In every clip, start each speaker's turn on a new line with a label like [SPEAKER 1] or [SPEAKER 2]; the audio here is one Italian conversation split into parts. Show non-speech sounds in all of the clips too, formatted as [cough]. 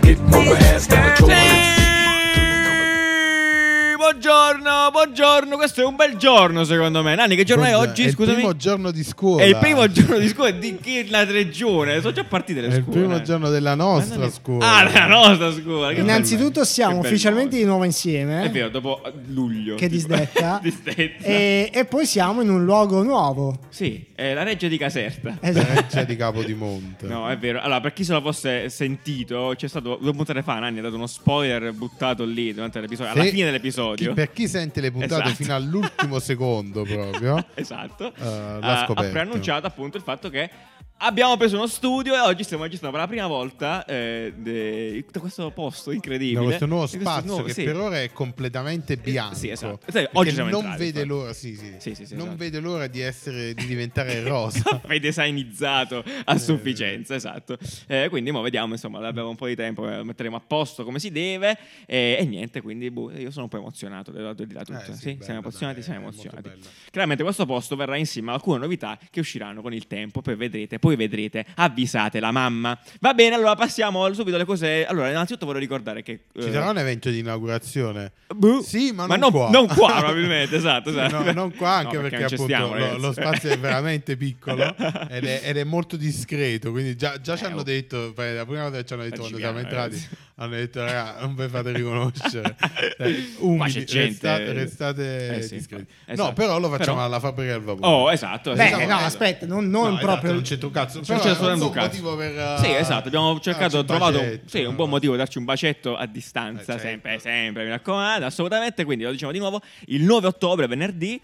[SPEAKER 1] Get my ass down, throw it.
[SPEAKER 2] Sì, Buongiorno, buongiorno, questo è un bel giorno secondo me. Nanni, che giorno è oggi?
[SPEAKER 3] È il
[SPEAKER 2] Scusami.
[SPEAKER 3] primo giorno di scuola.
[SPEAKER 2] È il primo giorno di scuola di che la regione? Sono già partite le
[SPEAKER 3] È il
[SPEAKER 2] scuole.
[SPEAKER 3] primo giorno della
[SPEAKER 2] Ma
[SPEAKER 3] nostra
[SPEAKER 2] non è-
[SPEAKER 3] scuola.
[SPEAKER 2] Ah, la nostra scuola. che
[SPEAKER 4] Innanzitutto
[SPEAKER 2] bello.
[SPEAKER 4] siamo
[SPEAKER 2] Che bello.
[SPEAKER 4] ufficialmente di nuovo insieme.
[SPEAKER 2] È vero, dopo luglio.
[SPEAKER 4] Che
[SPEAKER 2] tipo.
[SPEAKER 4] disdetta.
[SPEAKER 2] [laughs] Disdetta.
[SPEAKER 4] E, e poi siamo in un luogo nuovo.
[SPEAKER 2] Sì, è la reggia di Caserta.
[SPEAKER 4] Esatto.
[SPEAKER 3] C'è di Capodimonte.
[SPEAKER 2] No, è vero. Allora, per chi se lo fosse sentito, c'è stato. Due puntate fa, Nanni ha dato uno spoiler buttato lì durante l'episodio. Alla
[SPEAKER 3] Se-
[SPEAKER 2] fine dell'episodio.
[SPEAKER 3] chi- per chi sente le puntate
[SPEAKER 2] Esatto. [laughs]
[SPEAKER 3] fino all'ultimo secondo proprio.
[SPEAKER 2] esatto.
[SPEAKER 3] Eh, l'ha
[SPEAKER 2] ha-
[SPEAKER 3] scoperto.
[SPEAKER 2] Ha preannunciato appunto il fatto che abbiamo preso uno studio e oggi stiamo registrando per la prima volta eh, de- da questo posto incredibile.
[SPEAKER 3] Da questo nuovo
[SPEAKER 2] Di questo
[SPEAKER 3] spazio
[SPEAKER 2] nuovo-
[SPEAKER 3] che
[SPEAKER 2] sì.
[SPEAKER 3] per ora è completamente bianco.
[SPEAKER 2] sì, esatto. Sai,
[SPEAKER 3] Perché
[SPEAKER 2] oggi siamo
[SPEAKER 3] non
[SPEAKER 2] entrati,
[SPEAKER 3] vede
[SPEAKER 2] infatti.
[SPEAKER 3] l'ora, sì, sì.
[SPEAKER 2] Sì, sì, sì,
[SPEAKER 3] non
[SPEAKER 2] esatto.
[SPEAKER 3] vede l'ora di essere
[SPEAKER 2] [laughs]
[SPEAKER 3] di diventare rosa. Eh,
[SPEAKER 2] Hai designizzato a sufficienza, esatto. Eh, quindi mo vediamo, insomma, abbiamo un po' di tempo, eh, metteremo a posto come si deve eh, e niente, quindi boh, io sono un po' emozionato, devo devo dire la tutta.
[SPEAKER 3] Eh, sì,
[SPEAKER 2] sì,
[SPEAKER 3] bello,
[SPEAKER 2] siamo emozionati,
[SPEAKER 3] dai,
[SPEAKER 2] siamo
[SPEAKER 3] è molto
[SPEAKER 2] emozionati.
[SPEAKER 3] bello.
[SPEAKER 2] Chiaramente questo posto verrà insieme a alcune novità che usciranno con il tempo, poi vedrete, poi vedrete, avvisate la mamma. Va bene, allora passiamo subito alle cose. Allora, innanzitutto voglio ricordare che eh,
[SPEAKER 3] Ci sarà un evento di inaugurazione.
[SPEAKER 2] Boh.
[SPEAKER 3] Sì, ma
[SPEAKER 2] Ma non-
[SPEAKER 3] non qua.
[SPEAKER 2] non qua, probabilmente, esatto,
[SPEAKER 3] Sì,
[SPEAKER 2] esatto.
[SPEAKER 3] no, non qua, anche
[SPEAKER 2] No, perché
[SPEAKER 3] perché,
[SPEAKER 2] non ci
[SPEAKER 3] appunto
[SPEAKER 2] stiamo,
[SPEAKER 3] lo-
[SPEAKER 2] ragazzi.
[SPEAKER 3] lo, spazio è
[SPEAKER 2] [laughs]
[SPEAKER 3] veramente piccolo ed è, ed è molto discreto. Quindi già, già ci
[SPEAKER 2] Eh,
[SPEAKER 3] hanno
[SPEAKER 2] oh.
[SPEAKER 3] detto, per la prima volta che ci hanno detto
[SPEAKER 2] Non ci
[SPEAKER 3] quando siamo
[SPEAKER 2] piano,
[SPEAKER 3] entrati,
[SPEAKER 2] ragazzi.
[SPEAKER 3] hanno detto, raga, non vi fate
[SPEAKER 2] [laughs]
[SPEAKER 3] riconoscere.
[SPEAKER 2] Qua c'è gente.
[SPEAKER 3] restate, restate
[SPEAKER 2] Eh sì,
[SPEAKER 3] discreti.
[SPEAKER 2] esatto.
[SPEAKER 3] No, però lo facciamo
[SPEAKER 2] Però-
[SPEAKER 3] alla fabbrica del vapore.
[SPEAKER 2] Oh, esatto.
[SPEAKER 4] Beh,
[SPEAKER 2] esatto.
[SPEAKER 4] no, aspetta, non, non
[SPEAKER 3] No, esatto,
[SPEAKER 4] proprio.
[SPEAKER 3] non c'è tu cazzo.
[SPEAKER 2] Cioè,
[SPEAKER 3] Però
[SPEAKER 2] c'è
[SPEAKER 3] è
[SPEAKER 2] solo
[SPEAKER 3] un
[SPEAKER 2] un
[SPEAKER 3] buon
[SPEAKER 2] cazzo.
[SPEAKER 3] motivo per... eh,
[SPEAKER 2] Sì, esatto,
[SPEAKER 3] Ah,
[SPEAKER 2] abbiamo cercato, trovato sì, un buon
[SPEAKER 3] motivo
[SPEAKER 2] motivo per darci un bacetto a distanza,
[SPEAKER 3] Eh, certo.
[SPEAKER 2] sempre, sempre, mi raccomando, assolutamente, quindi lo diciamo di nuovo, il 9 ottobre, venerdì, eh,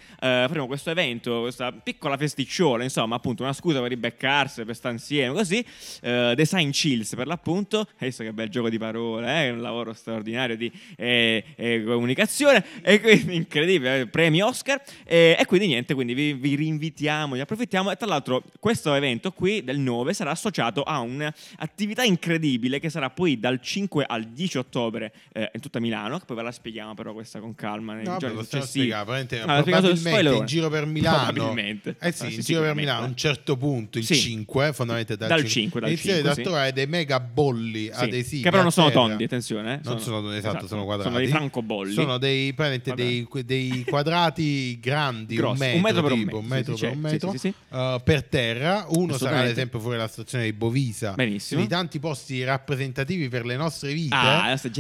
[SPEAKER 2] faremo questo evento, questa piccola festicciola, insomma, appunto, una scusa per ribeccarsi, per stare insieme, così, eh, Design Chills per l'appunto, e visto che bel gioco di parole, eh, è un lavoro straordinario di eh, eh, comunicazione, e quindi [laughs] incredibile, eh, premi Oscar, eh, e quindi niente, quindi vi, vi rinvitiamo, ne approfittiamo, e tra l'altro questo evento qui del 9 sarà associato a un'attività incredibile che sarà poi dal 5 al 10 ottobre eh, in tutta Milano, che poi ve la spieghiamo però questa con calma nei
[SPEAKER 3] No,
[SPEAKER 2] giorni
[SPEAKER 3] vabbè, possiamo
[SPEAKER 2] successivi.
[SPEAKER 3] spiegare, apparente-
[SPEAKER 2] No, l'ha spiegato il
[SPEAKER 3] probabilmente in
[SPEAKER 2] spoilerone.
[SPEAKER 3] giro per Milano.
[SPEAKER 2] Probabilmente.
[SPEAKER 3] Eh sì,
[SPEAKER 2] Ah, Sì,
[SPEAKER 3] in giro per
[SPEAKER 2] sicuramente.
[SPEAKER 3] Milano, a un certo punto, il
[SPEAKER 2] Sì.
[SPEAKER 3] 5, fondamentalmente
[SPEAKER 2] Dal 5, dal
[SPEAKER 3] iniziate
[SPEAKER 2] 5,
[SPEAKER 3] da
[SPEAKER 2] sì.
[SPEAKER 3] trovare dei mega bolli
[SPEAKER 2] Sì,
[SPEAKER 3] adesivi.
[SPEAKER 2] che però non
[SPEAKER 3] Ah, a
[SPEAKER 2] sono
[SPEAKER 3] terra.
[SPEAKER 2] tondi, attenzione, eh.
[SPEAKER 3] Non sono, tondi, esatto, sono quadrati.
[SPEAKER 2] Sono dei francobolli.
[SPEAKER 3] Sono dei, praticamente
[SPEAKER 2] Vabbè.
[SPEAKER 3] dei, que- dei quadrati grandi,
[SPEAKER 2] Grossi,
[SPEAKER 3] un metro,
[SPEAKER 2] per un
[SPEAKER 3] tipo,
[SPEAKER 2] metro, sì, sì,
[SPEAKER 3] per un
[SPEAKER 2] c'è, sì,
[SPEAKER 3] metro,
[SPEAKER 2] sì, sì,
[SPEAKER 3] eh, per terra. Uno sarà ad
[SPEAKER 2] Assolutamente.
[SPEAKER 3] esempio fuori dalla stazione di Bovisa.
[SPEAKER 2] Benissimo.
[SPEAKER 3] Di tanti posti rappresentativi per le nostre vite.
[SPEAKER 2] Ah, le nostre
[SPEAKER 3] Ah, no, e in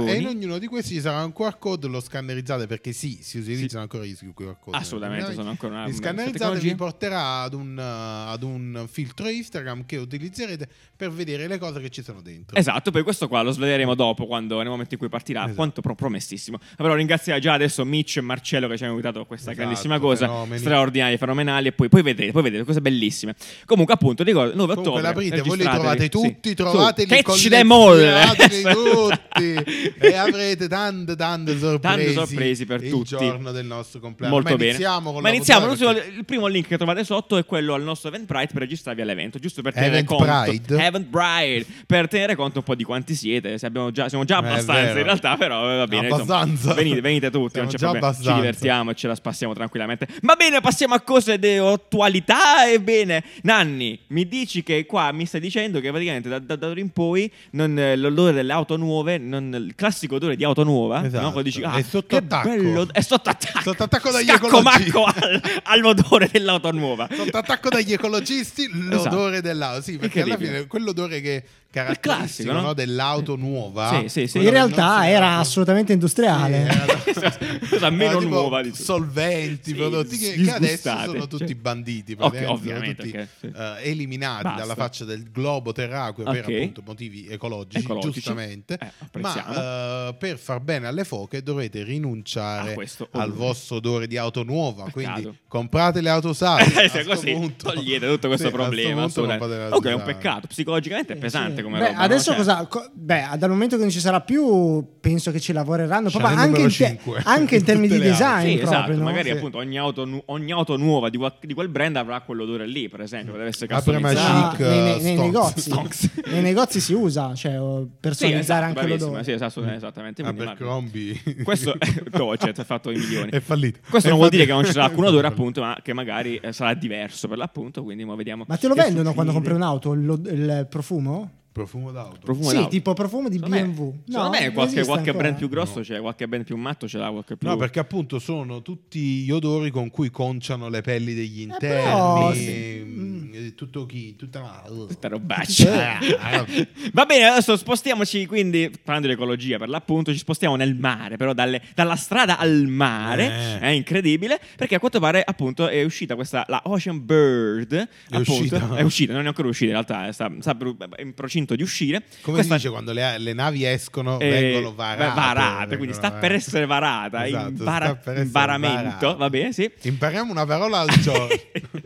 [SPEAKER 2] generazioni.
[SPEAKER 3] ognuno di questi ci sarà un QR code, lo scannerizzate perché sì, si utilizzano ancora gli QR code.
[SPEAKER 2] Assolutamente,
[SPEAKER 3] Quindi,
[SPEAKER 2] sono ancora una
[SPEAKER 3] Li scannerizzate
[SPEAKER 2] tecnologia.
[SPEAKER 3] vi porterà ad un, eh, ad un filtro Instagram che utilizzerete per vedere le cose che ci sono dentro.
[SPEAKER 2] Esatto, poi questo qua lo sveleremo dopo, quando, nel momento in cui partirà,
[SPEAKER 3] Esatto.
[SPEAKER 2] quanto pro- promessissimo. Però ringraziamo già adesso Mitch e Marcello che ci hanno aiutato a questa
[SPEAKER 3] Esatto,
[SPEAKER 2] grandissima cosa,
[SPEAKER 3] fenomeni.
[SPEAKER 2] straordinarie, fenomenali, e poi, poi vedrete, poi vedrete cose bellissime. Comunque appunto, ricordo, 9
[SPEAKER 3] Comunque
[SPEAKER 2] ottobre,
[SPEAKER 3] l'aprite, voi li
[SPEAKER 2] registratevi.
[SPEAKER 3] trovate tutti,
[SPEAKER 2] Sì.
[SPEAKER 3] trovateli,
[SPEAKER 2] Su, catch them [laughs] all! Esatto.
[SPEAKER 3] collezionateli tutti e avrete tante, tante sorprese.
[SPEAKER 2] Tante sorprese per
[SPEAKER 3] il
[SPEAKER 2] tutti.
[SPEAKER 3] giorno del nostro compleanno.
[SPEAKER 2] Molto
[SPEAKER 3] Ma
[SPEAKER 2] bene.
[SPEAKER 3] iniziamo con
[SPEAKER 2] Ma
[SPEAKER 3] la
[SPEAKER 2] iniziamo,
[SPEAKER 3] puntata
[SPEAKER 2] l'ultimo-
[SPEAKER 3] perché-
[SPEAKER 2] il primo link che trovate sotto è quello al nostro Eventbrite per registrarvi all'evento, giusto per tenere
[SPEAKER 3] Eventbrite?
[SPEAKER 2] conto Eventbrite, per tenere conto un po' di quanti siete, se abbiamo già- siamo già
[SPEAKER 3] Eh, è
[SPEAKER 2] abbastanza
[SPEAKER 3] vero.
[SPEAKER 2] in realtà, però eh, va bene, insomma.
[SPEAKER 3] Abbastanza.
[SPEAKER 2] venite, venite tutti,
[SPEAKER 3] Siamo
[SPEAKER 2] non c'è
[SPEAKER 3] già
[SPEAKER 2] problema, ci
[SPEAKER 3] abbastanza.
[SPEAKER 2] divertiamo e ce la spassiamo tranquillamente. Va bene, passiamo a cose di attualità, ebbene, Nanni, mi dici che qua mi stai dicendo che praticamente da, da, da ora in poi non, eh, l'odore delle auto nuove, non- il classico odore di auto nuova,
[SPEAKER 3] Esatto.
[SPEAKER 2] no? Quello dici,
[SPEAKER 3] È
[SPEAKER 2] ah,
[SPEAKER 3] sotto
[SPEAKER 2] che
[SPEAKER 3] attacco.
[SPEAKER 2] bello- è sotto attacco,
[SPEAKER 3] Sotto attacco dagli
[SPEAKER 2] Scacco
[SPEAKER 3] ecologi.
[SPEAKER 2] macco al- all'odore dell'auto nuova.
[SPEAKER 3] Sotto attacco
[SPEAKER 2] [laughs]
[SPEAKER 3] dagli ecologisti l'odore dell'auto. Sì, perché alla
[SPEAKER 2] Esatto. Incredibile.
[SPEAKER 3] fine quell'odore che caratteristico
[SPEAKER 2] classico, no?
[SPEAKER 3] no, dell'auto nuova.
[SPEAKER 2] Sì, sì, sì.
[SPEAKER 3] quello
[SPEAKER 4] in
[SPEAKER 3] che non
[SPEAKER 4] realtà
[SPEAKER 3] si
[SPEAKER 4] era
[SPEAKER 3] trova.
[SPEAKER 4] assolutamente industriale.
[SPEAKER 3] [laughs]
[SPEAKER 2] Cosa meno
[SPEAKER 3] Ah, tipo
[SPEAKER 2] nuova di tutto.
[SPEAKER 3] solventi,
[SPEAKER 2] Sì,
[SPEAKER 3] prodotti che, che
[SPEAKER 2] disgustate,
[SPEAKER 3] adesso sono
[SPEAKER 2] cioè.
[SPEAKER 3] tutti banditi,
[SPEAKER 2] Ok,
[SPEAKER 3] praticamente, sono
[SPEAKER 2] ovviamente,
[SPEAKER 3] tutti
[SPEAKER 2] ok, sì.
[SPEAKER 3] eh, eliminati
[SPEAKER 2] Basta.
[SPEAKER 3] dalla faccia del globo terracqueo
[SPEAKER 2] Ok.
[SPEAKER 3] per appunto motivi ecologici,
[SPEAKER 2] Ecologici.
[SPEAKER 3] giustamente.
[SPEAKER 2] Eh, apprezziamo.
[SPEAKER 3] ma eh, per far bene alle foche dovete
[SPEAKER 2] A
[SPEAKER 3] rinunciare
[SPEAKER 2] questo
[SPEAKER 3] al
[SPEAKER 2] odore.
[SPEAKER 3] vostro odore di auto nuova.
[SPEAKER 2] Peccato.
[SPEAKER 3] Quindi comprate le auto usate.
[SPEAKER 2] [laughs] [laughs] Eh, se
[SPEAKER 3] a sto
[SPEAKER 2] così
[SPEAKER 3] punto.
[SPEAKER 2] togliete tutto questo
[SPEAKER 3] Sì, a sto
[SPEAKER 2] problema.
[SPEAKER 3] punto
[SPEAKER 2] assolutamente.
[SPEAKER 3] comprate le auto
[SPEAKER 2] Ok, è un
[SPEAKER 3] usate.
[SPEAKER 2] peccato. Psicologicamente è pesante
[SPEAKER 4] Sì.
[SPEAKER 2] come
[SPEAKER 4] Beh,
[SPEAKER 2] roba. no?
[SPEAKER 4] Adesso
[SPEAKER 2] Cioè,
[SPEAKER 4] cosa? co- beh, dal momento che non ci sarà più, penso che ci lavoreranno
[SPEAKER 3] Sarà
[SPEAKER 4] proprio
[SPEAKER 3] il
[SPEAKER 4] anche, in
[SPEAKER 3] numero
[SPEAKER 4] te-
[SPEAKER 3] cinque.
[SPEAKER 4] anche
[SPEAKER 2] [laughs]
[SPEAKER 4] in
[SPEAKER 3] In
[SPEAKER 4] termini di
[SPEAKER 3] tutte le
[SPEAKER 4] design.
[SPEAKER 2] Sì,
[SPEAKER 4] proprio,
[SPEAKER 2] esatto,
[SPEAKER 4] no?
[SPEAKER 2] magari
[SPEAKER 3] Sì.
[SPEAKER 2] appunto ogni auto, nu- ogni auto nuova di, qua- di quel brand avrà quell'odore lì, per esempio, che deve essere
[SPEAKER 3] Apre ma
[SPEAKER 2] customizzato.
[SPEAKER 3] chic,
[SPEAKER 4] Ah, nei, nei- nei
[SPEAKER 3] stonks.
[SPEAKER 4] negozi,
[SPEAKER 2] Stonks.
[SPEAKER 4] nei negozi si usa cioè, oh,
[SPEAKER 2] Sì, esatto,
[SPEAKER 4] personalizzare anche
[SPEAKER 2] bravissima,
[SPEAKER 4] l'odore.
[SPEAKER 2] Sì, esatto,
[SPEAKER 3] Mm. Ah,
[SPEAKER 2] esattamente. quindi, ma-
[SPEAKER 3] Abercrombie.
[SPEAKER 2] Questo
[SPEAKER 3] [laughs]
[SPEAKER 2] [laughs] no, cioè, ti ha fatto i milioni.
[SPEAKER 3] È fallito.
[SPEAKER 2] Questo
[SPEAKER 3] È
[SPEAKER 2] non vuol dire che
[SPEAKER 3] fallito.
[SPEAKER 2] non ci sarà alcun
[SPEAKER 3] [laughs]
[SPEAKER 2] odore, appunto, ma che magari eh, sarà diverso per l'appunto. Quindi, mo vediamo.
[SPEAKER 4] Ma te lo
[SPEAKER 2] che
[SPEAKER 4] vendono quando
[SPEAKER 2] succede.
[SPEAKER 4] compri un'auto lo- il profumo?
[SPEAKER 3] Profumo d'auto.
[SPEAKER 2] Profumo
[SPEAKER 4] Sì,
[SPEAKER 2] d'auto.
[SPEAKER 4] tipo profumo di
[SPEAKER 2] Secondo me-
[SPEAKER 4] BMW. No,
[SPEAKER 2] Secondo me
[SPEAKER 4] non
[SPEAKER 2] qualche,
[SPEAKER 4] esiste
[SPEAKER 2] qualche
[SPEAKER 4] ancora.
[SPEAKER 2] brand più grosso
[SPEAKER 3] No.
[SPEAKER 2] c'è, qualche brand più matto ce l'ha, qualche più...
[SPEAKER 3] No, perché appunto sono tutti gli odori con cui conciano le pelli degli
[SPEAKER 2] Eh,
[SPEAKER 3] interni,
[SPEAKER 4] però, sì.
[SPEAKER 3] ehm, tutto chi, tutta la... uh.
[SPEAKER 2] Questa robaccia.
[SPEAKER 3] Eh.
[SPEAKER 2] Va bene, adesso spostiamoci quindi, parlando di ecologia per l'appunto, ci spostiamo nel mare, però dalle- dalla strada al mare,
[SPEAKER 3] Eh.
[SPEAKER 2] è incredibile, perché a quanto pare appunto è uscita questa, la Ocean Bird, appunto,
[SPEAKER 3] uscita.
[SPEAKER 2] è uscita, non è ancora uscita in realtà, è sta, sta per- è in procinto di uscire.
[SPEAKER 3] Come
[SPEAKER 2] Questa- [laughs]
[SPEAKER 3] si dice quando le, le navi escono,
[SPEAKER 2] eh,
[SPEAKER 3] vengono varate.
[SPEAKER 2] varate, quindi
[SPEAKER 3] vengono
[SPEAKER 2] sta
[SPEAKER 3] varate.
[SPEAKER 2] per essere varata,
[SPEAKER 3] Esatto,
[SPEAKER 2] in
[SPEAKER 3] sta per essere varata.
[SPEAKER 2] va bene, sì.
[SPEAKER 3] Impariamo una parola al giorno.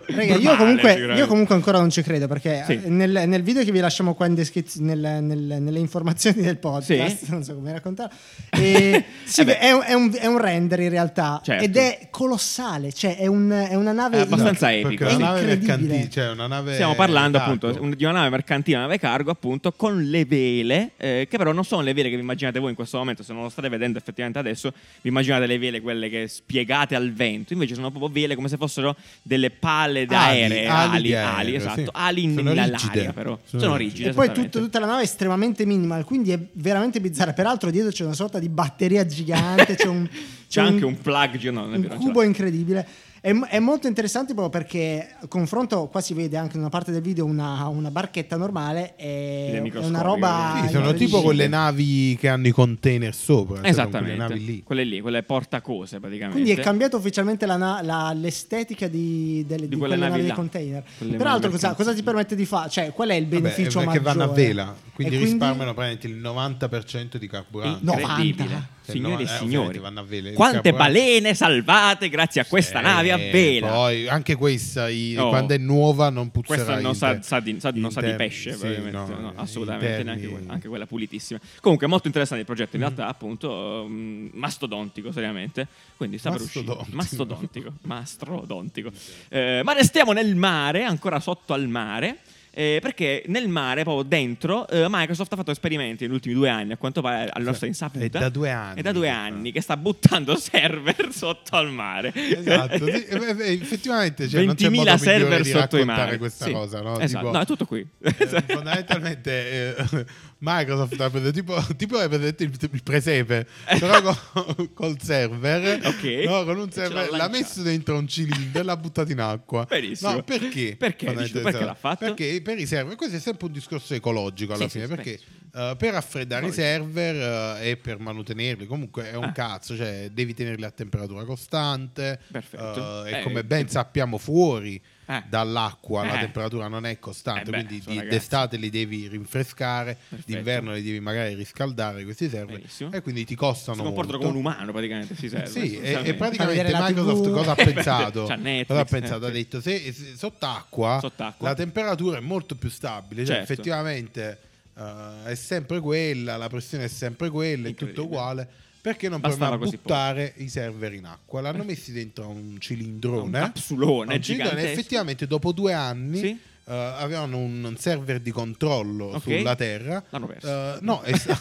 [SPEAKER 4] Raga, io,
[SPEAKER 2] Male,
[SPEAKER 4] comunque,
[SPEAKER 2] sicuramente.
[SPEAKER 4] io comunque ancora non ci credo perché
[SPEAKER 2] Sì.
[SPEAKER 4] eh, nel, nel video che vi lasciamo qua in descriz- nel- nel- nelle informazioni del podcast,
[SPEAKER 2] Sì.
[SPEAKER 4] [laughs] non so
[SPEAKER 2] [laughs]
[SPEAKER 4] come raccontare, eh, sì,
[SPEAKER 2] Eh beh.
[SPEAKER 4] è, un, è un- è un render in realtà
[SPEAKER 2] Certo.
[SPEAKER 4] ed è colossale, cioè è, un- è una
[SPEAKER 2] [laughs]
[SPEAKER 4] nave
[SPEAKER 2] È abbastanza
[SPEAKER 4] in-
[SPEAKER 2] epico,
[SPEAKER 3] Eh, Perché una
[SPEAKER 4] sì.
[SPEAKER 3] nave
[SPEAKER 4] Incredibile.
[SPEAKER 3] mercantile, cioè una nave...
[SPEAKER 2] Stiamo parlando
[SPEAKER 3] cargo.
[SPEAKER 2] appunto un- di una nave mercantile, una nave cargo appunto con le vele, eh, che però non sono le vele che vi immaginate voi in questo momento, se non lo state vedendo effettivamente adesso, vi immaginate le vele quelle che spiegate al vento, invece sono proprio vele come se fossero delle palle d'aeree,
[SPEAKER 3] ali
[SPEAKER 2] ali, ali,
[SPEAKER 3] di aereo,
[SPEAKER 2] esatto,
[SPEAKER 3] sì.
[SPEAKER 2] ali in,
[SPEAKER 3] Sono
[SPEAKER 2] in-
[SPEAKER 3] rigide.
[SPEAKER 2] all'aria però, sono,
[SPEAKER 3] Sono
[SPEAKER 2] rigide.
[SPEAKER 4] E poi
[SPEAKER 2] esattamente.
[SPEAKER 4] tut- tutta la nave è estremamente minimal, quindi è veramente bizzarra. Peraltro dietro c'è una sorta di batteria gigante, c'è un...
[SPEAKER 2] [laughs] C'è anche un plug, gi- no, non è
[SPEAKER 4] un
[SPEAKER 2] vero, non ce
[SPEAKER 4] cubo
[SPEAKER 2] l'ho.
[SPEAKER 4] incredibile. È, mo- è molto interessante proprio perché a confronto, qua si vede anche in una parte del video una, una barchetta normale,
[SPEAKER 2] Ed è
[SPEAKER 4] è, è
[SPEAKER 2] microscopica,
[SPEAKER 4] una roba...
[SPEAKER 3] Sì, sono tipo
[SPEAKER 4] Ah, incredibile.
[SPEAKER 3] quelle navi che hanno i container sopra. cioè, sono
[SPEAKER 2] Esattamente,
[SPEAKER 3] Quelle navi lì.
[SPEAKER 2] quelle lì, quelle portacose praticamente.
[SPEAKER 4] Quindi è cambiata ufficialmente la na- la- l'estetica di, delle,
[SPEAKER 2] Di
[SPEAKER 4] di
[SPEAKER 2] quelle
[SPEAKER 4] quelle, navi
[SPEAKER 2] navi
[SPEAKER 4] dei
[SPEAKER 2] là.
[SPEAKER 4] container.
[SPEAKER 2] Quelle
[SPEAKER 4] Peraltro,
[SPEAKER 2] navi
[SPEAKER 4] cosa,
[SPEAKER 2] mercanti.
[SPEAKER 4] cosa ti permette di fare? Cioè, qual è il
[SPEAKER 3] Vabbè,
[SPEAKER 4] beneficio
[SPEAKER 3] perché
[SPEAKER 4] maggiore?
[SPEAKER 3] vanno a vela, quindi
[SPEAKER 4] E
[SPEAKER 3] risparmiano praticamente il 90% di carburante.
[SPEAKER 4] No.
[SPEAKER 2] Incredibile.
[SPEAKER 4] 90.
[SPEAKER 2] Signori eh. e
[SPEAKER 3] Eh, no, eh,
[SPEAKER 2] signori,
[SPEAKER 3] ovviamente vanno a vele.
[SPEAKER 2] quante
[SPEAKER 3] Capo-
[SPEAKER 2] balene salvate grazie a questa
[SPEAKER 3] Eh,
[SPEAKER 2] nave a vela.
[SPEAKER 3] Poi anche questa, i-
[SPEAKER 2] Oh.
[SPEAKER 3] quando è nuova, non puzzerà.
[SPEAKER 2] Questa non
[SPEAKER 3] gli
[SPEAKER 2] sa,
[SPEAKER 3] inter-
[SPEAKER 2] sa di, sa-
[SPEAKER 3] gli
[SPEAKER 2] non sa di
[SPEAKER 3] interni,
[SPEAKER 2] pesce,
[SPEAKER 3] sì,
[SPEAKER 2] probabilmente,
[SPEAKER 3] no,
[SPEAKER 2] no,
[SPEAKER 3] gli
[SPEAKER 2] assolutamente,
[SPEAKER 3] interni-
[SPEAKER 2] neanche quella, anche quella pulitissima. Comunque, molto interessante il progetto, in
[SPEAKER 3] Mm.
[SPEAKER 2] realtà, appunto, ehm, mastodontico, seriamente. Quindi sta per uscire.
[SPEAKER 3] Mastodontico.
[SPEAKER 2] Mastodontico. [laughs] Mastrodontico. Eh, ma restiamo nel mare, ancora sotto al mare. eh, perché nel mare, proprio dentro, eh, Microsoft ha fatto esperimenti negli ultimi due anni, a quanto pare, alla nostra
[SPEAKER 3] Cioè,
[SPEAKER 2] insaputa.
[SPEAKER 3] è da due anni.
[SPEAKER 2] È da due anni che sta buttando [laughs] server sotto al mare. [laughs]
[SPEAKER 3] Esatto, sì, eh, beh, effettivamente cioè, non c'è
[SPEAKER 2] 20.000
[SPEAKER 3] modo
[SPEAKER 2] server
[SPEAKER 3] migliore di
[SPEAKER 2] sotto i
[SPEAKER 3] raccontare
[SPEAKER 2] mari.
[SPEAKER 3] questa
[SPEAKER 2] Sì,
[SPEAKER 3] cosa, no?
[SPEAKER 2] esatto.
[SPEAKER 3] Tipo-
[SPEAKER 2] No, è tutto qui. [laughs] Esatto.
[SPEAKER 3] Eh, fondamentalmente eh, Microsoft ha preso tipo, tipo hai detto il, il presepe però co- col server
[SPEAKER 2] Eh. Ok.
[SPEAKER 3] no, con un
[SPEAKER 2] Ce l'ha
[SPEAKER 3] server l'ha
[SPEAKER 2] lanciato.
[SPEAKER 3] messo dentro un cilindro e l'ha buttato in acqua
[SPEAKER 2] Benissimo.
[SPEAKER 3] no, perché?
[SPEAKER 2] Perché,
[SPEAKER 3] Fondamentalmente,
[SPEAKER 2] dici tu, perché l'ha fatto?
[SPEAKER 3] perché per i server questo è sempre un discorso ecologico alla
[SPEAKER 2] Sì, sì,
[SPEAKER 3] fine
[SPEAKER 2] sì,
[SPEAKER 3] perché eh, per raffreddare i
[SPEAKER 2] Ecologico.
[SPEAKER 3] server eh, e per manutenerli comunque è un
[SPEAKER 2] Ah.
[SPEAKER 3] cazzo cioè devi tenerli a temperatura costante
[SPEAKER 2] Perfetto.
[SPEAKER 3] eh, e
[SPEAKER 2] Eh,
[SPEAKER 3] come ben
[SPEAKER 2] tipo-
[SPEAKER 3] sappiamo fuori
[SPEAKER 2] Eh.
[SPEAKER 3] dall'acqua la
[SPEAKER 2] Eh.
[SPEAKER 3] temperatura non è costante
[SPEAKER 2] Eh beh,
[SPEAKER 3] quindi
[SPEAKER 2] insomma,
[SPEAKER 3] di-
[SPEAKER 2] ragazzi.
[SPEAKER 3] d'estate li devi rinfrescare,
[SPEAKER 2] Perfetto.
[SPEAKER 3] d'inverno li devi magari riscaldare questi server
[SPEAKER 2] Benissimo.
[SPEAKER 3] e quindi ti
[SPEAKER 2] si
[SPEAKER 3] costano
[SPEAKER 2] comportano
[SPEAKER 3] molto.
[SPEAKER 2] come un umano praticamente si serve
[SPEAKER 3] Sì, e- e,
[SPEAKER 2] sostanzialmente.
[SPEAKER 3] praticamente
[SPEAKER 4] Fa vedere la
[SPEAKER 3] Microsoft
[SPEAKER 4] TV.
[SPEAKER 3] cosa ha
[SPEAKER 2] Eh,
[SPEAKER 3] pensato?
[SPEAKER 2] c'ha Netflix,
[SPEAKER 3] cosa ha pensato? Ha
[SPEAKER 2] eh, sì.
[SPEAKER 3] detto se, se- sott'acqua,
[SPEAKER 2] Sott'acqua.
[SPEAKER 3] la temperatura è molto più stabile, cioè
[SPEAKER 2] Certo.
[SPEAKER 3] effettivamente eh, è sempre quella, la pressione è sempre quella, è tutto
[SPEAKER 2] Incredibile.
[SPEAKER 3] uguale. Perché non
[SPEAKER 2] Bastava
[SPEAKER 3] proviamo a
[SPEAKER 2] così poco.
[SPEAKER 3] buttare i server in acqua? L'hanno messi dentro a un cilindrone,
[SPEAKER 2] A un Eh. capsulone
[SPEAKER 3] a un cilindrone,
[SPEAKER 2] gigantesco.
[SPEAKER 3] Effettivamente, dopo due anni
[SPEAKER 2] Sì?
[SPEAKER 3] eh, avevano un server di controllo
[SPEAKER 2] Ok.
[SPEAKER 3] sulla Terra.
[SPEAKER 2] L'hanno perso.
[SPEAKER 3] Eh, no,
[SPEAKER 2] [laughs]
[SPEAKER 3] è sta-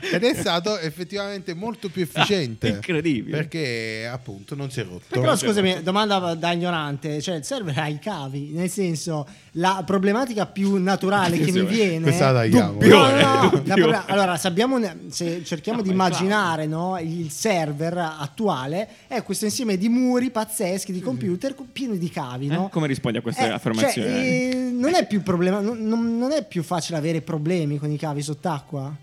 [SPEAKER 3] Eh, ed è stato effettivamente molto più efficiente.
[SPEAKER 2] Ah, incredibile.
[SPEAKER 3] Perché appunto non si è rotto.
[SPEAKER 4] Però scusami, domanda da ignorante, cioè il server ha i cavi, nel senso la problematica più naturale che mi
[SPEAKER 2] Attenzione,
[SPEAKER 4] viene...
[SPEAKER 3] questa la tagliamo.
[SPEAKER 4] No, no, no,
[SPEAKER 2] Dubbione.
[SPEAKER 4] la problema- allora, sappiamo un- se cerchiamo
[SPEAKER 2] No,
[SPEAKER 4] di
[SPEAKER 2] ma è chiaro.
[SPEAKER 4] immaginare no, il server attuale, è questo insieme di muri pazzeschi, di computer co- pieni di cavi.
[SPEAKER 2] Eh?
[SPEAKER 4] No?
[SPEAKER 2] Come rispondi a queste
[SPEAKER 4] cioè,
[SPEAKER 2] affermazioni?
[SPEAKER 4] eh, non, è più problema- non- non- non è più facile avere problemi con i cavi sott'acqua?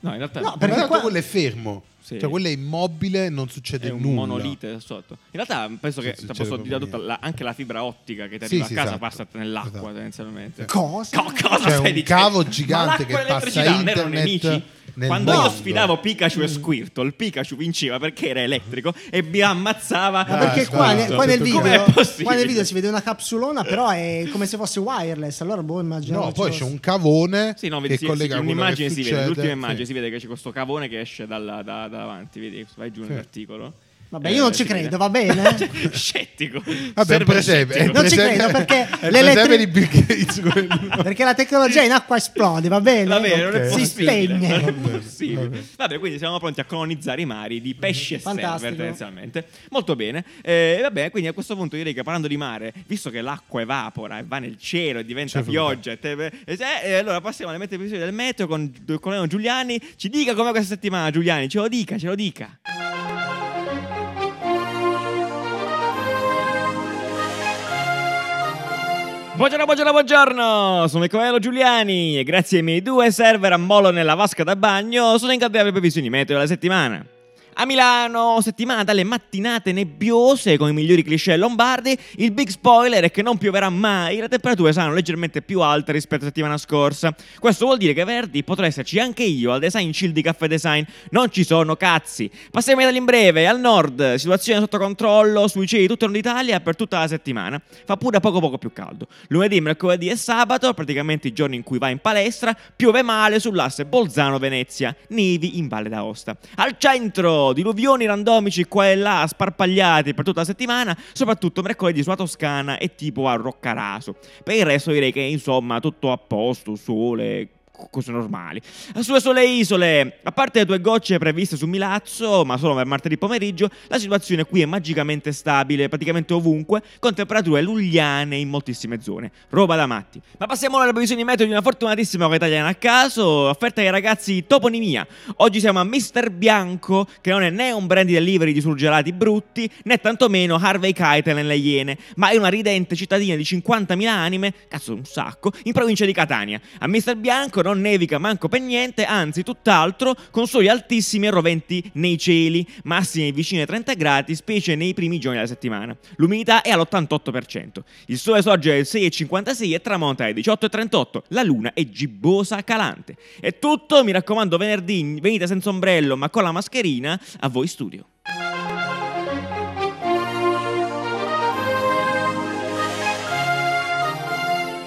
[SPEAKER 2] no in realtà
[SPEAKER 4] No,
[SPEAKER 3] Perché
[SPEAKER 4] perché
[SPEAKER 3] tanto
[SPEAKER 4] qua-
[SPEAKER 3] quello è fermo.
[SPEAKER 2] Sì.
[SPEAKER 3] Cioè quello è immobile, non succede
[SPEAKER 2] è un
[SPEAKER 3] nulla.
[SPEAKER 2] monolite sotto. In realtà penso
[SPEAKER 3] Sì,
[SPEAKER 2] che
[SPEAKER 3] sì,
[SPEAKER 2] te
[SPEAKER 3] c'è
[SPEAKER 2] posso
[SPEAKER 3] proprio
[SPEAKER 2] dire tutta
[SPEAKER 3] niente.
[SPEAKER 2] la- anche la fibra ottica che ti
[SPEAKER 3] Sì,
[SPEAKER 2] arriva
[SPEAKER 3] sì,
[SPEAKER 2] a casa
[SPEAKER 3] esatto.
[SPEAKER 2] passa nell'acqua
[SPEAKER 3] Esatto.
[SPEAKER 2] tendenzialmente.
[SPEAKER 4] Cosa?
[SPEAKER 2] Co- cosa
[SPEAKER 3] C'è
[SPEAKER 2] stai
[SPEAKER 3] un
[SPEAKER 2] dicendo?
[SPEAKER 3] cavo
[SPEAKER 2] Ma
[SPEAKER 3] gigante
[SPEAKER 2] l'acqua
[SPEAKER 3] che
[SPEAKER 2] e
[SPEAKER 3] passa
[SPEAKER 2] l'elettricità non erano
[SPEAKER 3] internet
[SPEAKER 2] nemici?
[SPEAKER 3] nel
[SPEAKER 2] Quando io
[SPEAKER 3] mondo.
[SPEAKER 2] sfidavo Pikachu e Squirtle, Pikachu vinceva perché era elettrico e mi ammazzava.
[SPEAKER 4] Ma perché
[SPEAKER 3] Ah,
[SPEAKER 4] qua,
[SPEAKER 3] certo.
[SPEAKER 4] ne- qua nel
[SPEAKER 3] Tutto
[SPEAKER 4] video,
[SPEAKER 2] Com'è possibile?
[SPEAKER 4] qua nel video si vede una capsulona, però è come se fosse wireless. Allora, boh, immagino.
[SPEAKER 3] No, poi c'è un cavone
[SPEAKER 2] Sì, no,
[SPEAKER 3] che
[SPEAKER 2] vedi, sì,
[SPEAKER 3] collega
[SPEAKER 2] sì,
[SPEAKER 3] quello che
[SPEAKER 2] un'immagine si vede,
[SPEAKER 3] succede.
[SPEAKER 2] l'ultima immagine
[SPEAKER 3] Sì.
[SPEAKER 2] si vede che c'è questo cavone che esce dalla- da, da davanti, vedi, vai giù
[SPEAKER 3] Sì.
[SPEAKER 2] nell'articolo.
[SPEAKER 4] Vabbè,
[SPEAKER 3] Eh,
[SPEAKER 4] io non ci
[SPEAKER 2] fine.
[SPEAKER 4] credo, va bene?
[SPEAKER 3] [laughs]
[SPEAKER 2] Cioè, scettico.
[SPEAKER 3] Vabbè, è un
[SPEAKER 2] Serve
[SPEAKER 3] presepe. è
[SPEAKER 2] scettico.
[SPEAKER 3] un
[SPEAKER 4] Non ci
[SPEAKER 3] presepe-
[SPEAKER 4] credo,
[SPEAKER 3] [laughs]
[SPEAKER 4] perché
[SPEAKER 3] è il
[SPEAKER 4] l'elettri-
[SPEAKER 3] presepe di Bill Gates. quello.
[SPEAKER 4] Perché la tecnologia in acqua esplode, va bene?
[SPEAKER 2] Va bene, non è
[SPEAKER 3] Ok.
[SPEAKER 4] si
[SPEAKER 2] possibile.
[SPEAKER 4] spegne.
[SPEAKER 2] Non è possibile. Vabbè, quindi siamo pronti a colonizzare i mari di pesci e
[SPEAKER 4] Fantastico.
[SPEAKER 2] server tendenzialmente. Molto bene. Eh, vabbè, quindi a questo punto direi che parlando di mare, visto che l'acqua evapora e va nel cielo e diventa
[SPEAKER 3] Certo.
[SPEAKER 2] pioggia, e te- e se- eh, allora passiamo alle mete previsioni del meteo con il colonnello Giuliani. Ci dica com'è questa settimana, Giuliani, ce lo dica, ce lo dica. Buongiorno, buongiorno, buongiorno! Sono Nicolello Giuliani e grazie ai miei due server a molo nella vasca da bagno sono in grado di avere previsioni meteo della settimana. A Milano, settimana dalle mattinate nebbiose con i migliori cliché lombardi, il big spoiler è che non pioverà mai, le temperature saranno leggermente più alte rispetto alla settimana scorsa. Questo vuol dire che venerdì potrò esserci anche io al design chill di Caffè Design, non ci sono cazzi. Passiamo ai dati in breve, al nord, situazione sotto controllo sui cieli di tutto il nord Italia per tutta la settimana, fa pure a poco poco più caldo. Lunedì, mercoledì e sabato, praticamente i giorni in cui vai in palestra, piove male sull'asse Bolzano-Venezia, nevi in Valle d'Aosta. Al centro, diluvioni randomici qua e là, sparpagliati per tutta la settimana, soprattutto mercoledì sulla Toscana e tipo a Roccaraso. Per il resto direi che insomma tutto a posto, sole, co- cose normali. Sulle sole isole, a parte le due gocce previste su Milazzo, ma solo per martedì pomeriggio, la situazione qui è magicamente stabile, praticamente ovunque, con temperature lugliane in moltissime zone. Roba da matti. Ma passiamo ora alle previsioni meteo di una fortunatissima cosa italiana a caso, offerta ai ragazzi Toponimia. Oggi siamo a Mr. Bianco, che non è né un brand di delivery di surgelati brutti, né tantomeno Harvey Keitel nelle Iene, ma è una ridente cittadina di 50.000 anime, cazzo un sacco, in provincia di Catania. A Mr. Bianco non nevica manco per niente, anzi tutt'altro, con soli altissimi e roventi nei cieli, massimi vicini ai 30 gradi, specie nei primi giorni della settimana. L'umidità è all'88%. Il sole sorge alle 6.56 e tramonta alle 18.38. La luna è gibbosa calante. È tutto, mi raccomando, venerdì venite senza ombrello ma con la mascherina a voi studio.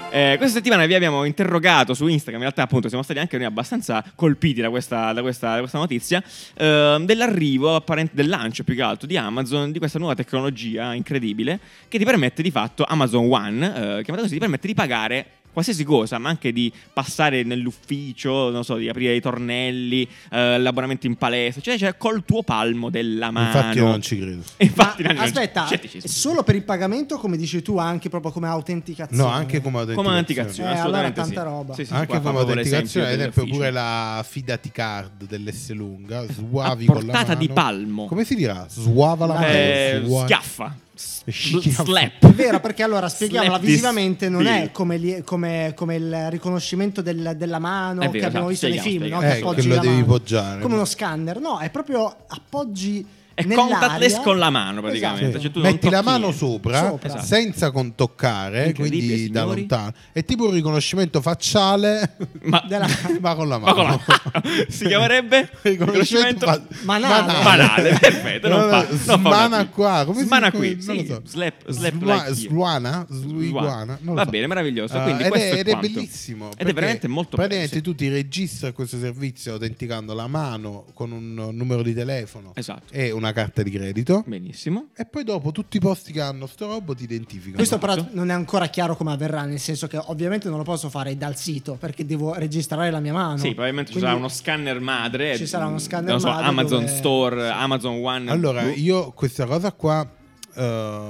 [SPEAKER 2] Eh, questa settimana vi abbiamo interrogato su Instagram, in realtà appunto siamo stati anche noi abbastanza colpiti da questa, da questa- da questa notizia, ehm, dell'arrivo, apparente, del lancio più che altro di Amazon, di questa nuova tecnologia incredibile che ti permette di fatto Amazon One, eh, chiamata così, ti permette di pagare qualsiasi cosa, ma anche di passare nell'ufficio, non so, di aprire i tornelli, eh, l'abbonamento in palestra, cioè, cioè col tuo palmo della mano.
[SPEAKER 3] Infatti, io non ci credo.
[SPEAKER 2] [laughs] Infatti,
[SPEAKER 4] Ma
[SPEAKER 2] Nanni, non cioè, c'è
[SPEAKER 4] aspetta,
[SPEAKER 2] scetticismo.
[SPEAKER 4] solo per il pagamento, come dici tu, anche proprio come autenticazione.
[SPEAKER 3] No, anche come
[SPEAKER 2] Come
[SPEAKER 3] autenticazione.
[SPEAKER 2] autenticazione,
[SPEAKER 4] Eh,
[SPEAKER 2] assolutamente
[SPEAKER 4] allora tanta
[SPEAKER 2] sì.
[SPEAKER 4] roba.
[SPEAKER 2] Sì, sì,
[SPEAKER 3] Anche
[SPEAKER 2] qua fa
[SPEAKER 3] come
[SPEAKER 2] proprio
[SPEAKER 3] autenticazione, ad
[SPEAKER 2] l'esempio
[SPEAKER 3] esempio, pure
[SPEAKER 2] dell'ufficio.
[SPEAKER 3] la fidati card dell'S lunga,
[SPEAKER 2] a
[SPEAKER 3] suavi con la
[SPEAKER 2] portata di
[SPEAKER 3] mano.
[SPEAKER 2] palmo.
[SPEAKER 3] Come si dirà? Suava la mano.
[SPEAKER 2] Eh,
[SPEAKER 3] sua-
[SPEAKER 2] schiaffa. S-
[SPEAKER 3] Schiaffa.
[SPEAKER 4] È
[SPEAKER 2] Slap.
[SPEAKER 4] vero, perché allora spieghiamola
[SPEAKER 2] Slap this
[SPEAKER 4] visivamente, non è
[SPEAKER 2] bill.
[SPEAKER 4] come, li- come- come il riconoscimento del- della mano
[SPEAKER 2] È
[SPEAKER 4] che
[SPEAKER 2] vero,
[SPEAKER 4] abbiamo
[SPEAKER 2] esatto,
[SPEAKER 4] visto nei film,
[SPEAKER 2] spieghiamo,
[SPEAKER 4] no? che
[SPEAKER 3] Eh,
[SPEAKER 4] appoggi
[SPEAKER 3] che lo
[SPEAKER 4] la
[SPEAKER 3] devi
[SPEAKER 4] mano.
[SPEAKER 3] poggiare.
[SPEAKER 4] come uno scanner, no, è proprio appoggi
[SPEAKER 2] È
[SPEAKER 4] nell'aria.
[SPEAKER 2] contactless con la mano,
[SPEAKER 3] Sì.
[SPEAKER 2] praticamente.
[SPEAKER 4] Esatto.
[SPEAKER 2] Cioè, tu non
[SPEAKER 3] Eh, Metti la
[SPEAKER 2] tocchi
[SPEAKER 3] mano
[SPEAKER 2] niente.
[SPEAKER 3] sopra,
[SPEAKER 4] Sopra.
[SPEAKER 2] Esatto.
[SPEAKER 3] senza con toccare,
[SPEAKER 2] Incredibile,
[SPEAKER 3] quindi da
[SPEAKER 2] signori.
[SPEAKER 3] lontano. È tipo un riconoscimento facciale, [laughs]
[SPEAKER 2] Ma, [laughs]
[SPEAKER 4] Della-
[SPEAKER 3] ma con la
[SPEAKER 2] ma con
[SPEAKER 3] mano.
[SPEAKER 2] la si
[SPEAKER 3] [laughs]
[SPEAKER 2] chiamerebbe riconoscimento
[SPEAKER 3] fa-
[SPEAKER 4] Manale.
[SPEAKER 2] banale. Perfetto, non fa, non fa una
[SPEAKER 3] Smana
[SPEAKER 2] qui.
[SPEAKER 3] qua, come si-
[SPEAKER 2] Smana
[SPEAKER 3] come-
[SPEAKER 2] qui,
[SPEAKER 3] non lo
[SPEAKER 2] sì,
[SPEAKER 3] so.
[SPEAKER 2] slap- slap
[SPEAKER 3] Sua-
[SPEAKER 2] like here.
[SPEAKER 3] Suana? Suiguana? Non lo
[SPEAKER 2] Va
[SPEAKER 3] so.
[SPEAKER 2] bene, meraviglioso.
[SPEAKER 3] Ah,
[SPEAKER 2] Quindi
[SPEAKER 3] ed
[SPEAKER 2] questo
[SPEAKER 3] è,
[SPEAKER 2] è
[SPEAKER 3] ed è
[SPEAKER 2] quanto.
[SPEAKER 3] bellissimo.
[SPEAKER 2] Ed è
[SPEAKER 3] perché
[SPEAKER 2] veramente molto
[SPEAKER 3] Praticamente
[SPEAKER 2] bello.
[SPEAKER 3] tu ti registri a questo servizio autenticando la mano con un numero di telefono
[SPEAKER 2] sì. Esatto.
[SPEAKER 3] e una carta di credito.
[SPEAKER 2] Benissimo.
[SPEAKER 3] E poi dopo tutti i posti che hanno sto robot ti identificano.
[SPEAKER 4] Questo
[SPEAKER 2] Esatto.
[SPEAKER 4] però non è ancora chiaro come avverrà, nel senso che ovviamente non lo posso fare dal sito perché devo registrare la mia mano.
[SPEAKER 2] Sì, probabilmente ci
[SPEAKER 4] Ah,
[SPEAKER 2] sarà
[SPEAKER 4] Quindi-
[SPEAKER 2] uno scanner madre.
[SPEAKER 4] Ci sarà uno scanner
[SPEAKER 2] non so,
[SPEAKER 4] madre
[SPEAKER 2] Amazon
[SPEAKER 4] dove-
[SPEAKER 2] Store, Amazon One.
[SPEAKER 3] Allora,
[SPEAKER 2] [laughs] boh.
[SPEAKER 3] io questa cosa qua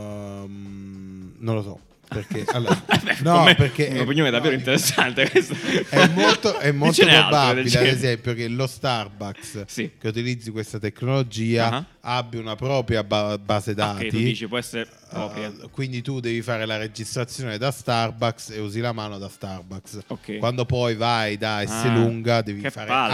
[SPEAKER 3] ehm, non lo so.
[SPEAKER 2] [laughs]
[SPEAKER 3] Perché, allora, no,
[SPEAKER 2] Com'è?
[SPEAKER 3] perché è,
[SPEAKER 2] un'opinione davvero interessante questa.
[SPEAKER 3] è molto, è molto
[SPEAKER 2] [laughs] Ce n'è altre cioè- del
[SPEAKER 3] probabile, ad
[SPEAKER 2] genere.
[SPEAKER 3] esempio, che lo Starbucks
[SPEAKER 2] Sì.
[SPEAKER 3] che utilizzi questa tecnologia
[SPEAKER 2] Ah.
[SPEAKER 3] abbia una propria ba- base
[SPEAKER 2] Ah,
[SPEAKER 3] dati.
[SPEAKER 2] ok, tu dici, può essere propria.
[SPEAKER 3] Uh, quindi tu devi fare la registrazione da Starbucks e usi la mano da Starbucks.
[SPEAKER 2] Ok.
[SPEAKER 3] Quando poi vai da S
[SPEAKER 2] Ah,
[SPEAKER 3] lunga devi
[SPEAKER 2] che
[SPEAKER 3] fare
[SPEAKER 2] palle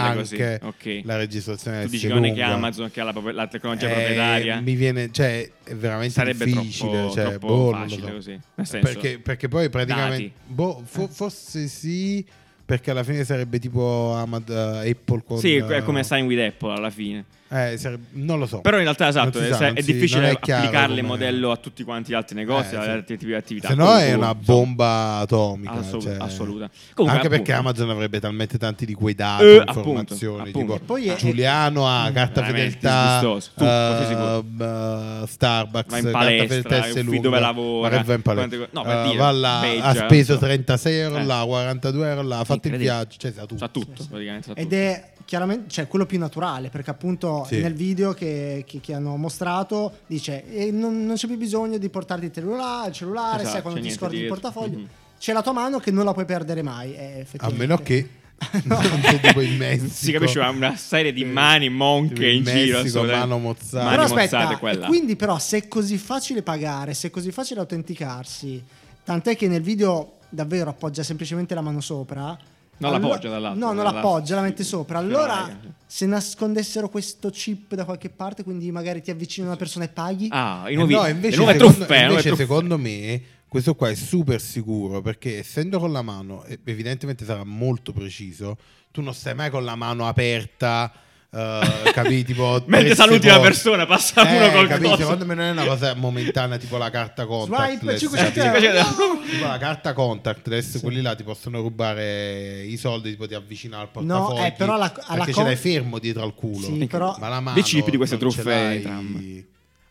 [SPEAKER 2] così,
[SPEAKER 3] anche
[SPEAKER 2] ok.
[SPEAKER 3] la registrazione
[SPEAKER 2] tu
[SPEAKER 3] da S
[SPEAKER 2] dici che
[SPEAKER 3] Eh, lunga.
[SPEAKER 2] non è che Amazon che ha la, propria- la tecnologia
[SPEAKER 3] Eh,
[SPEAKER 2] proprietaria.
[SPEAKER 3] mi viene, cioè, è veramente
[SPEAKER 2] Sarebbe
[SPEAKER 3] difficile,
[SPEAKER 2] troppo,
[SPEAKER 3] cioè,
[SPEAKER 2] troppo
[SPEAKER 3] boh, non lo
[SPEAKER 2] facile
[SPEAKER 3] so.
[SPEAKER 2] così. Nel senso,
[SPEAKER 3] Perché, perché poi praticamente
[SPEAKER 2] dati.
[SPEAKER 3] boh, fo- forse sì, Perché alla fine sarebbe tipo Amad eh, Apple con,
[SPEAKER 2] Sì, è come
[SPEAKER 3] sai
[SPEAKER 2] Sign with Apple alla fine.
[SPEAKER 3] non lo so.
[SPEAKER 2] Però in realtà esatto,
[SPEAKER 3] Non si
[SPEAKER 2] è,
[SPEAKER 3] sa,
[SPEAKER 2] è
[SPEAKER 3] non si-
[SPEAKER 2] difficile
[SPEAKER 3] non è chiaro
[SPEAKER 2] applicarle il
[SPEAKER 3] come-
[SPEAKER 2] modello a tutti quanti gli altri negozi,
[SPEAKER 3] Eh,
[SPEAKER 2] alle
[SPEAKER 3] sì.
[SPEAKER 2] altri tipi di attività.
[SPEAKER 3] Se no è
[SPEAKER 2] Comunque,
[SPEAKER 3] una
[SPEAKER 2] insomma,
[SPEAKER 3] bomba atomica.
[SPEAKER 2] assolu-
[SPEAKER 3] cioè.
[SPEAKER 2] assoluta.
[SPEAKER 3] Anche perché
[SPEAKER 2] appunto,
[SPEAKER 3] Amazon avrebbe talmente tanti di quei dati,
[SPEAKER 2] Eh, appunto,
[SPEAKER 3] informazioni.
[SPEAKER 2] appunto.
[SPEAKER 3] tipo
[SPEAKER 2] E
[SPEAKER 4] poi è-
[SPEAKER 3] Giuliano ha carta
[SPEAKER 2] veramente
[SPEAKER 3] fedeltà,
[SPEAKER 2] disgustoso. Tu, qualsiasi cosa.
[SPEAKER 3] eh, eh, Starbucks,
[SPEAKER 2] Va in
[SPEAKER 3] carta
[SPEAKER 2] palestra,
[SPEAKER 3] fedeltà
[SPEAKER 2] è un figlio
[SPEAKER 3] lunga.
[SPEAKER 2] dove lavora,
[SPEAKER 3] Ma che va in palestra?
[SPEAKER 2] quante co- no, per
[SPEAKER 3] Eh,
[SPEAKER 2] dire,
[SPEAKER 3] va là, ha
[SPEAKER 2] beggia,
[SPEAKER 3] speso
[SPEAKER 2] so.
[SPEAKER 3] 36 euro
[SPEAKER 2] Eh.
[SPEAKER 3] là, 42 euro là, ha fatto il
[SPEAKER 2] Incredibile.
[SPEAKER 3] viaggio, cioè sa tutto.
[SPEAKER 2] Sa tutto, praticamente. sa
[SPEAKER 4] Ed
[SPEAKER 2] tutto.
[SPEAKER 4] è chiaramente cioè, quello più naturale, perché appunto
[SPEAKER 3] Sì.
[SPEAKER 4] nel video che, che- che hanno mostrato dice "E non, non c'è più bisogno di portarti il cellulare, il cellulare
[SPEAKER 2] Esatto,
[SPEAKER 4] sai quando
[SPEAKER 2] c'è
[SPEAKER 4] ti
[SPEAKER 2] niente
[SPEAKER 4] scordi il
[SPEAKER 2] dietro.
[SPEAKER 4] portafoglio,
[SPEAKER 2] Mhm.
[SPEAKER 4] c'è la tua mano che non la puoi perdere mai. eh,
[SPEAKER 3] A
[SPEAKER 4] effettivamente.
[SPEAKER 3] meno
[SPEAKER 2] [laughs]
[SPEAKER 4] [laughs]
[SPEAKER 3] che [laughs] non sei tipo in Messico. Eh,
[SPEAKER 2] si capisce ma una serie di mani monche
[SPEAKER 3] Tipo in
[SPEAKER 2] in giro.
[SPEAKER 3] Messico,
[SPEAKER 2] assolutamente.
[SPEAKER 3] mano mozzata.
[SPEAKER 2] Mani
[SPEAKER 4] Però
[SPEAKER 2] mozzate,
[SPEAKER 4] aspetta,
[SPEAKER 2] quella.
[SPEAKER 4] e quindi però se è così facile pagare, se è così facile autenticarsi, tant'è che nel video davvero appoggia semplicemente la mano sopra.
[SPEAKER 2] Non
[SPEAKER 4] allo-
[SPEAKER 2] l'appoggia dall'alto,
[SPEAKER 4] No, non
[SPEAKER 2] dalla-
[SPEAKER 4] l'appoggia, la mette sopra.
[SPEAKER 2] Sì,
[SPEAKER 4] Allora,
[SPEAKER 2] raga.
[SPEAKER 4] se nascondessero questo chip da qualche parte, quindi magari ti avvicini a una persona e paghi.
[SPEAKER 2] Ah, i
[SPEAKER 3] Eh
[SPEAKER 2] nuovi,
[SPEAKER 3] no,
[SPEAKER 2] le
[SPEAKER 3] invece,
[SPEAKER 2] nuove
[SPEAKER 3] secondo,
[SPEAKER 2] truffe. eh, le nuove
[SPEAKER 3] invece
[SPEAKER 2] truffe.
[SPEAKER 3] secondo me questo qua è super sicuro perché essendo con la mano, e evidentemente sarà molto preciso, tu non stai mai con la mano aperta. eh,
[SPEAKER 2] [laughs]
[SPEAKER 3] capi, tipo,
[SPEAKER 2] Mentre
[SPEAKER 3] tre
[SPEAKER 2] saluti
[SPEAKER 3] secondi.
[SPEAKER 2] una persona, passa uno col
[SPEAKER 3] capi,
[SPEAKER 2] coso.
[SPEAKER 3] secondo me non è una cosa momentanea tipo la carta contactless
[SPEAKER 4] Swipe 500
[SPEAKER 3] capi?
[SPEAKER 4] euro.
[SPEAKER 3] [laughs] tipo la carta contactless quelli là ti possono rubare i soldi tipo ti avvicina al portafogli
[SPEAKER 4] No, eh, però alla- alla
[SPEAKER 3] perché
[SPEAKER 4] con-
[SPEAKER 3] ce l'hai fermo dietro al culo
[SPEAKER 4] Sì, però-
[SPEAKER 3] ma la mano
[SPEAKER 2] Dici di più di queste
[SPEAKER 3] non ce
[SPEAKER 2] truffe
[SPEAKER 3] l'hai-
[SPEAKER 2] in tram.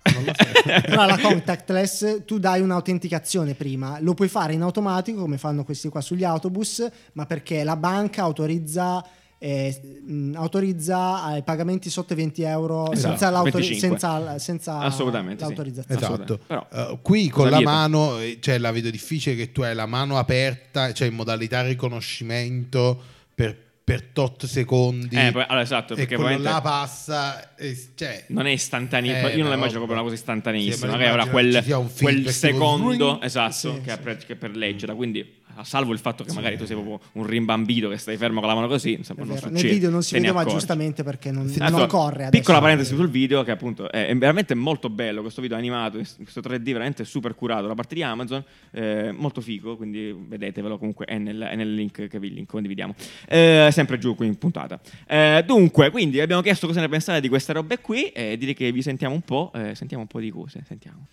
[SPEAKER 3] Ah, non lo
[SPEAKER 2] [laughs]
[SPEAKER 3] so.
[SPEAKER 4] Però la contactless tu dai un'autenticazione prima, lo puoi fare in automatico come fanno questi qua sugli autobus, ma perché la banca autorizza, eh, mh, autorizza ai pagamenti sotto i 20 euro
[SPEAKER 2] Esatto,
[SPEAKER 4] senza, l'autori-
[SPEAKER 2] 25.
[SPEAKER 4] senza, senza
[SPEAKER 2] Assolutamente, sì.
[SPEAKER 4] l'autorizzazione.
[SPEAKER 3] Esatto,
[SPEAKER 2] Assolutamente. Però-
[SPEAKER 3] Eh, qui con
[SPEAKER 2] Cosa
[SPEAKER 3] la
[SPEAKER 2] vieta?
[SPEAKER 3] mano eh, cioè, la vedo difficile che tu hai la mano aperta, cioè in modalità riconoscimento per, per tot secondi.
[SPEAKER 2] Eh, poi- allora, esatto,
[SPEAKER 3] e
[SPEAKER 2] perché
[SPEAKER 3] quello
[SPEAKER 2] probabilmente-
[SPEAKER 3] là passa. e- cioè,
[SPEAKER 2] Non è istantaneo,
[SPEAKER 3] Eh,
[SPEAKER 2] io non la
[SPEAKER 3] no,
[SPEAKER 2] immagino proprio una cosa
[SPEAKER 3] sì,
[SPEAKER 2] istantaneissima,
[SPEAKER 3] ma
[SPEAKER 2] magari avrà
[SPEAKER 3] immagino
[SPEAKER 2] quel,
[SPEAKER 3] ci sia un
[SPEAKER 2] quel
[SPEAKER 3] feedback tipo
[SPEAKER 2] secondo
[SPEAKER 3] swing.
[SPEAKER 2] esatto
[SPEAKER 4] Sì,
[SPEAKER 2] che,
[SPEAKER 4] sì,
[SPEAKER 2] per, che per leggerla, quindi a salvo il fatto che magari tu sei proprio un rimbambito che stai fermo con la mano così,
[SPEAKER 4] È
[SPEAKER 2] insomma, Esatto, non
[SPEAKER 4] vero.
[SPEAKER 2] succede.
[SPEAKER 4] Nel video non si
[SPEAKER 2] te ne
[SPEAKER 4] vede, ma
[SPEAKER 2] accorgi.
[SPEAKER 4] giustamente perché non,
[SPEAKER 3] Sì,
[SPEAKER 4] non
[SPEAKER 2] Adesso,
[SPEAKER 4] corre. adesso.
[SPEAKER 2] Piccola parentesi sul video, che appunto è, è veramente molto bello. Questo video animato, questo 3D veramente super curato da parte di Amazon, eh, molto figo. Quindi vedetevelo. Comunque è nel, è nel link che vi link condividiamo. Eh, sempre giù qui in puntata. Eh, dunque, quindi abbiamo chiesto cosa ne pensate di queste robe qui. E direi che vi sentiamo un po'. eh, sentiamo un po' di cose. Sentiamo.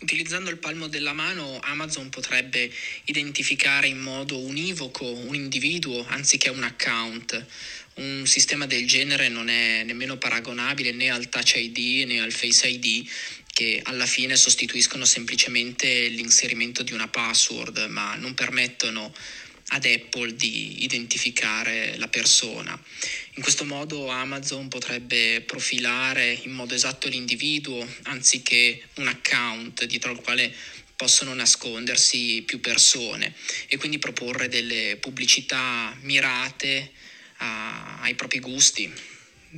[SPEAKER 5] Utilizzando il palmo della mano, Amazon potrebbe identificare in modo univoco un individuo anziché un account. Un sistema del genere non è nemmeno paragonabile né al Touch ID né al Face ID, che alla fine sostituiscono semplicemente l'inserimento di una password, ma non permettono ad Apple di identificare la persona. In questo modo Amazon potrebbe profilare in modo esatto l'individuo anziché un account dietro al quale possono nascondersi più persone e quindi proporre delle pubblicità mirate a- ai propri gusti.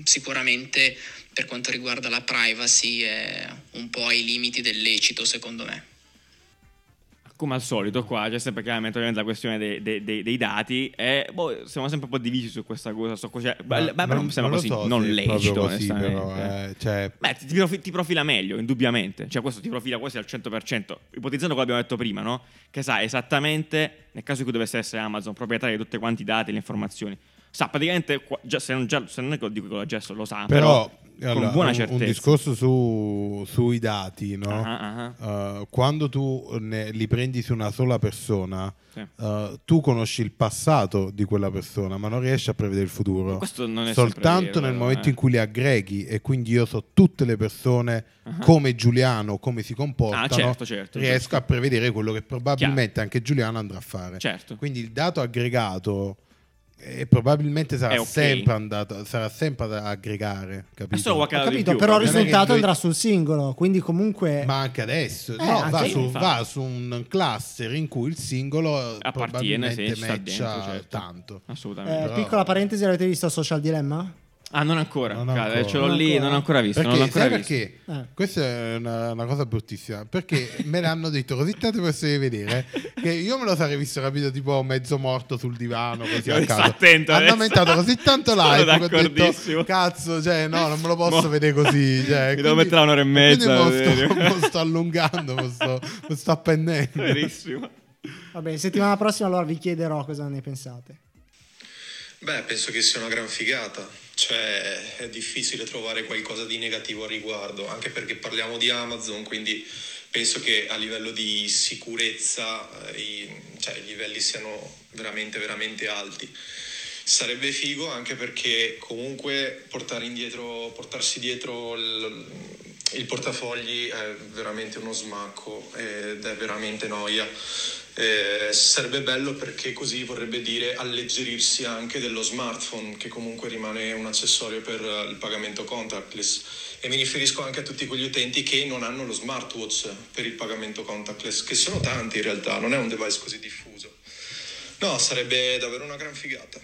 [SPEAKER 5] Sicuramente per quanto riguarda la privacy è un po' ai limiti del lecito secondo me.
[SPEAKER 2] Come al solito, qua c'è sempre chiaramente ovviamente la questione dei, dei- dei- dei dati. E boh, siamo sempre un po' divisi su questa cosa. so cosa- ma, ma non sembra
[SPEAKER 3] lo
[SPEAKER 2] così,
[SPEAKER 3] so
[SPEAKER 2] non
[SPEAKER 3] se è
[SPEAKER 2] lecito.
[SPEAKER 3] proprio così,
[SPEAKER 2] onestamente.
[SPEAKER 3] però, eh, cioè,
[SPEAKER 2] Beh, ti, ti profi- ti profila meglio, indubbiamente. Cioè, questo ti profila quasi al 100%. Ipotizzando quello che abbiamo detto prima, no? Che sa esattamente, nel caso in cui dovesse essere Amazon, proprietario di tutti quanti i dati e le informazioni. Sa praticamente, qua- già- se non, già, se non è che lo dico con la gesso, lo sa, però,
[SPEAKER 3] però,
[SPEAKER 2] con
[SPEAKER 3] allora,
[SPEAKER 2] buona
[SPEAKER 3] un-
[SPEAKER 2] certezza.
[SPEAKER 3] un, discorso su- sui dati, no?
[SPEAKER 2] Ah, ah,
[SPEAKER 3] Eh, quando tu ne- li prendi su una sola persona,
[SPEAKER 2] Sì.
[SPEAKER 3] eh, tu conosci il passato di quella persona, ma non riesci a prevedere il futuro.
[SPEAKER 2] Questo non è sempre
[SPEAKER 3] Soltanto
[SPEAKER 2] vero,
[SPEAKER 3] nel
[SPEAKER 2] eh.
[SPEAKER 3] momento in cui li aggreghi e quindi io so tutte le persone come Giuliano, come si comportano,
[SPEAKER 2] Uh-huh. Ah, certo, certo,
[SPEAKER 3] riesco
[SPEAKER 2] giusto.
[SPEAKER 3] a prevedere quello che probabilmente anche Giuliano andrà a fare.
[SPEAKER 2] Certo.
[SPEAKER 3] Quindi il dato aggregato eh, probabilmente sarà,
[SPEAKER 2] È ok.
[SPEAKER 3] sempre andato, sarà sempre da aggregare,
[SPEAKER 2] È
[SPEAKER 3] capito?
[SPEAKER 2] solo
[SPEAKER 4] Ho
[SPEAKER 2] qualche
[SPEAKER 4] capito, però il
[SPEAKER 3] non è che
[SPEAKER 4] risultato
[SPEAKER 3] due-
[SPEAKER 4] andrà sul singolo, quindi comunque...
[SPEAKER 3] Ma anche adesso,
[SPEAKER 4] Eh,
[SPEAKER 3] no,
[SPEAKER 4] anche
[SPEAKER 3] va,
[SPEAKER 4] io,
[SPEAKER 3] su,
[SPEAKER 2] infatti.
[SPEAKER 3] va su un cluster in cui il singolo
[SPEAKER 2] Appartiene, sì,
[SPEAKER 3] probabilmente
[SPEAKER 2] ci sta
[SPEAKER 3] matcha
[SPEAKER 2] dentro, certo.
[SPEAKER 3] tanto.
[SPEAKER 4] eh,
[SPEAKER 2] Assolutamente.
[SPEAKER 3] però-
[SPEAKER 4] Piccola parentesi, l'avete visto Social Dilemma?
[SPEAKER 2] Ah, non ancora.
[SPEAKER 3] Non
[SPEAKER 2] cara,
[SPEAKER 3] ancora.
[SPEAKER 2] Ce l'ho
[SPEAKER 4] Non
[SPEAKER 2] lì,
[SPEAKER 4] ancora.
[SPEAKER 2] non ho ancora visto. non l'ho
[SPEAKER 3] Perché,
[SPEAKER 2] ancora
[SPEAKER 3] sai
[SPEAKER 2] visto.
[SPEAKER 3] perché?
[SPEAKER 4] Eh.
[SPEAKER 3] Questa è una, una cosa bruttissima. Perché me l'hanno detto così tante persone di vedere che io me lo sarei visto capito tipo mezzo morto sul divano così a
[SPEAKER 2] Io sto
[SPEAKER 3] caso.
[SPEAKER 2] attento
[SPEAKER 3] Hanno
[SPEAKER 2] adesso.
[SPEAKER 3] aumentato così tanto
[SPEAKER 2] Sono
[SPEAKER 3] live che ho
[SPEAKER 2] d'accordissimo.
[SPEAKER 3] detto cazzo, cioè no, non me lo posso
[SPEAKER 2] Mo-
[SPEAKER 3] vedere così, cioè,
[SPEAKER 2] Mi devo mettere un'ora e mezza a
[SPEAKER 3] Quindi [laughs] mo sto,
[SPEAKER 2] vedere.
[SPEAKER 3] mo sto allungando, mo sto, mo sto appendendo.
[SPEAKER 2] Verissimo.
[SPEAKER 4] Vabbè, settimana prossima allora vi chiederò cosa ne pensate.
[SPEAKER 6] Beh, penso che sia una gran figata, cioè è difficile trovare qualcosa di negativo a riguardo, anche perché parliamo di Amazon, quindi penso che a livello di sicurezza eh, i, cioè, i livelli siano veramente, veramente alti. Sarebbe figo anche perché comunque portare indietro, portarsi dietro il, il portafogli è veramente uno smacco ed è veramente noia. Eh, sarebbe bello perché così vorrebbe dire alleggerirsi anche dello smartphone che comunque rimane un accessorio per eh, il pagamento contactless e mi riferisco anche a tutti quegli utenti che non hanno lo smartwatch per il pagamento contactless che sono tanti in realtà non è un device così diffuso no sarebbe davvero una gran figata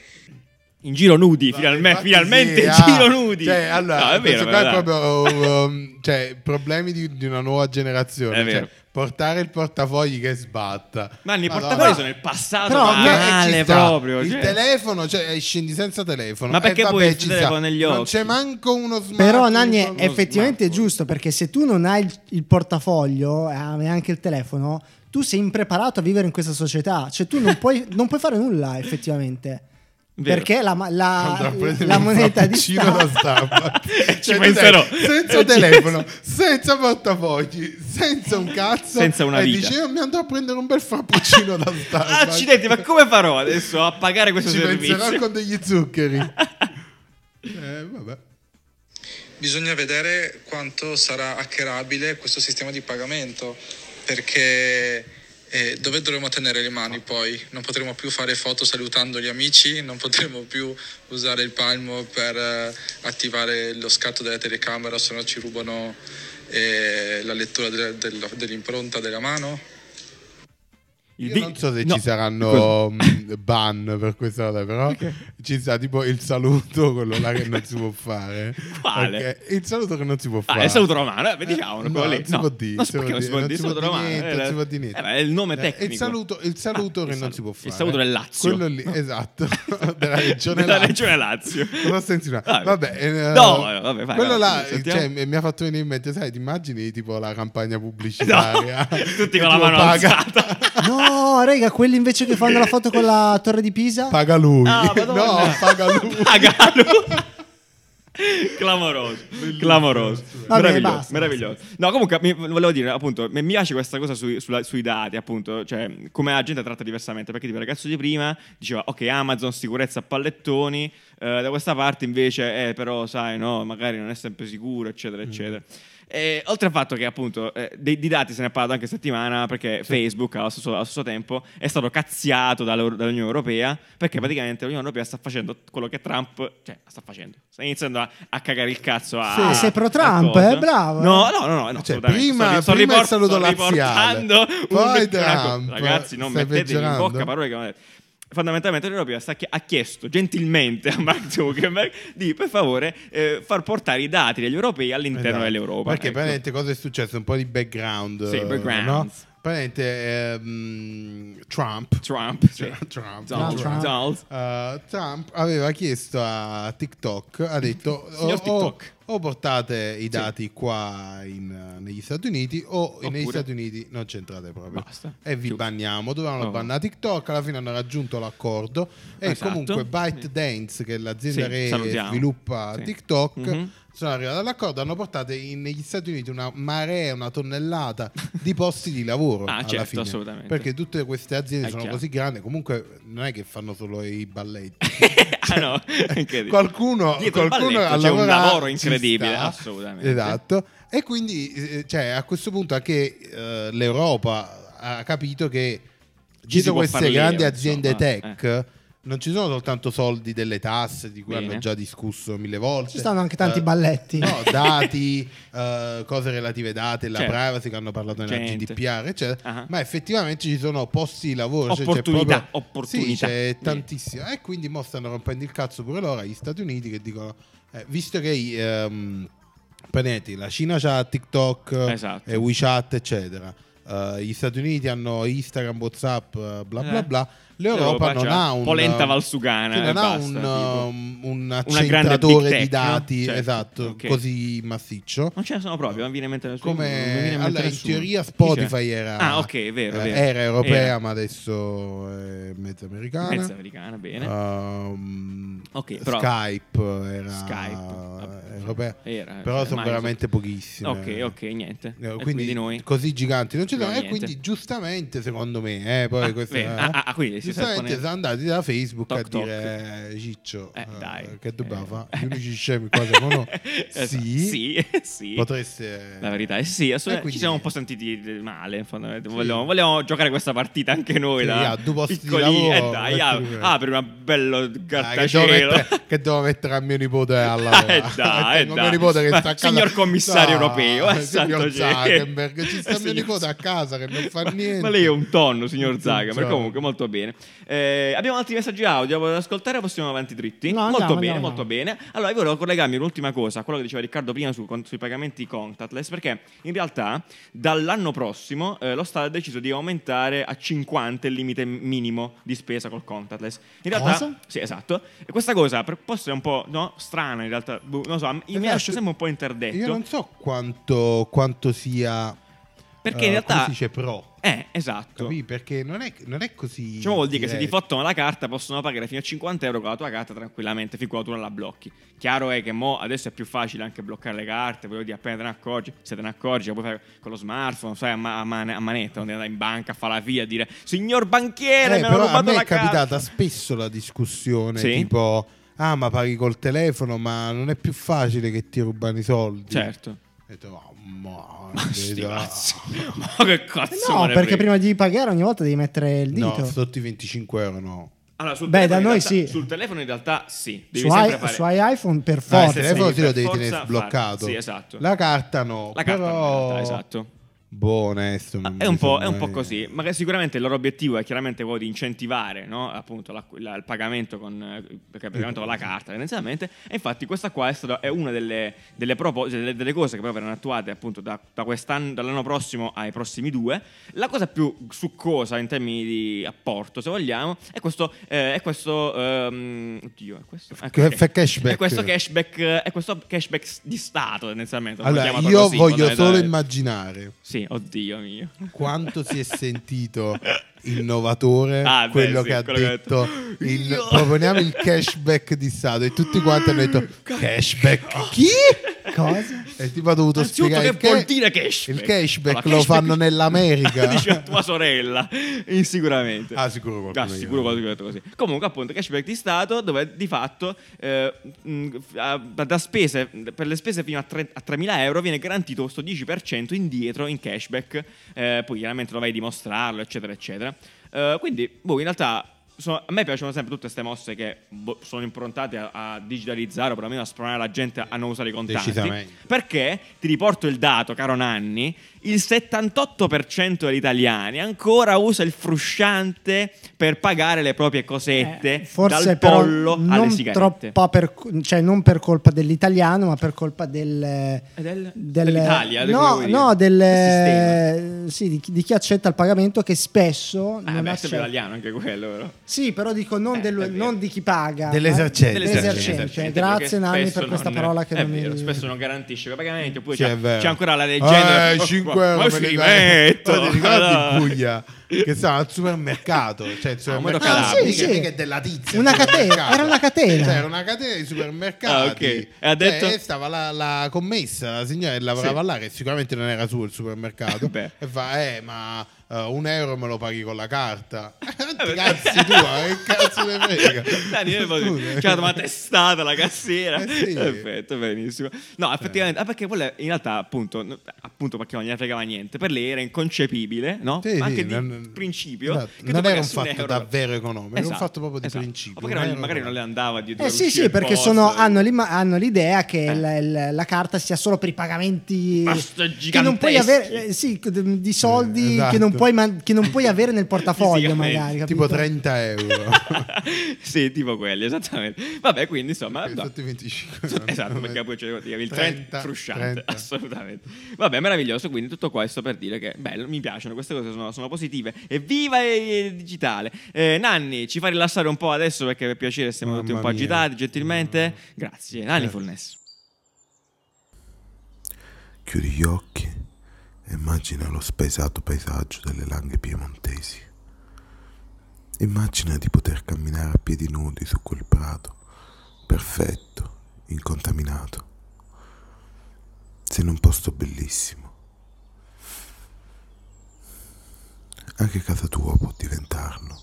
[SPEAKER 2] In giro nudi, finalme-
[SPEAKER 3] Infatti
[SPEAKER 2] finalmente
[SPEAKER 3] sì,
[SPEAKER 2] in
[SPEAKER 3] ah,
[SPEAKER 2] giro nudi.
[SPEAKER 3] Cioè, allora,
[SPEAKER 2] No, è vero,
[SPEAKER 3] questo
[SPEAKER 2] è
[SPEAKER 3] qua
[SPEAKER 2] vero,
[SPEAKER 3] è
[SPEAKER 2] dai.
[SPEAKER 3] proprio um, cioè, problemi di, di una nuova generazione.
[SPEAKER 2] È
[SPEAKER 3] Cioè,
[SPEAKER 2] vero.
[SPEAKER 3] portare il portafogli che sbatta.
[SPEAKER 2] Manni, i
[SPEAKER 3] Madonna. eh,
[SPEAKER 2] portafogli sono il passato
[SPEAKER 4] Però a me
[SPEAKER 2] banale
[SPEAKER 3] ci sta.
[SPEAKER 2] proprio.
[SPEAKER 3] Il
[SPEAKER 2] cioè.
[SPEAKER 3] telefono, cioè scendi senza telefono.
[SPEAKER 2] Ma perché
[SPEAKER 3] eh, vabbè,
[SPEAKER 2] poi il
[SPEAKER 3] ci sta.
[SPEAKER 2] telefono negli
[SPEAKER 3] Non
[SPEAKER 2] occhi?
[SPEAKER 3] c'è manco uno smartphone.
[SPEAKER 4] Però Nanni è
[SPEAKER 2] uno
[SPEAKER 4] effettivamente
[SPEAKER 2] smartphone.
[SPEAKER 4] giusto perché se tu non hai il, il portafoglio eh, e anche il telefono, tu sei impreparato a vivere in questa società, cioè tu non puoi, non puoi fare nulla effettivamente.
[SPEAKER 2] Vero.
[SPEAKER 4] Perché la, ma- la-
[SPEAKER 2] Ah,
[SPEAKER 3] Andrà a prendere
[SPEAKER 4] la
[SPEAKER 3] un
[SPEAKER 4] moneta di
[SPEAKER 3] cappuccino
[SPEAKER 4] Stato-
[SPEAKER 3] da
[SPEAKER 2] [laughs]
[SPEAKER 3] [laughs] Starbucks.
[SPEAKER 2] Ci
[SPEAKER 3] Cioè, tu
[SPEAKER 2] penserò.
[SPEAKER 3] sei
[SPEAKER 2] [laughs]
[SPEAKER 3] senza telefono, senza portafogli, senza un cazzo.
[SPEAKER 2] Senza una
[SPEAKER 3] e
[SPEAKER 2] vita. Ah,
[SPEAKER 3] dici, io mi andrò a prendere un bel frappuccino
[SPEAKER 2] [laughs]
[SPEAKER 3] da Starbucks.
[SPEAKER 2] Accidenti, ma come farò adesso a pagare questo
[SPEAKER 3] Ci penserò
[SPEAKER 2] servizio?
[SPEAKER 3] con degli zuccheri.
[SPEAKER 2] [laughs]
[SPEAKER 3] eh, vabbè.
[SPEAKER 7] Bisogna vedere quanto sarà hackerabile questo sistema di pagamento, perché eh, dove dovremo tenere le mani poi? Non potremo più fare foto salutando gli amici, non potremo più usare il palmo per eh, attivare lo scatto della telecamera, se no ci rubano eh, la lettura della- della- dell'impronta della mano.
[SPEAKER 2] Il
[SPEAKER 3] Io
[SPEAKER 2] vi-
[SPEAKER 3] non so se
[SPEAKER 2] no,
[SPEAKER 3] ci
[SPEAKER 2] cosa-
[SPEAKER 3] saranno mh, ban per questa cosa, però ci sta tipo il saluto, quello là che non si può fare.
[SPEAKER 2] Quale?
[SPEAKER 3] Ok, Il saluto che non si può
[SPEAKER 2] Ah,
[SPEAKER 3] fare.
[SPEAKER 2] è il saluto romano, eh, beh,
[SPEAKER 3] Eh,
[SPEAKER 2] diciamolo.
[SPEAKER 3] no,
[SPEAKER 2] quello lì.
[SPEAKER 3] non si può dire,
[SPEAKER 2] non si può
[SPEAKER 3] non
[SPEAKER 2] perché non si può dire, il saluto
[SPEAKER 3] dire
[SPEAKER 2] romano.
[SPEAKER 3] niente,
[SPEAKER 2] eh,
[SPEAKER 3] non
[SPEAKER 2] la-
[SPEAKER 3] si può dire niente.
[SPEAKER 2] eh, beh, è il nome
[SPEAKER 3] Eh,
[SPEAKER 2] tecnico.
[SPEAKER 3] Il saluto, il saluto
[SPEAKER 2] Ah,
[SPEAKER 3] che
[SPEAKER 2] il
[SPEAKER 3] non
[SPEAKER 2] saluto.
[SPEAKER 3] si può
[SPEAKER 2] Il
[SPEAKER 3] fare.
[SPEAKER 2] saluto del Lazio.
[SPEAKER 3] Quello
[SPEAKER 2] [laughs]
[SPEAKER 3] lì, esatto, [laughs] della regione
[SPEAKER 2] Della
[SPEAKER 3] Lazio.
[SPEAKER 2] regione Lazio. Ah,
[SPEAKER 3] Non sto insinuando.
[SPEAKER 2] Vabbè.
[SPEAKER 3] Vabbè, eh,
[SPEAKER 2] No, vabbè, vai,
[SPEAKER 3] quello
[SPEAKER 2] vai,
[SPEAKER 3] là
[SPEAKER 2] sentiamo.
[SPEAKER 3] cioè, mi mi ha fatto venire in mente, sai, ti immagini tipo
[SPEAKER 2] [laughs]
[SPEAKER 3] la campagna pubblicitaria.
[SPEAKER 2] No, tutti
[SPEAKER 3] Che
[SPEAKER 2] con la
[SPEAKER 3] tipo
[SPEAKER 2] mano
[SPEAKER 3] paga-
[SPEAKER 2] alzata.
[SPEAKER 4] No, raga, quelli invece che fanno la foto con la torre di Pisa.
[SPEAKER 3] [laughs] Paga lui.
[SPEAKER 2] Ah, Madonna.
[SPEAKER 3] no, paga
[SPEAKER 2] [laughs]
[SPEAKER 3] lui.
[SPEAKER 2] Pagalo. Clamoroso, clamoroso,
[SPEAKER 4] Vabbè,
[SPEAKER 2] meraviglioso,
[SPEAKER 4] basta,
[SPEAKER 2] meraviglioso. No, comunque mi, volevo dire, appunto, mi mi piace questa cosa sui, sulla- sui dati, appunto, cioè come la gente tratta diversamente, perché tipo il ragazzo di prima diceva, ok, Amazon sicurezza a pallettoni, eh, da questa parte invece, eh, però sai, no, magari non è sempre sicuro, eccetera,
[SPEAKER 3] Mm.
[SPEAKER 2] eccetera. E, Eh, oltre al fatto che appunto eh, dei, di dati se ne è parlato anche settimana perché Facebook allo stesso, allo stesso tempo è stato cazziato dall'Euro- dall'Unione Europea perché praticamente l'Unione Europea sta facendo quello che Trump cioè, sta facendo sta iniziando a, a cagare il cazzo a,
[SPEAKER 4] Sì,
[SPEAKER 3] Ah,
[SPEAKER 2] a-
[SPEAKER 4] sei pro
[SPEAKER 2] a
[SPEAKER 4] Trump,
[SPEAKER 2] cosa.
[SPEAKER 4] eh, bravo, eh.
[SPEAKER 2] no no no, no, no
[SPEAKER 3] Cioè,
[SPEAKER 2] assolutamente.
[SPEAKER 3] prima,
[SPEAKER 2] sto, ri-
[SPEAKER 3] prima il
[SPEAKER 2] sto
[SPEAKER 3] saluto
[SPEAKER 2] riport- sto riportando
[SPEAKER 3] laziale,
[SPEAKER 2] un-
[SPEAKER 3] poi
[SPEAKER 2] una co-
[SPEAKER 3] Trump.
[SPEAKER 2] ragazzi non
[SPEAKER 3] Stai
[SPEAKER 2] mettetevi in
[SPEAKER 3] peggiorando?
[SPEAKER 2] bocca parole che non ho detto. Fondamentalmente l'Unione Europea sta chie- ha chiesto gentilmente a Mark Zuckerberg di per favore eh, far portare i dati degli europei all'interno
[SPEAKER 3] Esatto.
[SPEAKER 2] dell'Europa.
[SPEAKER 3] Perché
[SPEAKER 2] ecco.
[SPEAKER 3] praticamente cosa è successo? Un po' di background.
[SPEAKER 2] Sì,
[SPEAKER 3] eh,
[SPEAKER 2] background.
[SPEAKER 3] No? Praticamente ehm, Trump.
[SPEAKER 2] Trump, sì.
[SPEAKER 3] Trump, [laughs] Trump,
[SPEAKER 2] Donald,
[SPEAKER 4] Trump.
[SPEAKER 2] Donald.
[SPEAKER 3] eh, Trump aveva chiesto a TikTok, ha detto
[SPEAKER 2] [laughs]
[SPEAKER 3] o,
[SPEAKER 2] Signor TikTok.
[SPEAKER 3] o- o portate i dati qua in- eh, negli Stati Uniti o negli
[SPEAKER 2] Oppure-
[SPEAKER 3] Stati Uniti non c'entrate proprio.
[SPEAKER 2] Basta.
[SPEAKER 3] E vi
[SPEAKER 2] Chiuso.
[SPEAKER 3] banniamo, dovevano
[SPEAKER 2] Oh.
[SPEAKER 3] bannare TikTok, alla fine hanno raggiunto l'accordo e
[SPEAKER 2] Esatto.
[SPEAKER 3] comunque ByteDance, che è l'azienda
[SPEAKER 2] Sì,
[SPEAKER 3] che
[SPEAKER 2] salutiamo.
[SPEAKER 3] sviluppa
[SPEAKER 2] Sì.
[SPEAKER 3] TikTok,
[SPEAKER 2] Mhm.
[SPEAKER 3] sono arrivati all'accordo, hanno portato in- negli Stati Uniti una marea, una tonnellata di posti di lavoro.
[SPEAKER 2] [laughs] Ah,
[SPEAKER 3] alla
[SPEAKER 2] certo,
[SPEAKER 3] fine.
[SPEAKER 2] assolutamente.
[SPEAKER 3] Perché tutte queste aziende
[SPEAKER 2] È
[SPEAKER 3] sono
[SPEAKER 2] chiaro.
[SPEAKER 3] così grandi, comunque non è che fanno solo i balletti.
[SPEAKER 2] [laughs] [laughs] ah no, incredibile.
[SPEAKER 3] Cioè, Eh, qualcuno,
[SPEAKER 2] Dietro il
[SPEAKER 3] qualcuno
[SPEAKER 2] balletto
[SPEAKER 3] a
[SPEAKER 2] c'è un
[SPEAKER 3] lavorare
[SPEAKER 2] lavoro
[SPEAKER 3] ci
[SPEAKER 2] incredibile,
[SPEAKER 3] sta.
[SPEAKER 2] assolutamente.
[SPEAKER 3] Esatto. E quindi eh, cioè, a questo punto anche eh, l'Europa ha capito che
[SPEAKER 2] Ci si
[SPEAKER 3] dietro
[SPEAKER 2] può
[SPEAKER 3] queste
[SPEAKER 2] far leva,
[SPEAKER 3] grandi aziende
[SPEAKER 2] insomma, eh.
[SPEAKER 3] tech non ci sono soltanto soldi delle tasse di cui
[SPEAKER 2] Bene.
[SPEAKER 3] hanno già discusso mille volte.
[SPEAKER 4] Ci stanno anche tanti
[SPEAKER 3] Eh,
[SPEAKER 4] balletti. [laughs]
[SPEAKER 3] No, dati, eh, cose relative ai dati, la
[SPEAKER 2] Certo.
[SPEAKER 3] privacy che hanno parlato nella
[SPEAKER 2] Gente.
[SPEAKER 3] GDPR, eccetera.
[SPEAKER 2] Ah.
[SPEAKER 3] Ma effettivamente ci sono posti di lavoro, cioè c'è
[SPEAKER 2] Opportunità,
[SPEAKER 3] proprio-
[SPEAKER 2] opportunità.
[SPEAKER 3] Sì, c'è
[SPEAKER 2] Bene.
[SPEAKER 3] tantissimo. E quindi mo stanno rompendo il cazzo pure loro agli Stati Uniti che dicono eh, visto che i, ehm, praticamente la Cina ha TikTok
[SPEAKER 2] Esatto.
[SPEAKER 3] e WeChat, eccetera. eh, gli Stati Uniti hanno Instagram, WhatsApp, eh, bla bla
[SPEAKER 2] Eh.
[SPEAKER 3] bla.
[SPEAKER 2] L'Europa
[SPEAKER 3] L'Europa non
[SPEAKER 2] c'ha
[SPEAKER 3] ha un
[SPEAKER 2] polenta valsugana
[SPEAKER 3] sì,
[SPEAKER 2] e
[SPEAKER 3] non ha
[SPEAKER 2] basta,
[SPEAKER 3] un,
[SPEAKER 2] tipo.
[SPEAKER 3] um, un
[SPEAKER 2] Una grande
[SPEAKER 3] accentratore
[SPEAKER 2] big
[SPEAKER 3] di
[SPEAKER 2] tech, no?
[SPEAKER 3] dati
[SPEAKER 2] Certo,
[SPEAKER 3] esatto,
[SPEAKER 2] ok.
[SPEAKER 3] così massiccio.
[SPEAKER 2] Non ce ne sono proprio, non viene in mente nessuno. non mi viene
[SPEAKER 3] Come
[SPEAKER 2] in mente
[SPEAKER 3] allora, in
[SPEAKER 2] nessuno.
[SPEAKER 3] teoria
[SPEAKER 2] Chi
[SPEAKER 3] Spotify
[SPEAKER 2] c'è?
[SPEAKER 3] era,
[SPEAKER 2] Ah, ok, è vero, è
[SPEAKER 3] eh,
[SPEAKER 2] vero.
[SPEAKER 3] era europea,
[SPEAKER 2] Era.
[SPEAKER 3] ma adesso è mezza americana.
[SPEAKER 2] Mezza americana, bene.
[SPEAKER 3] Ehm,
[SPEAKER 2] Ok, però
[SPEAKER 3] Skype era
[SPEAKER 2] Skype, vabbè.
[SPEAKER 3] europea.
[SPEAKER 2] Era,
[SPEAKER 3] però
[SPEAKER 2] cioè,
[SPEAKER 3] sono
[SPEAKER 2] Microsoft.
[SPEAKER 3] veramente pochissime.
[SPEAKER 2] Ok, ok, niente.
[SPEAKER 3] Eh,
[SPEAKER 2] E
[SPEAKER 3] Quindi,
[SPEAKER 2] quindi noi?
[SPEAKER 3] così giganti non ce
[SPEAKER 2] No,
[SPEAKER 3] l'hanno. e
[SPEAKER 2] niente.
[SPEAKER 3] quindi giustamente, secondo me, eh, poi
[SPEAKER 2] Ah,
[SPEAKER 3] questo,
[SPEAKER 2] vero.
[SPEAKER 3] eh,
[SPEAKER 2] Ah, ah, ah, quindi si
[SPEAKER 3] giustamente
[SPEAKER 2] servono-
[SPEAKER 3] sono andati da Facebook a
[SPEAKER 2] Toc, toc.
[SPEAKER 3] dire eh, Ciccio,
[SPEAKER 2] Eh,
[SPEAKER 3] eh,
[SPEAKER 2] dai.
[SPEAKER 3] che dobbiamo fare?
[SPEAKER 2] Eh.
[SPEAKER 3] Gli unici scemi qua
[SPEAKER 2] [laughs]
[SPEAKER 3] sono
[SPEAKER 2] Esatto.
[SPEAKER 3] sì,
[SPEAKER 2] Sì, [laughs] sì.
[SPEAKER 3] potreste
[SPEAKER 2] La verità è sì, assolutamente.
[SPEAKER 3] quindi-
[SPEAKER 2] ci siamo un po' sentiti male. fondamentalmente.
[SPEAKER 3] Sì.
[SPEAKER 2] Vogliamo, vogliamo giocare questa partita anche noi.
[SPEAKER 3] Sì,
[SPEAKER 2] da
[SPEAKER 3] ah, due posti di
[SPEAKER 2] piccolini.
[SPEAKER 3] lavoro,
[SPEAKER 2] Eh, dai,
[SPEAKER 3] metti
[SPEAKER 2] ah,
[SPEAKER 3] pure.
[SPEAKER 2] apri una bella
[SPEAKER 3] Dai, che, devo
[SPEAKER 2] cartacielo.
[SPEAKER 3] mettere, che devo mettere a mio nipote alla lavoro.
[SPEAKER 2] [laughs] Eh, dai,
[SPEAKER 3] [laughs]
[SPEAKER 2] eh,
[SPEAKER 3] Tengo mio
[SPEAKER 2] dai.
[SPEAKER 3] nipote che
[SPEAKER 2] Ma
[SPEAKER 3] sta a casa.
[SPEAKER 2] signor commissario europeo, eh, santo
[SPEAKER 3] signor
[SPEAKER 2] cielo.
[SPEAKER 3] Zuckerberg,
[SPEAKER 2] [laughs]
[SPEAKER 3] ci sta
[SPEAKER 2] Eh,
[SPEAKER 3] mio
[SPEAKER 2] signor-
[SPEAKER 3] nipote a casa che non fa
[SPEAKER 2] Ma-
[SPEAKER 3] niente.
[SPEAKER 2] Ma lei è un tonno, signor Zaga. Ma
[SPEAKER 3] Cioè,
[SPEAKER 2] comunque, molto bene. Eh, abbiamo altri messaggi audio da ascoltare. o Possiamo avanti dritti.
[SPEAKER 4] No,
[SPEAKER 2] molto
[SPEAKER 4] andiamo,
[SPEAKER 2] bene,
[SPEAKER 4] andiamo.
[SPEAKER 2] molto bene. Allora, io volevo collegarmi un'ultima cosa a quello che diceva Riccardo prima su- con- sui pagamenti contactless. Perché in realtà dall'anno prossimo eh, lo Stato ha deciso di aumentare a 50 il limite minimo di spesa col contactless. In realtà,
[SPEAKER 4] Cosa?
[SPEAKER 2] sì, esatto. E questa cosa per- può essere un po' no, strana. In realtà, Boh, non lo so, mi
[SPEAKER 3] Esatto.
[SPEAKER 2] lascia sempre un po' interdetto.
[SPEAKER 3] Io non so quanto, quanto sia.
[SPEAKER 2] Perché
[SPEAKER 3] eh,
[SPEAKER 2] in realtà.
[SPEAKER 3] come si dice pro.
[SPEAKER 2] Eh, esatto.
[SPEAKER 3] Capì? Perché non è, non è così.
[SPEAKER 2] Diciamo vuol dire che se ti
[SPEAKER 3] diretto.
[SPEAKER 2] fottono la carta possono pagare fino a 50 euro con la tua carta tranquillamente, fin quando tu non la blocchi. Chiaro è che mo adesso è più facile anche bloccare le carte, voglio dire appena te ne accorgi, se te ne accorgi la puoi fare con lo smartphone, sai, a, ma- a man- a manetta, non devi andare in banca a fare la via a dire signor banchiere,
[SPEAKER 3] Eh,
[SPEAKER 2] mi hanno
[SPEAKER 3] però a
[SPEAKER 2] rubato
[SPEAKER 3] me
[SPEAKER 2] la
[SPEAKER 3] è capitata
[SPEAKER 2] carta.
[SPEAKER 3] spesso la discussione
[SPEAKER 2] Sì?
[SPEAKER 3] tipo. Ah, ma paghi col telefono, ma non è più facile che ti rubano i soldi. [laughs]
[SPEAKER 2] Certo.
[SPEAKER 3] Ho detto, "Oh, mo,
[SPEAKER 2] Ma sti
[SPEAKER 3] vedo-
[SPEAKER 2] cazzi. [laughs] Ma che cazzo
[SPEAKER 4] No,
[SPEAKER 2] me ne
[SPEAKER 4] perché
[SPEAKER 2] frega?
[SPEAKER 4] prima di pagare ogni volta devi mettere il dito.
[SPEAKER 3] No, sotto i 25 euro no.
[SPEAKER 2] Allora, sul
[SPEAKER 4] Beh,
[SPEAKER 2] telefono
[SPEAKER 4] da
[SPEAKER 2] in
[SPEAKER 4] noi
[SPEAKER 2] realtà-
[SPEAKER 4] sì.
[SPEAKER 2] Sul telefono in realtà sì, devi
[SPEAKER 4] Su
[SPEAKER 2] sempre
[SPEAKER 4] i-
[SPEAKER 2] fare...
[SPEAKER 4] su iPhone per
[SPEAKER 3] No, il
[SPEAKER 2] sì,
[SPEAKER 4] forza.
[SPEAKER 3] telefono
[SPEAKER 2] sì,
[SPEAKER 3] te lo
[SPEAKER 2] per
[SPEAKER 3] devi tenere
[SPEAKER 2] forza
[SPEAKER 3] sbloccato.
[SPEAKER 2] farlo. Sì, esatto.
[SPEAKER 3] La carta no.
[SPEAKER 2] La carta
[SPEAKER 3] però...
[SPEAKER 2] no, in realtà, esatto.
[SPEAKER 3] Boh, onesto. non
[SPEAKER 2] Ah, È
[SPEAKER 3] mi
[SPEAKER 2] un, po', è
[SPEAKER 3] sembra
[SPEAKER 2] un po'
[SPEAKER 3] di-
[SPEAKER 2] così, ma che sicuramente il loro obiettivo è chiaramente quello di incentivare no? appunto la- la- il pagamento con, eh,
[SPEAKER 3] Ecco.
[SPEAKER 2] perché il pagamento con la carta tendenzialmente. E infatti questa qua è, stata, è una delle, delle proposite, delle, delle cose che poi verranno attuate appunto da, da quest'anno, dall'anno prossimo ai prossimi due. La cosa più succosa in termini di apporto, se vogliamo, è questo... eh, è questo ehm, oddio, è questo... ah,
[SPEAKER 3] Che-
[SPEAKER 2] cashback.
[SPEAKER 3] cashback.
[SPEAKER 2] È questo cashback, è questo cashback s- di Stato tendenzialmente. lo
[SPEAKER 3] Allora,
[SPEAKER 2] chiamano
[SPEAKER 3] io
[SPEAKER 2] così,
[SPEAKER 3] voglio
[SPEAKER 2] fondamentalmente.
[SPEAKER 3] solo immaginare
[SPEAKER 2] Sì, oddio mio. [laughs]
[SPEAKER 3] quanto si è sentito innovatore
[SPEAKER 2] Ah, beh,
[SPEAKER 3] quello
[SPEAKER 2] sì,
[SPEAKER 3] che ha
[SPEAKER 2] quello che ha
[SPEAKER 3] detto,
[SPEAKER 2] detto.
[SPEAKER 3] il-
[SPEAKER 2] Io-
[SPEAKER 3] proponiamo il cashback di Stato e tutti quanti hanno
[SPEAKER 2] [laughs]
[SPEAKER 3] detto cashback chi?
[SPEAKER 4] Cosa?
[SPEAKER 3] e tipo ha dovuto
[SPEAKER 2] Oh. Anzitutto
[SPEAKER 3] spiegare
[SPEAKER 2] che
[SPEAKER 3] il ca-
[SPEAKER 2] vuol dire cashback?
[SPEAKER 3] il cashback
[SPEAKER 2] Allora,
[SPEAKER 3] lo fanno
[SPEAKER 2] [laughs]
[SPEAKER 3] nell'America
[SPEAKER 2] Dice a tua sorella, [laughs] insicuramente.
[SPEAKER 3] ah sicuro qualcuno
[SPEAKER 2] Ah,
[SPEAKER 3] gli ha
[SPEAKER 2] sicuro
[SPEAKER 3] detto.
[SPEAKER 2] qualcuno che ha detto così. Comunque, appunto, cashback di Stato, dove di fatto eh, mh, a- da, da spese, per le spese fino a, tre- a 3.000 euro viene garantito questo 10% indietro in cashback. eh, poi chiaramente dovrai dimostrarlo, eccetera, eccetera. Eh, quindi, boh, in realtà. so- a me piacciono sempre tutte queste mosse che boh, sono improntate a, a digitalizzare o perlomeno a spronare la gente a non usare i contanti.
[SPEAKER 3] Decisamente.
[SPEAKER 2] Perché, ti riporto il dato, caro Nanni, il 78% degli italiani ancora usa il frusciante per pagare le proprie cosette,
[SPEAKER 4] Eh, forse
[SPEAKER 2] dal
[SPEAKER 4] però
[SPEAKER 2] pollo alle
[SPEAKER 4] non
[SPEAKER 2] sigarette.
[SPEAKER 4] troppa per, cioè non per colpa dell'italiano, ma per colpa del,
[SPEAKER 2] E Eh, del-
[SPEAKER 4] del-
[SPEAKER 2] dell'Italia, del- come
[SPEAKER 4] no,
[SPEAKER 2] vuoi
[SPEAKER 4] no,
[SPEAKER 2] dire?
[SPEAKER 4] del,
[SPEAKER 2] Del
[SPEAKER 4] sì, di, chi- di chi accetta il pagamento che spesso
[SPEAKER 2] Ah,
[SPEAKER 4] non
[SPEAKER 2] beh, è
[SPEAKER 4] accetta.
[SPEAKER 2] sempre italiano anche quello, però.
[SPEAKER 4] Sì, però dico non,
[SPEAKER 2] Eh,
[SPEAKER 4] del-
[SPEAKER 2] è vero.
[SPEAKER 4] non di chi paga,
[SPEAKER 3] Dell'esercente.
[SPEAKER 4] ma-
[SPEAKER 3] Dell'esercente,
[SPEAKER 4] dell'esercente.
[SPEAKER 2] perché
[SPEAKER 4] Grazie Nanni
[SPEAKER 2] spesso
[SPEAKER 4] per questa
[SPEAKER 2] non-
[SPEAKER 4] parola che
[SPEAKER 2] è
[SPEAKER 4] non
[SPEAKER 2] vero,
[SPEAKER 4] mi
[SPEAKER 2] spesso non garantisce i pagamenti, oppure
[SPEAKER 3] Sì, è
[SPEAKER 2] c'è,
[SPEAKER 3] vero.
[SPEAKER 2] c'è ancora la leggenda.
[SPEAKER 3] eh,
[SPEAKER 2] del-
[SPEAKER 3] 5 euro
[SPEAKER 2] Ma
[SPEAKER 3] me
[SPEAKER 2] sì,
[SPEAKER 3] li
[SPEAKER 2] metto.
[SPEAKER 3] Guarda, ti
[SPEAKER 2] [laughs]
[SPEAKER 3] ricordi in
[SPEAKER 2] Dai.
[SPEAKER 3] Puglia che stava al supermercato cioè
[SPEAKER 2] Ah,
[SPEAKER 3] il
[SPEAKER 2] Mondo
[SPEAKER 3] supermercato
[SPEAKER 2] Calabria.
[SPEAKER 3] non
[SPEAKER 2] Sì,
[SPEAKER 3] è
[SPEAKER 4] sì.
[SPEAKER 3] che è della tizia
[SPEAKER 4] Una
[SPEAKER 3] il
[SPEAKER 4] catena,
[SPEAKER 3] supermercato.
[SPEAKER 4] era una catena.
[SPEAKER 3] Cioè, era una catena di supermercati
[SPEAKER 2] Ah, ok. E ha
[SPEAKER 3] Cioè,
[SPEAKER 2] detto-
[SPEAKER 3] stava la, la commessa la signora che lavorava là che sicuramente non era suo il supermercato
[SPEAKER 2] Beh.
[SPEAKER 3] e fa eh ma eh, un euro me lo paghi con
[SPEAKER 2] [laughs]
[SPEAKER 3] la carta Ti cazzi tua che cazzo ne frega
[SPEAKER 2] Eh, Dani, io voglio- Cioè,
[SPEAKER 3] Scusa.
[SPEAKER 2] Ci ha dato una testata la cassiera.
[SPEAKER 3] Eh sì. Eh.
[SPEAKER 2] Perfetto, benissimo. No, effettivamente, ah, perché quella in realtà, appunto, n- appunto perché non gliene fregava niente, per lei era inconcepibile, no?
[SPEAKER 3] Sì, sì,
[SPEAKER 2] Anche di
[SPEAKER 3] non-
[SPEAKER 2] principio.
[SPEAKER 3] esatto.
[SPEAKER 2] che tu
[SPEAKER 3] non era un
[SPEAKER 2] pagassi
[SPEAKER 3] fatto
[SPEAKER 2] euro.
[SPEAKER 3] davvero economico, era un
[SPEAKER 2] Esatto,
[SPEAKER 3] fatto proprio di
[SPEAKER 2] esatto.
[SPEAKER 3] principio.
[SPEAKER 2] O Perché non-
[SPEAKER 3] era-
[SPEAKER 2] magari non le andava dietro
[SPEAKER 4] Eh sì,
[SPEAKER 2] l'uscita
[SPEAKER 4] sì,
[SPEAKER 2] del
[SPEAKER 4] perché
[SPEAKER 2] posto.
[SPEAKER 4] sono- hanno, l'im- hanno l'idea che
[SPEAKER 2] Eh.
[SPEAKER 4] la- la- la carta sia solo per i pagamenti
[SPEAKER 2] Basta
[SPEAKER 4] che non puoi
[SPEAKER 2] giganteschi.
[SPEAKER 4] avere, eh, sì, di soldi
[SPEAKER 3] Eh, esatto.
[SPEAKER 4] che, non puoi man- che non puoi
[SPEAKER 2] [laughs]
[SPEAKER 4] avere nel portafoglio,
[SPEAKER 2] Fisicamente.
[SPEAKER 4] magari.
[SPEAKER 3] tipo
[SPEAKER 4] capito?
[SPEAKER 3] 30 euro.
[SPEAKER 2] [laughs] sì, tipo quelli, esattamente. Vabbè, quindi insomma, no.
[SPEAKER 3] Sotto i 25. non-
[SPEAKER 2] Esatto,
[SPEAKER 3] non è-
[SPEAKER 2] perché poi c'è il trend
[SPEAKER 3] 30,
[SPEAKER 2] frusciante, [laughs]
[SPEAKER 3] 30.
[SPEAKER 2] assolutamente. Vabbè, meraviglioso, quindi tutto questo per dire che bello, mi piacciono, queste cose sono, sono positive. Evviva il digitale! Eh, Nanni, ci fa rilassare un po' adesso perché per piacere siamo tutti un
[SPEAKER 3] Mamma
[SPEAKER 2] po'
[SPEAKER 3] mia.
[SPEAKER 2] agitati, gentilmente. Grazie, Nanni
[SPEAKER 3] Certo.
[SPEAKER 2] Fullness.
[SPEAKER 8] Chiudi gli occhi e immagina lo spaesato paesaggio delle langhe piemontesi. Immagina di poter camminare a piedi nudi su quel prato perfetto, incontaminato. Sei in un posto bellissimo. Anche casa tua può diventarlo.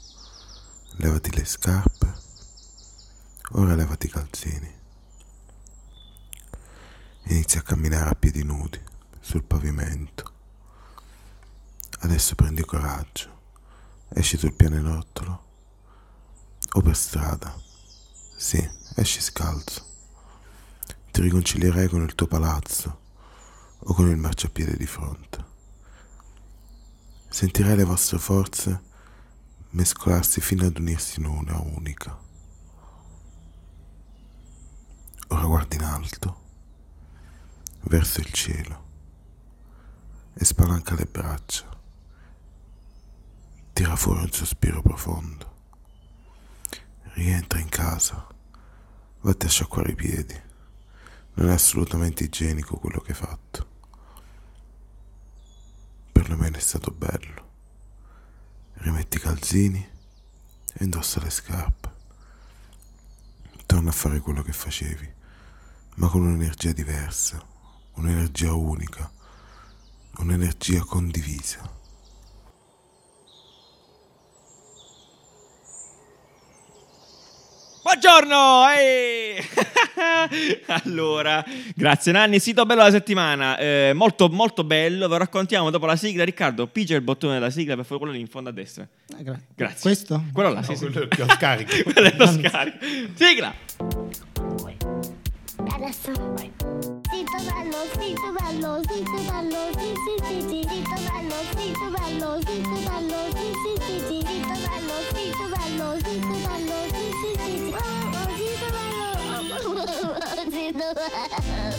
[SPEAKER 8] Levati le scarpe, ora levati i calzini. Inizia a camminare a piedi nudi sul pavimento. Adesso prendi coraggio, esci sul pianerottolo o per strada. Sì, esci scalzo. Ti riconcilierai con il tuo palazzo o con il marciapiede di fronte. Sentirai le vostre forze mescolarsi fino ad unirsi in una unica. Ora guardi in alto, verso il cielo, e spalanca le braccia. Tira fuori un sospiro profondo. Rientra in casa, vatti a sciacquare i piedi. Non è assolutamente igienico quello che hai fatto. Perlomeno è stato bello. Rimetti i calzini e indossa le scarpe. Torna a fare quello che facevi, ma con un'energia diversa, un'energia unica, un'energia condivisa.
[SPEAKER 2] Buongiorno! ehi! [laughs] allora, grazie Nanni, sito bello della settimana, eh, molto molto bello, ve lo raccontiamo dopo la sigla. Riccardo, pigia il bottone della sigla per fare quello lì in fondo a destra.
[SPEAKER 4] Ah, gra-
[SPEAKER 2] Grazie.
[SPEAKER 4] Questo?
[SPEAKER 2] Quello là, sì, sì. [laughs]
[SPEAKER 3] Quello che ho scarico.
[SPEAKER 2] Quello è lo scarico. Sigla!
[SPEAKER 9] Adesso. Zitto bello, zitto bello, zitto bello, zi zi zi zi, zitto bello, zitto bello, zitto bello, zi zi zi zi, zitto bello, zitto bello, zitto bello, zi zi zi zi. Oh, oh, zitto bello, oh, oh, oh, zitto bello.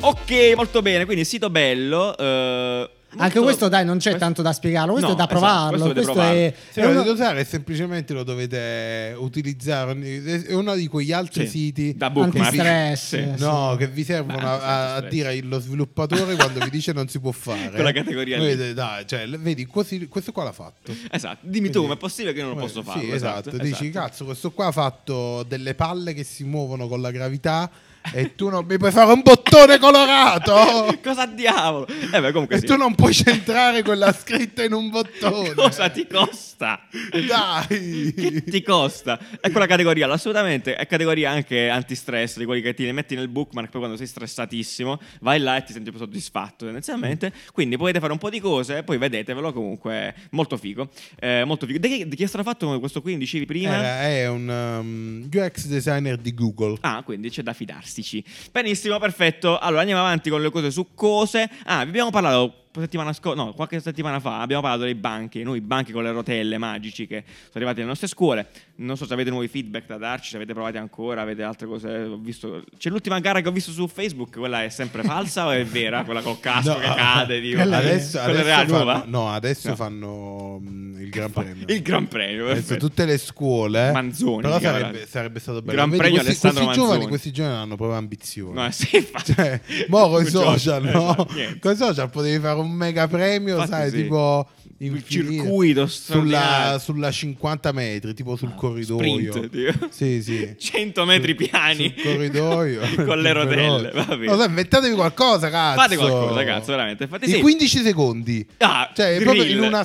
[SPEAKER 2] Ok, molto bene, quindi sito bello. eh,
[SPEAKER 4] Anche
[SPEAKER 2] molto-
[SPEAKER 4] questo, dai, non c'è tanto da spiegarlo,
[SPEAKER 2] No,
[SPEAKER 4] questo è da
[SPEAKER 2] esatto,
[SPEAKER 4] provarlo.
[SPEAKER 2] questo dovete eh,
[SPEAKER 4] questo è,
[SPEAKER 3] Se
[SPEAKER 4] è
[SPEAKER 3] lo
[SPEAKER 4] uno-
[SPEAKER 3] dovete usare, semplicemente lo dovete utilizzare. È uno di quegli altri
[SPEAKER 2] Sì,
[SPEAKER 3] siti
[SPEAKER 2] da bookmark.
[SPEAKER 4] Antistress.
[SPEAKER 2] Sì. Ah,
[SPEAKER 3] No, che vi servono
[SPEAKER 2] Ma
[SPEAKER 3] a-
[SPEAKER 2] non
[SPEAKER 3] a,
[SPEAKER 2] senza
[SPEAKER 3] a dire lo sviluppatore quando vi dice non si può fare.
[SPEAKER 2] Quella categoria lì.
[SPEAKER 3] Vedi, dai, cioè, l- vedi così- questo qua l'ha fatto.
[SPEAKER 2] Esatto, dimmi tu, com'è possibile che io non lo posso farlo?
[SPEAKER 3] Sì, esatto. Dici,
[SPEAKER 2] esatto.
[SPEAKER 3] cazzo, questo qua ha fatto delle palle che si muovono con la gravità e tu non mi puoi fare un bottone
[SPEAKER 2] [laughs]
[SPEAKER 3] colorato.
[SPEAKER 2] Cosa diavolo? Eh beh, comunque
[SPEAKER 3] e
[SPEAKER 2] sì.
[SPEAKER 3] tu non puoi centrare quella scritta in un bottone.
[SPEAKER 2] [laughs] Cosa ti costa?
[SPEAKER 3] Dai.
[SPEAKER 2] Che ti costa? È quella categoria, là, assolutamente. È categoria anche antistress, di quelli che ti metti nel bookmark, poi quando sei stressatissimo, vai là e ti senti più soddisfatto tendenzialmente. Quindi potete fare un po' di cose, poi vedetevelo comunque. Molto figo. Eh, molto figo. Di chi, di chi è stato fatto questo qui? Dicevi prima?
[SPEAKER 3] Era- è un um, UX designer di Google.
[SPEAKER 2] Ah, quindi c'è da fidarsici. Benissimo, perfetto. Allora andiamo avanti con le cose succose. Ah, vi abbiamo parlato settimana scorsa, no, qualche settimana fa abbiamo parlato dei banchi, noi banchi con le rotelle magici che sono arrivati alle nostre scuole. Non so se avete nuovi feedback da darci, se avete provati ancora, avete altre cose. Ho visto c'è l'ultima gara che ho visto su Facebook, quella è sempre falsa o è vera? Quella col casco
[SPEAKER 3] No.
[SPEAKER 2] che
[SPEAKER 3] [laughs]
[SPEAKER 2] cade, tipo.
[SPEAKER 3] Quella adesso,
[SPEAKER 2] Quella è
[SPEAKER 3] adesso
[SPEAKER 2] reale,
[SPEAKER 3] fanno,
[SPEAKER 2] nuova?
[SPEAKER 3] no, adesso
[SPEAKER 2] No.
[SPEAKER 3] fanno mm, il Gran Premio.
[SPEAKER 2] [laughs] Il Gran Premio,
[SPEAKER 3] Adesso
[SPEAKER 2] perfetto.
[SPEAKER 3] tutte le scuole.
[SPEAKER 2] Manzoni,
[SPEAKER 3] Però
[SPEAKER 2] mi chiama
[SPEAKER 3] sarebbe,
[SPEAKER 2] la-
[SPEAKER 3] sarebbe stato bello.
[SPEAKER 2] Gran
[SPEAKER 3] Vedi,
[SPEAKER 2] Premio
[SPEAKER 3] questi,
[SPEAKER 2] Alessandro
[SPEAKER 3] questi giovani,
[SPEAKER 2] Manzoni.
[SPEAKER 3] questi giovani hanno proprio ambizioni.
[SPEAKER 2] No, eh, sì, infatti.
[SPEAKER 3] [laughs]
[SPEAKER 2] [laughs]
[SPEAKER 3] Cioè, mo con i
[SPEAKER 2] Non gioca,
[SPEAKER 3] social, no?
[SPEAKER 2] esatto, niente.
[SPEAKER 3] Con i social potevi fare un mega premio,
[SPEAKER 2] Infatti
[SPEAKER 3] sai,
[SPEAKER 2] sì.
[SPEAKER 3] tipo
[SPEAKER 2] Il
[SPEAKER 3] infinito.
[SPEAKER 2] circuito
[SPEAKER 3] sulla,
[SPEAKER 2] straordinario. Ah,
[SPEAKER 3] sulla 50 metri, tipo sul corridoio.
[SPEAKER 2] sprint, tipo.
[SPEAKER 3] Sì,
[SPEAKER 2] [laughs]
[SPEAKER 3] sì.
[SPEAKER 2] 100 metri piani
[SPEAKER 3] Sul corridoio
[SPEAKER 2] [laughs] con le rotelle. va bene.
[SPEAKER 3] No, dai, inventatevi qualcosa, cazzo.
[SPEAKER 2] Fate qualcosa, cazzo, veramente. Fate
[SPEAKER 3] I
[SPEAKER 2] sì.
[SPEAKER 3] 15 secondi.
[SPEAKER 2] Ah,
[SPEAKER 3] cioè,
[SPEAKER 2] reel,
[SPEAKER 3] proprio in una
[SPEAKER 2] un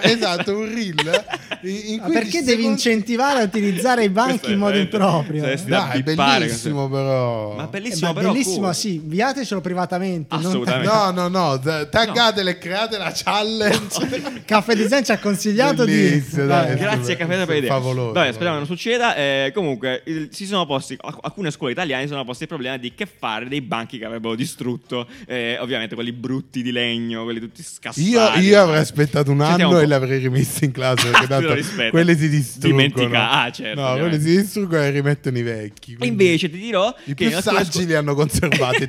[SPEAKER 2] reel.
[SPEAKER 3] [laughs] esatto,
[SPEAKER 2] [laughs]
[SPEAKER 3] un reel. in- in
[SPEAKER 4] Ma [laughs] perché
[SPEAKER 3] 15
[SPEAKER 4] devi
[SPEAKER 3] secondi-
[SPEAKER 4] incentivare a utilizzare i
[SPEAKER 2] Questo
[SPEAKER 4] banchi
[SPEAKER 2] è
[SPEAKER 4] in modo
[SPEAKER 2] veramente-
[SPEAKER 4] improprio?
[SPEAKER 2] saresti da
[SPEAKER 3] Dai,
[SPEAKER 2] pippare,
[SPEAKER 3] bellissimo
[SPEAKER 2] così.
[SPEAKER 3] però.
[SPEAKER 2] Ma
[SPEAKER 4] Eh,
[SPEAKER 2] bellissimo,
[SPEAKER 4] ma
[SPEAKER 2] però.
[SPEAKER 4] bellissimo,
[SPEAKER 2] come?
[SPEAKER 4] sì, inviatecelo privatamente. non- [laughs]
[SPEAKER 2] Assolutamente.
[SPEAKER 3] No, no, no, z- taggatele, create la
[SPEAKER 2] [laughs]
[SPEAKER 3] challenge.
[SPEAKER 4] Caffè Design ci ha consigliato
[SPEAKER 3] Bellissimo,
[SPEAKER 4] di... Eh,
[SPEAKER 3] dai.
[SPEAKER 2] Grazie Cafeta per l'idea.
[SPEAKER 3] Eh, Favoloso.
[SPEAKER 2] Vabbè, speriamo che non succeda. Eh, comunque, il- si sono posti, alc- alcune scuole italiane si sono posti il problema di che fare dei banchi che avrebbero distrutto. eh, ovviamente quelli brutti di legno, quelli tutti scassati.
[SPEAKER 3] [laughs] Io, io avrei aspettato un
[SPEAKER 2] Sentiamo
[SPEAKER 3] anno
[SPEAKER 2] po'.
[SPEAKER 3] e l'avrei rimesso in
[SPEAKER 2] [laughs]
[SPEAKER 3] classe
[SPEAKER 2] Ah,
[SPEAKER 3] perché
[SPEAKER 2] te lo
[SPEAKER 3] tanto
[SPEAKER 2] rispetto.
[SPEAKER 3] quelli si distruggono.
[SPEAKER 2] Dimentica- ah, certo,
[SPEAKER 3] No,
[SPEAKER 2] ovviamente.
[SPEAKER 3] quelli si distruggono e rimettono i vecchi.
[SPEAKER 2] E
[SPEAKER 3] quindi
[SPEAKER 2] Invece ti dirò
[SPEAKER 3] I
[SPEAKER 2] che
[SPEAKER 3] più
[SPEAKER 2] la scuola-
[SPEAKER 3] saggi li hanno conservati,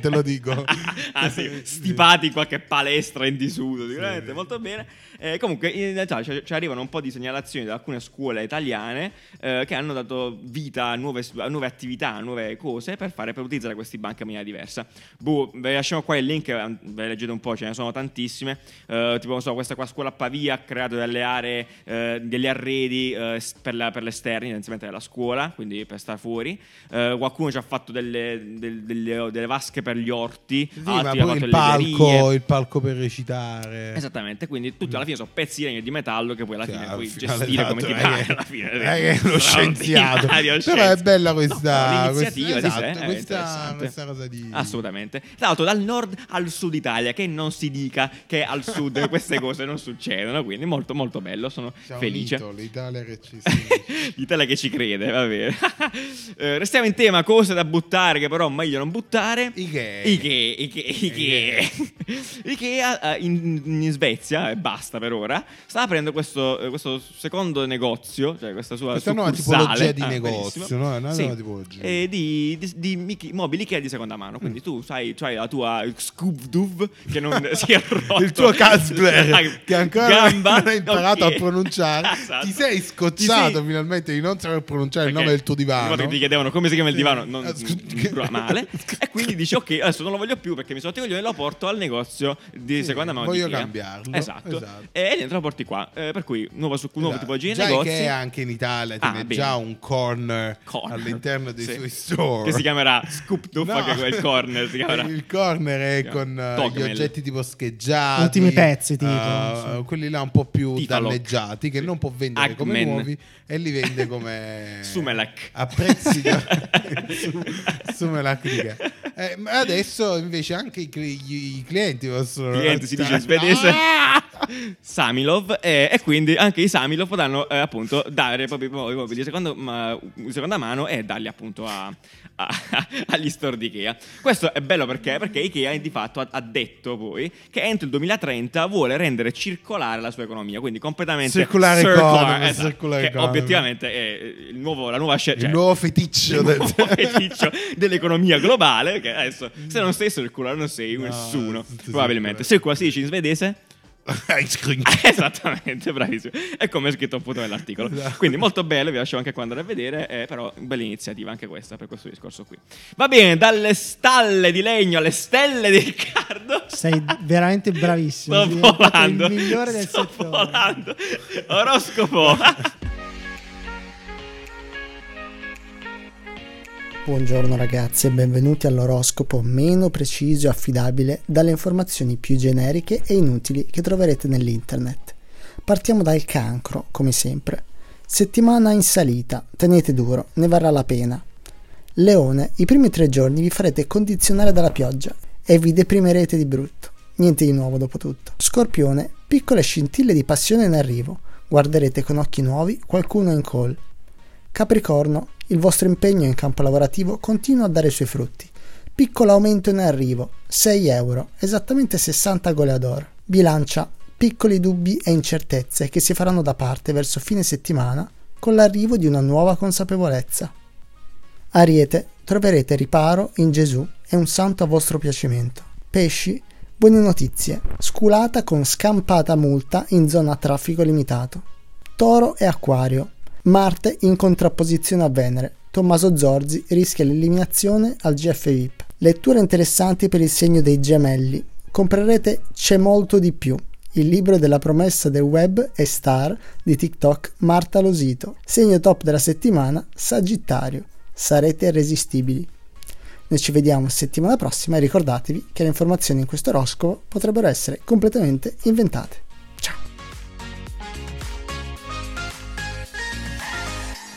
[SPEAKER 2] [laughs]
[SPEAKER 3] te lo dico.
[SPEAKER 2] ah, sì, stipati in qualche palestra in disuso, sicuramente molto bene. Eh, comunque, in realtà ci, ci arrivano un po' di segnalazioni da alcune scuole italiane eh, che hanno dato vita a nuove, a nuove attività, a nuove cose per fare per utilizzare questi banchi a maniera diversa. Boh, ve lasciamo qua il link, eh, ve leggete un po', ce ne sono tantissime. Eh, tipo, non so, questa qua scuola a Pavia ha creato delle aree, eh, degli arredi eh, s- per, la- per l'esterno, tendenzialmente della scuola, quindi per stare fuori. Eh, qualcuno ci ha fatto delle, del- delle- delle vasche per gli orti,
[SPEAKER 3] Sì, ma
[SPEAKER 2] altri hanno
[SPEAKER 3] poi
[SPEAKER 2] fatto
[SPEAKER 3] il
[SPEAKER 2] le
[SPEAKER 3] palco, eh.
[SPEAKER 2] librerie.
[SPEAKER 3] il palco per recitare.
[SPEAKER 2] Esattamente, quindi tutti alla fine sono pezzi di legno e di metallo che poi alla
[SPEAKER 3] Cioè,
[SPEAKER 2] fine
[SPEAKER 3] al
[SPEAKER 2] puoi
[SPEAKER 3] finale,
[SPEAKER 2] gestire come ti
[SPEAKER 3] esatto,
[SPEAKER 2] pare.
[SPEAKER 3] non è che-
[SPEAKER 2] alla fine,
[SPEAKER 3] non è che è uno scienziato.
[SPEAKER 2] straordinario,
[SPEAKER 3] Però è bella
[SPEAKER 2] No,
[SPEAKER 3] questa-
[SPEAKER 2] no,
[SPEAKER 3] questa-
[SPEAKER 2] l'iniziativa di sé,
[SPEAKER 3] esatto,
[SPEAKER 2] è
[SPEAKER 3] questa-
[SPEAKER 2] interessante.
[SPEAKER 3] questa cosa di-
[SPEAKER 2] Assolutamente. Tra l'altro dal nord al sud Italia, che non si dica che al sud queste cose non succedono, quindi molto molto bello, sono
[SPEAKER 3] Ci ha
[SPEAKER 2] felice.
[SPEAKER 3] unito l'Italia che ci si
[SPEAKER 2] [laughs] L'Italia che ci crede, va bene. [laughs] Eh, restiamo in tema cose da buttare che però meglio non buttare.
[SPEAKER 3] Ikea.
[SPEAKER 2] Ikea, Ikea, Ikea. [laughs] Ikea, eh, in, in Svezia, e basta per ora, sta aprendo questo, eh, questo secondo negozio, cioè questa sua
[SPEAKER 3] Questa nuova
[SPEAKER 2] succursale.
[SPEAKER 3] tipologia di
[SPEAKER 2] Ah,
[SPEAKER 3] negozio,
[SPEAKER 2] benissimo.
[SPEAKER 3] no? È una
[SPEAKER 2] Sì.
[SPEAKER 3] nuova tipologia. Mm.
[SPEAKER 2] Eh, di, di, di michi- mobili Ikea di seconda mano. Quindi tu sai, c'hai la tua Scoob-Doob che
[SPEAKER 3] [laughs]
[SPEAKER 2] non si è rotto. Ah,
[SPEAKER 3] Il tuo Kasper che ancora
[SPEAKER 2] Gamba,
[SPEAKER 3] non hai imparato
[SPEAKER 2] ok. [laughs]
[SPEAKER 3] a pronunciare,
[SPEAKER 2] Esatto.
[SPEAKER 3] ti sei
[SPEAKER 2] Ti
[SPEAKER 3] scocciato
[SPEAKER 2] sei-
[SPEAKER 3] finalmente di non saper pronunciare il
[SPEAKER 2] perché
[SPEAKER 3] nome del tuo
[SPEAKER 2] ogni
[SPEAKER 3] divano.
[SPEAKER 2] volta che ti chiedevano come si chiama il divano, non
[SPEAKER 3] Ah, scu-
[SPEAKER 2] mi provava
[SPEAKER 3] [laughs]
[SPEAKER 2] male. e quindi dici, ok, adesso non lo voglio più perché mi sono coglione e lo porto al negozio di seconda mano. di
[SPEAKER 3] voglio
[SPEAKER 2] Ikea.
[SPEAKER 3] cambiarlo,
[SPEAKER 2] Esatto.
[SPEAKER 3] esatto.
[SPEAKER 2] E niente, lo porti qua. Eh, per cui, nuova su nuovo tipologia di
[SPEAKER 3] già
[SPEAKER 2] negozi.
[SPEAKER 3] Ikea anche in Italia
[SPEAKER 2] Ah,
[SPEAKER 3] tiene
[SPEAKER 2] bene.
[SPEAKER 3] già un corner,
[SPEAKER 2] Corner.
[SPEAKER 3] all'interno dei
[SPEAKER 2] Sì.
[SPEAKER 3] suoi store.
[SPEAKER 2] Che si chiamerà Scoop Doof, anche quel corner si chiamerà.
[SPEAKER 3] [laughs] Il corner è
[SPEAKER 2] Si chiama
[SPEAKER 3] con eh, gli
[SPEAKER 2] Dogmel.
[SPEAKER 3] oggetti tipo scheggiati.
[SPEAKER 4] Ultimi pezzi, tipo,
[SPEAKER 3] eh,
[SPEAKER 4] sì.
[SPEAKER 3] quelli là un po' più
[SPEAKER 2] Tifaloc.
[SPEAKER 3] danneggiati che
[SPEAKER 2] Sì.
[SPEAKER 3] non può vendere come
[SPEAKER 2] Agmen.
[SPEAKER 3] nuovi e li
[SPEAKER 2] [laughs]
[SPEAKER 3] vende come
[SPEAKER 2] Sumelac.
[SPEAKER 3] a
[SPEAKER 2] [laughs]
[SPEAKER 3] prezzi di... [laughs] Su- Sumelac di che? Eh, ma adesso invece anche i, cli- gli- i clienti possono Ah!
[SPEAKER 2] Niente, si dice in svedese [laughs] Samilov eh, e quindi anche i Samilov potranno eh, appunto dare proprio i propri mobili di secondo- ma- di seconda mano e darli appunto a- a- [laughs] agli store di Ikea questo è bello perché? perché Ikea di fatto ha, ha detto poi che entro il 2030 vuole rendere circolare la sua economia quindi completamente
[SPEAKER 3] Circolare
[SPEAKER 2] circular,
[SPEAKER 3] economy,
[SPEAKER 2] esatto,
[SPEAKER 3] circular
[SPEAKER 2] che
[SPEAKER 3] economy.
[SPEAKER 2] obiettivamente è il nuovo, la nuova scelta
[SPEAKER 3] il nuovo feticcio
[SPEAKER 2] Cioè, il [laughs]
[SPEAKER 3] del- [laughs]
[SPEAKER 2] nuovo feticcio dell'economia globale. Che adesso, se non sei circolare, non sei
[SPEAKER 3] No,
[SPEAKER 2] nessuno.
[SPEAKER 3] sì, sì,
[SPEAKER 2] probabilmente.
[SPEAKER 3] sì.
[SPEAKER 2] Circola si dice in svedese. [laughs] Eh,
[SPEAKER 3] Ice cream.
[SPEAKER 2] Esattamente, bravissimo. È come è scritto appunto nell'articolo.
[SPEAKER 3] Esatto.
[SPEAKER 2] Quindi molto bello, vi lascio anche qua andare a vedere. eh, però, bella iniziativa anche questa per questo discorso qui. Va bene, dalle stalle di legno alle stelle di Riccardo.
[SPEAKER 4] Sei veramente bravissimo.
[SPEAKER 2] Sto
[SPEAKER 4] sei diventato
[SPEAKER 2] volando.
[SPEAKER 4] Il migliore del
[SPEAKER 2] sto
[SPEAKER 4] settore.
[SPEAKER 2] volando. Oroscopo.
[SPEAKER 10] Buongiorno ragazzi e benvenuti all'oroscopo meno preciso e affidabile dalle informazioni più generiche e inutili che troverete nell'internet. Partiamo dal cancro, come sempre. Settimana in salita, tenete duro, ne varrà la pena. Leone, i primi tre giorni vi farete condizionare dalla pioggia e vi deprimerete di brutto. Niente di nuovo dopo tutto. Scorpione, piccole scintille di passione in arrivo, guarderete con occhi nuovi qualcuno in call. Capricorno, il vostro impegno in campo lavorativo continua a dare i suoi frutti. Piccolo aumento in arrivo, 6 euro, esattamente 60 goleador. Bilancia, piccoli dubbi e incertezze che si faranno da parte verso fine settimana con l'arrivo di una nuova consapevolezza. Ariete, troverete riparo in Gesù e un santo a vostro piacimento. Pesci, buone notizie, sculata con scampata multa in zona traffico limitato. Toro e Acquario, Marte in contrapposizione a Venere. Tommaso Zorzi rischia l'eliminazione al GF VIP. Letture interessanti per il segno dei gemelli. Comprerete C'è molto di più. Il libro della promessa del web e star di TikTok Marta Losito. Segno top della settimana Sagittario. Sarete irresistibili. Noi ci vediamo settimana prossima e ricordatevi che le informazioni in questo oroscopo potrebbero essere completamente inventate. Ciao!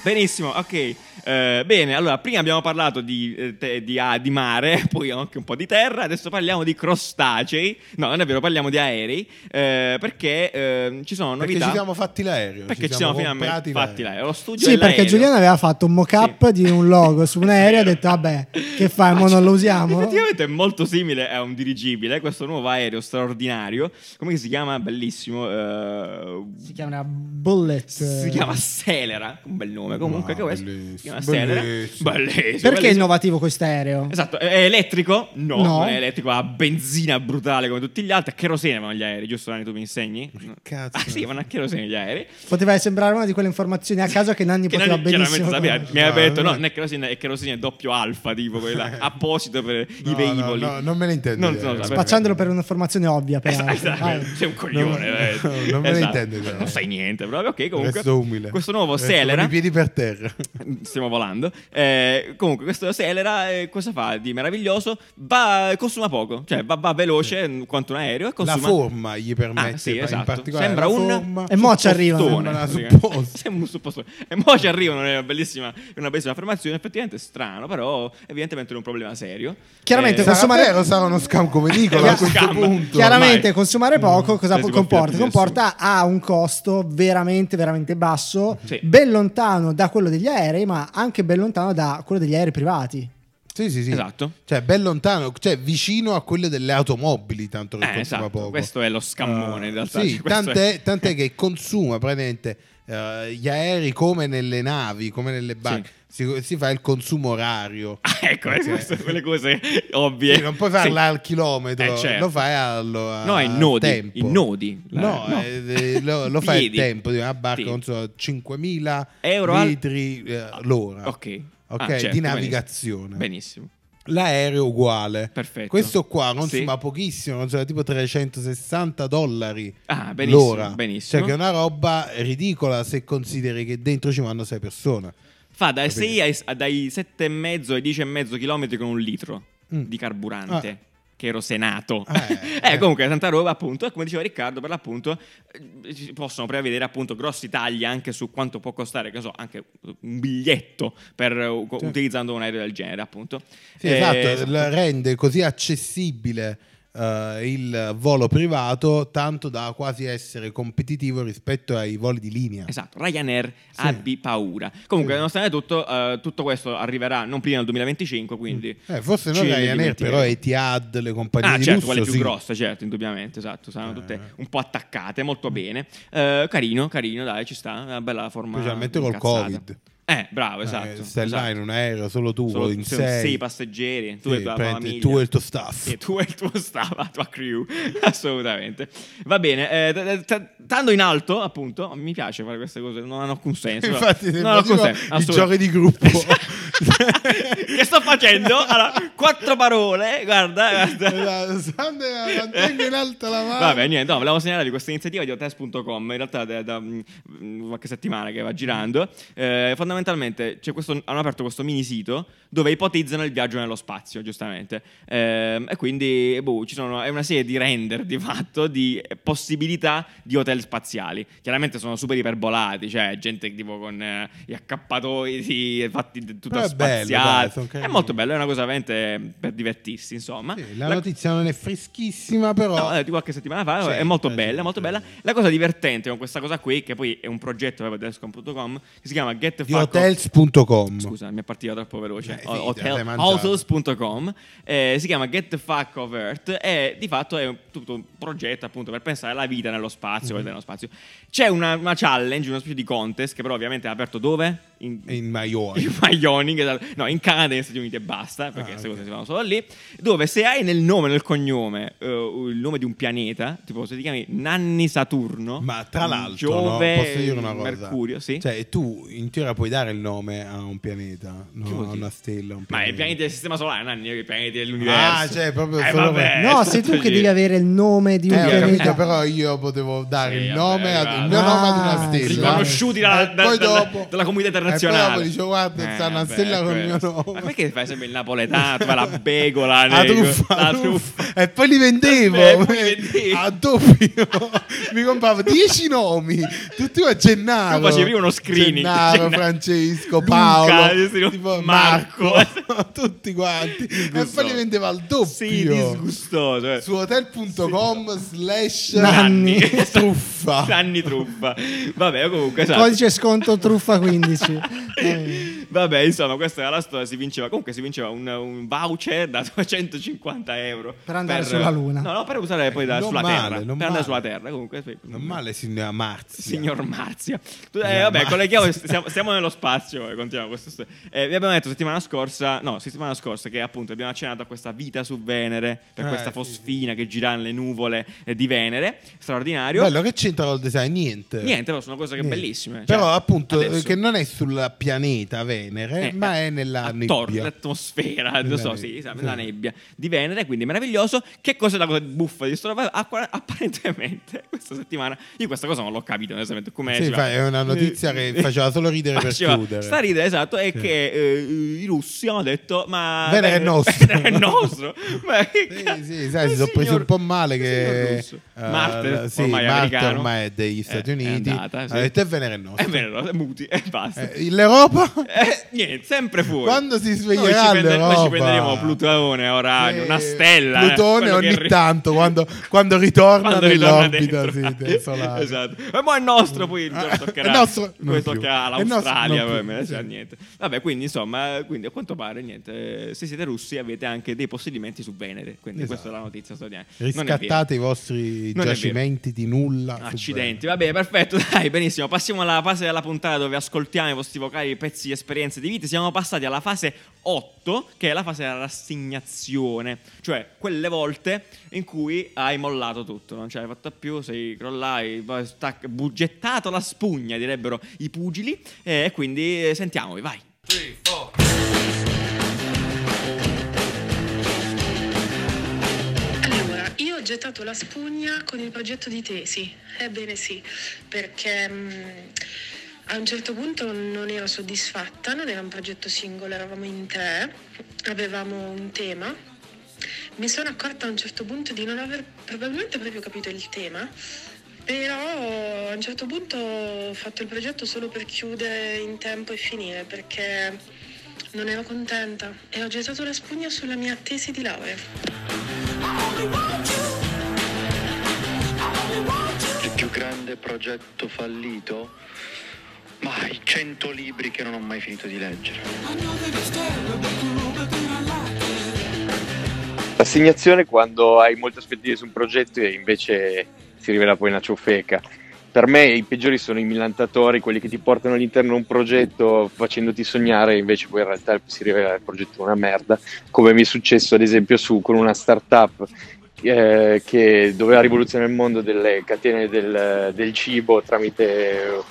[SPEAKER 2] Benissimo, ok. Eh, bene, allora prima abbiamo parlato di, eh, te- di a- di mare, [laughs] poi anche un po' di terra, adesso parliamo di crostacei. No, non è vero, parliamo di aerei, eh, perché eh, ci sono
[SPEAKER 3] Perché
[SPEAKER 2] novità.
[SPEAKER 3] ci siamo fatti l'aereo.
[SPEAKER 2] Perché ci siamo, finalmente
[SPEAKER 3] comprati
[SPEAKER 2] fatti
[SPEAKER 3] l'aereo.
[SPEAKER 2] l'aereo. Lo studio
[SPEAKER 4] Sì,
[SPEAKER 2] dell'aereo.
[SPEAKER 4] perché Giuliano aveva fatto un mock-up di un
[SPEAKER 2] [laughs]
[SPEAKER 4] logo su un aereo e ha detto, vabbè, che fai, mo non lo usiamo?
[SPEAKER 2] Effettivamente è molto simile a un dirigibile, questo nuovo aereo straordinario. Come che si chiama? Bellissimo. eh,
[SPEAKER 4] Si chiama Bullet.
[SPEAKER 2] si chiama Celera, un bel nome comunque.
[SPEAKER 3] Ah,
[SPEAKER 2] che questo-
[SPEAKER 3] bellissimo.
[SPEAKER 2] si chiama a Stellere.
[SPEAKER 3] Bellissimo.
[SPEAKER 2] Bellissimo,
[SPEAKER 4] Perché è
[SPEAKER 2] bellissimo.
[SPEAKER 4] innovativo questo aereo?
[SPEAKER 2] Esatto, è è elettrico? No,
[SPEAKER 4] No.
[SPEAKER 2] non è elettrico, ha benzina brutale come tutti gli altri, a cherosene vanno gli aerei, giusto Dani, tu mi insegni?
[SPEAKER 3] cazzo.
[SPEAKER 2] Ah sì, vanno a cherosene gli aerei.
[SPEAKER 4] Poteva sembrare una di quelle informazioni a caso che Nanni
[SPEAKER 2] Che
[SPEAKER 4] poteva
[SPEAKER 2] Dani
[SPEAKER 4] benissimo.
[SPEAKER 2] chiaramente sapeva, mi aveva
[SPEAKER 3] No,
[SPEAKER 2] detto
[SPEAKER 3] no.
[SPEAKER 2] no, non è cherosene, è cherosene doppio alfa, tipo
[SPEAKER 3] [laughs]
[SPEAKER 2] quella apposito per i
[SPEAKER 3] No,
[SPEAKER 2] velivoli.
[SPEAKER 3] no, no, non me ne intendo
[SPEAKER 2] Non
[SPEAKER 3] di
[SPEAKER 2] so,
[SPEAKER 3] aerei.
[SPEAKER 2] vabbè.
[SPEAKER 4] Spacciandolo per un'informazione ovvia, però.
[SPEAKER 2] Esatto, esatto,
[SPEAKER 4] Vai.
[SPEAKER 2] sei un coglione,
[SPEAKER 3] Non-
[SPEAKER 2] eh.
[SPEAKER 3] non me ne
[SPEAKER 2] Esatto,
[SPEAKER 3] intendo di aerei.
[SPEAKER 2] Non sai niente, proprio. Ok, comunque.
[SPEAKER 3] Resto umile.
[SPEAKER 2] Questo nuovo
[SPEAKER 3] Resto
[SPEAKER 2] Selera.
[SPEAKER 3] Con i piedi per terra.
[SPEAKER 2] [laughs] Stiamo volando. Eh, comunque, questo Selera eh, cosa fa di meraviglioso? Va, consuma poco, cioè va, va veloce eh, quanto un aereo e
[SPEAKER 3] La
[SPEAKER 2] consuma.
[SPEAKER 3] forma gli permette
[SPEAKER 2] Ah, sì,
[SPEAKER 3] in
[SPEAKER 2] esatto.
[SPEAKER 3] particolare
[SPEAKER 2] Sembra
[SPEAKER 3] la
[SPEAKER 2] un- Eh,
[SPEAKER 3] forma-
[SPEAKER 4] E mo' ci arriva.
[SPEAKER 2] Suppostone,
[SPEAKER 3] Sembra una
[SPEAKER 2] praticamente. [laughs]
[SPEAKER 3] supposta.
[SPEAKER 2] Sembra un suppostone. E mo' ci arrivano, è una bellissima, è una bellissima affermazione. Effettivamente è strano, però evidentemente è un problema serio.
[SPEAKER 4] Chiaramente
[SPEAKER 2] Eh,
[SPEAKER 3] Sarà
[SPEAKER 4] Consumare-
[SPEAKER 3] vero, sarà uno scam
[SPEAKER 2] [laughs]
[SPEAKER 3] come Nicola
[SPEAKER 2] Uno
[SPEAKER 3] a questo
[SPEAKER 2] scam.
[SPEAKER 3] punto.
[SPEAKER 4] Chiaramente
[SPEAKER 2] ormai. Mm. Cioè,
[SPEAKER 4] consumare poco cosa
[SPEAKER 2] Non si può fidare
[SPEAKER 4] comporta?
[SPEAKER 2] di
[SPEAKER 4] Comporta a un costo veramente veramente basso,
[SPEAKER 2] Sì.
[SPEAKER 4] ben lontano da quello degli aerei, ma anche ben lontano da quello degli aerei privati.
[SPEAKER 3] Sì, sì, sì.
[SPEAKER 2] Esatto.
[SPEAKER 3] Cioè, ben lontano, cioè vicino a quelle delle automobili, tanto che
[SPEAKER 2] Eh,
[SPEAKER 3] consuma
[SPEAKER 2] esatto,
[SPEAKER 3] poco. Eh, Ah,
[SPEAKER 2] questo è lo scammone, in realtà,
[SPEAKER 3] Sì,
[SPEAKER 2] cioè, questo
[SPEAKER 3] tant'è,
[SPEAKER 2] è-
[SPEAKER 3] tant'è che consuma praticamente eh, gli aerei come nelle navi, come nelle banche. Si, si fa il consumo orario.
[SPEAKER 2] Ah,
[SPEAKER 3] [laughs]
[SPEAKER 2] ecco, eh,
[SPEAKER 3] Ok.
[SPEAKER 2] queste sono quelle cose ovvie.
[SPEAKER 3] Sì, non puoi
[SPEAKER 2] Sì.
[SPEAKER 3] farla al chilometro,
[SPEAKER 2] Eh, certo.
[SPEAKER 3] lo fai allo, a-
[SPEAKER 2] No, in
[SPEAKER 3] al
[SPEAKER 2] nodi,
[SPEAKER 3] tempo.
[SPEAKER 2] in nodi. La-
[SPEAKER 3] No,
[SPEAKER 2] no.
[SPEAKER 3] eh, eh, lo,
[SPEAKER 2] [laughs]
[SPEAKER 3] lo fai al
[SPEAKER 2] Piedi.
[SPEAKER 3] tempo di una barca,
[SPEAKER 2] Sì.
[SPEAKER 3] non so, 5.000
[SPEAKER 2] Euro al- Ah,
[SPEAKER 3] litri eh, l'ora.
[SPEAKER 2] Ok.
[SPEAKER 3] Ok,
[SPEAKER 2] Ah, certo,
[SPEAKER 3] di
[SPEAKER 2] benissimo.
[SPEAKER 3] navigazione.
[SPEAKER 2] Benissimo.
[SPEAKER 3] L'aereo uguale.
[SPEAKER 2] Perfetto.
[SPEAKER 3] Questo qua non
[SPEAKER 2] Sì.
[SPEAKER 3] suma pochissimo, non so, tipo 360 dollari
[SPEAKER 2] Ah, benissimo,
[SPEAKER 3] l'ora.
[SPEAKER 2] benissimo.
[SPEAKER 3] Cioè che è una roba ridicola se consideri che dentro ci vanno 6 persone.
[SPEAKER 2] Fa dai
[SPEAKER 3] Capito?
[SPEAKER 2] 6 ai, a- dai 7,5 ai 10,5 km con un litro
[SPEAKER 3] Mm.
[SPEAKER 2] di carburante.
[SPEAKER 3] Ah.
[SPEAKER 2] Che erosenato.
[SPEAKER 3] Ah,
[SPEAKER 2] [laughs] eh,
[SPEAKER 3] eh.
[SPEAKER 2] comunque, tanta roba, appunto. Come diceva Riccardo, per l'appunto, eh, ci possono prevedere appunto grossi tagli anche su quanto può costare, che so, anche un biglietto per, eh, u-
[SPEAKER 3] Sì.
[SPEAKER 2] utilizzando un aereo del genere, appunto.
[SPEAKER 3] Sì,
[SPEAKER 2] Eh,
[SPEAKER 3] esatto, la rende così accessibile eh, il volo privato tanto da quasi essere competitivo rispetto ai voli di linea.
[SPEAKER 2] Esatto, Ryanair
[SPEAKER 3] Sì.
[SPEAKER 2] abbi paura. Comunque,
[SPEAKER 3] Sì.
[SPEAKER 2] nonostante tutto, eh, tutto questo arriverà non prima del 2025, quindi...
[SPEAKER 3] Eh, forse non
[SPEAKER 2] ci
[SPEAKER 3] Ryanair,
[SPEAKER 2] dimenticheremo.
[SPEAKER 3] però Etihad, le compagnie
[SPEAKER 2] Ah,
[SPEAKER 3] di
[SPEAKER 2] certo,
[SPEAKER 3] lusso,
[SPEAKER 2] quelle più
[SPEAKER 3] sì.
[SPEAKER 2] grosse, certo, indubbiamente, esatto, saranno
[SPEAKER 3] Eh.
[SPEAKER 2] tutte un po' attaccate, molto bene. Eh, carino, carino, dai, ci sta, una bella forma.
[SPEAKER 3] Specialmente col
[SPEAKER 2] incazzata.
[SPEAKER 3] Covid.
[SPEAKER 2] Eh, bravo,
[SPEAKER 3] Eh,
[SPEAKER 2] esatto.
[SPEAKER 3] stai là
[SPEAKER 2] esatto.
[SPEAKER 3] in un aereo, solo tu,
[SPEAKER 2] Solo
[SPEAKER 3] in
[SPEAKER 2] se-
[SPEAKER 3] sei.
[SPEAKER 2] sei passeggeri, tu e
[SPEAKER 3] Sì,
[SPEAKER 2] tua
[SPEAKER 3] prendi
[SPEAKER 2] famiglia.
[SPEAKER 3] tu e il tuo staff. [laughs]
[SPEAKER 2] Sì, tu e il tuo staff, la tua crew, [laughs] assolutamente. Va bene, eh, t- t- stando in alto, appunto, mi piace fare queste cose, non hanno alcun senso.
[SPEAKER 3] Infatti,
[SPEAKER 2] non
[SPEAKER 3] se
[SPEAKER 2] hanno alcun
[SPEAKER 3] facevo
[SPEAKER 2] senso.
[SPEAKER 3] i
[SPEAKER 2] assolutamente.
[SPEAKER 3] giochi di
[SPEAKER 2] [laughs]
[SPEAKER 3] gruppo.
[SPEAKER 2] che sto facendo? Allora, quattro parole, guarda, guarda.
[SPEAKER 3] Esatto, Sande, mantengo in alto la mano.
[SPEAKER 2] Vabbè, niente, no, volevo segnalare di questa iniziativa di hotels.com, in realtà da, da, mm, qualche settimana che va girando. Eh, fondamentalmente c'è questo- hanno aperto questo mini sito dove ipotizzano il viaggio nello spazio, giustamente. Ehm, e quindi boh, ci sono, è una serie di render di fatto di possibilità di hotel spaziali. Chiaramente sono super iperbolati, cioè gente tipo con eh, gli accappatoi sì, fatti d- tutto
[SPEAKER 3] Però è bello,
[SPEAKER 2] spaziale.
[SPEAKER 3] dai, sono
[SPEAKER 2] è
[SPEAKER 3] carini.
[SPEAKER 2] molto bello, è una cosa veramente per divertirsi, insomma.
[SPEAKER 3] Sì, la
[SPEAKER 2] La-
[SPEAKER 3] notizia non è freschissima, però...
[SPEAKER 2] No, eh, di qualche settimana fa
[SPEAKER 3] Certo,
[SPEAKER 2] è molto
[SPEAKER 3] eh,
[SPEAKER 2] bella,
[SPEAKER 3] sì,
[SPEAKER 2] molto
[SPEAKER 3] sì,
[SPEAKER 2] bella.
[SPEAKER 3] sì.
[SPEAKER 2] La cosa divertente con questa cosa qui, che poi è un progetto proprio di hotels.com, che si chiama Get
[SPEAKER 3] Di
[SPEAKER 2] Fuck Off-
[SPEAKER 3] hotels.com.
[SPEAKER 2] Scusa, mi è partita troppo veloce.
[SPEAKER 3] Eh, sì,
[SPEAKER 2] O-
[SPEAKER 3] te
[SPEAKER 2] hotel-
[SPEAKER 3] l'hai mangiata.
[SPEAKER 2] Hotels.com eh, si chiama Get the Fuck Off Earth e di fatto è un- tutto un progetto appunto per pensare alla vita nello spazio,
[SPEAKER 3] Mm-hmm.
[SPEAKER 2] guardare nello spazio. C'è una, una challenge, una specie di contest che però ovviamente è aperto dove? In,
[SPEAKER 3] In
[SPEAKER 2] [laughs]
[SPEAKER 3] Maiori.
[SPEAKER 2] in Wyoming, esatto. no, in Canada e negli Stati Uniti e basta, perché
[SPEAKER 3] Ah,
[SPEAKER 2] queste
[SPEAKER 3] ok.
[SPEAKER 2] cose si fanno solo lì. Dove se hai nel nome, nel cognome, eh, il nome di un pianeta, tipo se ti chiami Nanni Saturno,
[SPEAKER 3] Ma tra l'altro, no,
[SPEAKER 2] Giove,
[SPEAKER 3] posso dire una cosa?
[SPEAKER 2] Mercurio, sì.
[SPEAKER 3] Cioè, tu in teoria puoi dare il nome a un pianeta, no,
[SPEAKER 2] Che vuol
[SPEAKER 3] a
[SPEAKER 2] dire?
[SPEAKER 3] una stella, a un
[SPEAKER 2] ma
[SPEAKER 3] pianeta.
[SPEAKER 2] i pianeti del sistema solare, Nanni, i pianeti dell'universo.
[SPEAKER 3] eh. Ah, cioè, proprio
[SPEAKER 2] Eh,
[SPEAKER 3] solo
[SPEAKER 2] vabbè,
[SPEAKER 3] per-
[SPEAKER 4] no,
[SPEAKER 2] è
[SPEAKER 4] sei tu
[SPEAKER 2] stato
[SPEAKER 4] che
[SPEAKER 2] giro.
[SPEAKER 4] devi avere il nome di un
[SPEAKER 3] Eh, ho
[SPEAKER 4] pianeta.
[SPEAKER 3] capito, però io potevo dare
[SPEAKER 2] Sì,
[SPEAKER 3] il
[SPEAKER 2] vabbè,
[SPEAKER 3] nome, ad,
[SPEAKER 2] arrivato.
[SPEAKER 3] il mio nome ad
[SPEAKER 4] Ah,
[SPEAKER 3] una stella.
[SPEAKER 2] riconosciuti dalla-
[SPEAKER 3] E
[SPEAKER 2] da-
[SPEAKER 3] Esatto. Eh, poi
[SPEAKER 2] dalla-
[SPEAKER 3] dopo-
[SPEAKER 2] dalla comunità
[SPEAKER 3] E
[SPEAKER 2] internazionale.
[SPEAKER 3] poi dopo dicevo, guarda,
[SPEAKER 2] Eh,
[SPEAKER 3] sta una
[SPEAKER 2] vabbè,
[SPEAKER 3] stella con il
[SPEAKER 2] quello.
[SPEAKER 3] mio nome.
[SPEAKER 2] Ma perché fai sempre il napoletano, tu fai
[SPEAKER 3] [laughs]
[SPEAKER 2] la begola,
[SPEAKER 3] La
[SPEAKER 2] nego? [laughs]
[SPEAKER 3] truffa,
[SPEAKER 2] La
[SPEAKER 3] la
[SPEAKER 2] truffa.
[SPEAKER 3] truffa. E poi li vendevo
[SPEAKER 2] Eh, poi li vendevi.
[SPEAKER 3] a doppio. Mi compravo 10 nomi, tutti a Gennaro.
[SPEAKER 2] Tu facevi uno screening.
[SPEAKER 3] Gennaro,
[SPEAKER 2] Gennaro.
[SPEAKER 3] Francesco,
[SPEAKER 2] Luca,
[SPEAKER 3] Paolo,
[SPEAKER 2] sì, no,
[SPEAKER 3] tipo
[SPEAKER 2] Marco.
[SPEAKER 3] Marco, [laughs] tutti quanti. E poi li vendeva al doppio.
[SPEAKER 2] Sì, disgustoso. eh.
[SPEAKER 3] Su hotel.com slash
[SPEAKER 4] Nanni.
[SPEAKER 3] [laughs]
[SPEAKER 2] [laughs]
[SPEAKER 3] truffa.
[SPEAKER 2] Nanni truffa. Vabbè, comunque esatto. [laughs]
[SPEAKER 4] Codice sconto truffa 15. Eh.
[SPEAKER 2] Vabbè, insomma, questa era la storia. Si vinceva, comunque, si vinceva un, un voucher da [laughs] 250 euro
[SPEAKER 4] Per andare sulla Luna.
[SPEAKER 2] No, no, per usare poi da,
[SPEAKER 3] Non
[SPEAKER 2] sulla
[SPEAKER 3] male,
[SPEAKER 2] Terra. Per
[SPEAKER 3] non
[SPEAKER 2] andare
[SPEAKER 3] male.
[SPEAKER 2] sulla Terra, comunque. sì.
[SPEAKER 3] Non male, signor Marzia.
[SPEAKER 2] Signor Marzia, Tu- eh,
[SPEAKER 3] Signor
[SPEAKER 2] vabbè,
[SPEAKER 3] Marzia.
[SPEAKER 2] colleghiamo, siamo, siamo nello spazio e continuiamo questa storia. Eh, vi abbiamo detto settimana scorsa, no, settimana scorsa che appunto abbiamo accennato a questa vita su Venere, per
[SPEAKER 3] Eh,
[SPEAKER 2] questa
[SPEAKER 3] sì,
[SPEAKER 2] fosfina che gira nelle nuvole eh, di Venere, straordinario.
[SPEAKER 3] Bello, che c'entra col design? Niente.
[SPEAKER 2] Niente, però sono cose che
[SPEAKER 3] Niente.
[SPEAKER 2] bellissime. cioè,
[SPEAKER 3] Però appunto eh,
[SPEAKER 2] adesso-
[SPEAKER 3] che non è sul pianeta Venere,
[SPEAKER 2] Eh,
[SPEAKER 3] ma
[SPEAKER 2] eh,
[SPEAKER 3] è nella
[SPEAKER 2] attorno,
[SPEAKER 3] nebbia.
[SPEAKER 2] l'atmosfera, lo
[SPEAKER 3] Nella
[SPEAKER 2] so,
[SPEAKER 3] nebbia.
[SPEAKER 2] sì, esatto, nella nebbia di Venere, quindi meraviglioso. Che cosa è la cosa buffa di sto roba? Acqua- Apparentemente [laughs] questa settimana io questa cosa non l'ho capito, onestamente, come
[SPEAKER 3] Sì,
[SPEAKER 2] cioè-
[SPEAKER 3] fa- è una notizia che faceva solo ridere per
[SPEAKER 2] Faceva-
[SPEAKER 3] chiudere.
[SPEAKER 2] Sta ridere, esatto, è
[SPEAKER 3] Sì.
[SPEAKER 2] che eh, i russi hanno detto ma
[SPEAKER 3] Venere è nostro.
[SPEAKER 2] Venere è
[SPEAKER 3] [laughs]
[SPEAKER 2] nostro. ma che [laughs]
[SPEAKER 3] Sì,
[SPEAKER 2] cazzo-
[SPEAKER 3] sì, sai, si
[SPEAKER 2] il
[SPEAKER 3] sono presi
[SPEAKER 2] Eh, signor-
[SPEAKER 3] un po' male
[SPEAKER 2] il
[SPEAKER 3] che
[SPEAKER 2] signor russo.
[SPEAKER 3] eh,
[SPEAKER 2] Marte,
[SPEAKER 3] sì,
[SPEAKER 2] ormai
[SPEAKER 3] Marte
[SPEAKER 2] americano.
[SPEAKER 3] ormai è degli
[SPEAKER 2] Eh,
[SPEAKER 3] Stati
[SPEAKER 2] è
[SPEAKER 3] Uniti.
[SPEAKER 2] andata, sì.
[SPEAKER 3] Ha detto, "E Venere è nostro".
[SPEAKER 2] È vero, muti e basta. [laughs]
[SPEAKER 3] Eh, l'Europa?
[SPEAKER 2] Eh, niente, sempre fuori.
[SPEAKER 3] Quando si sveglierà
[SPEAKER 2] noi ci, noi ci
[SPEAKER 3] l'Europa?
[SPEAKER 2] prenderemo Plutone, Orane,
[SPEAKER 3] Eh,
[SPEAKER 2] Ah, una stella.
[SPEAKER 3] Plutone
[SPEAKER 2] quello che
[SPEAKER 3] ogni
[SPEAKER 2] ri-
[SPEAKER 3] tanto quando, quando ritorna
[SPEAKER 2] quando ritorna
[SPEAKER 3] nell'orbita
[SPEAKER 2] dentro. [laughs]
[SPEAKER 3] sì, del solare.
[SPEAKER 2] esatto. E mo' è nostro, poi il giorno
[SPEAKER 3] Ah,
[SPEAKER 2] toccherà,
[SPEAKER 3] è nostro, non
[SPEAKER 2] poi
[SPEAKER 3] più.
[SPEAKER 2] toccherà
[SPEAKER 3] È
[SPEAKER 2] all'Australia.
[SPEAKER 3] nostro, non
[SPEAKER 2] poi
[SPEAKER 3] più,
[SPEAKER 2] me ne sa
[SPEAKER 3] sì.
[SPEAKER 2] niente. Vabbè, quindi insomma, quindi, a quanto pare, niente, eh, se siete russi avete anche dei possedimenti su Venere. Quindi
[SPEAKER 3] Esatto.
[SPEAKER 2] questa è la notizia storica. Non è vero.
[SPEAKER 3] Riscattate i vostri
[SPEAKER 2] Non è vero.
[SPEAKER 3] giacimenti di nulla. su
[SPEAKER 2] Accidenti, va bene, perfetto, [laughs] dai, benissimo. Passiamo alla fase della puntata dove ascoltiamo i vostri vocali, pezzi, esperienze di vita. Siamo passati alla fase 8, che è la fase della rassegnazione, cioè quelle volte in cui hai mollato tutto, non ce l'hai fatta più, sei crollai, poi stac- bu- gettato la spugna, direbbero i pugili, e quindi eh, sentiamovi, vai.
[SPEAKER 5] Allora, io ho gettato la spugna con il progetto di tesi, ebbene sì, perché mh, a un certo punto non ero soddisfatta, non era un progetto singolo, eravamo in tre, avevamo un tema. Mi sono accorta a un certo punto di non aver probabilmente proprio capito il tema, però a un certo punto ho fatto il progetto solo per chiudere in tempo e finire, perché non ero contenta e ho gettato la spugna sulla mia tesi di laurea.
[SPEAKER 11] Il più grande progetto fallito? Ma i 100 libri che non ho mai finito di leggere.
[SPEAKER 6] L'assegnazione quando hai molte aspettative su un progetto e invece si rivela poi una ciofeca. Per me i peggiori sono i millantatori, quelli che ti portano all'interno di un progetto facendoti sognare e invece poi in realtà si rivela il progetto una merda, come mi è successo ad esempio su, con una startup eh, che doveva rivoluzionare il mondo delle catene del, del cibo tramite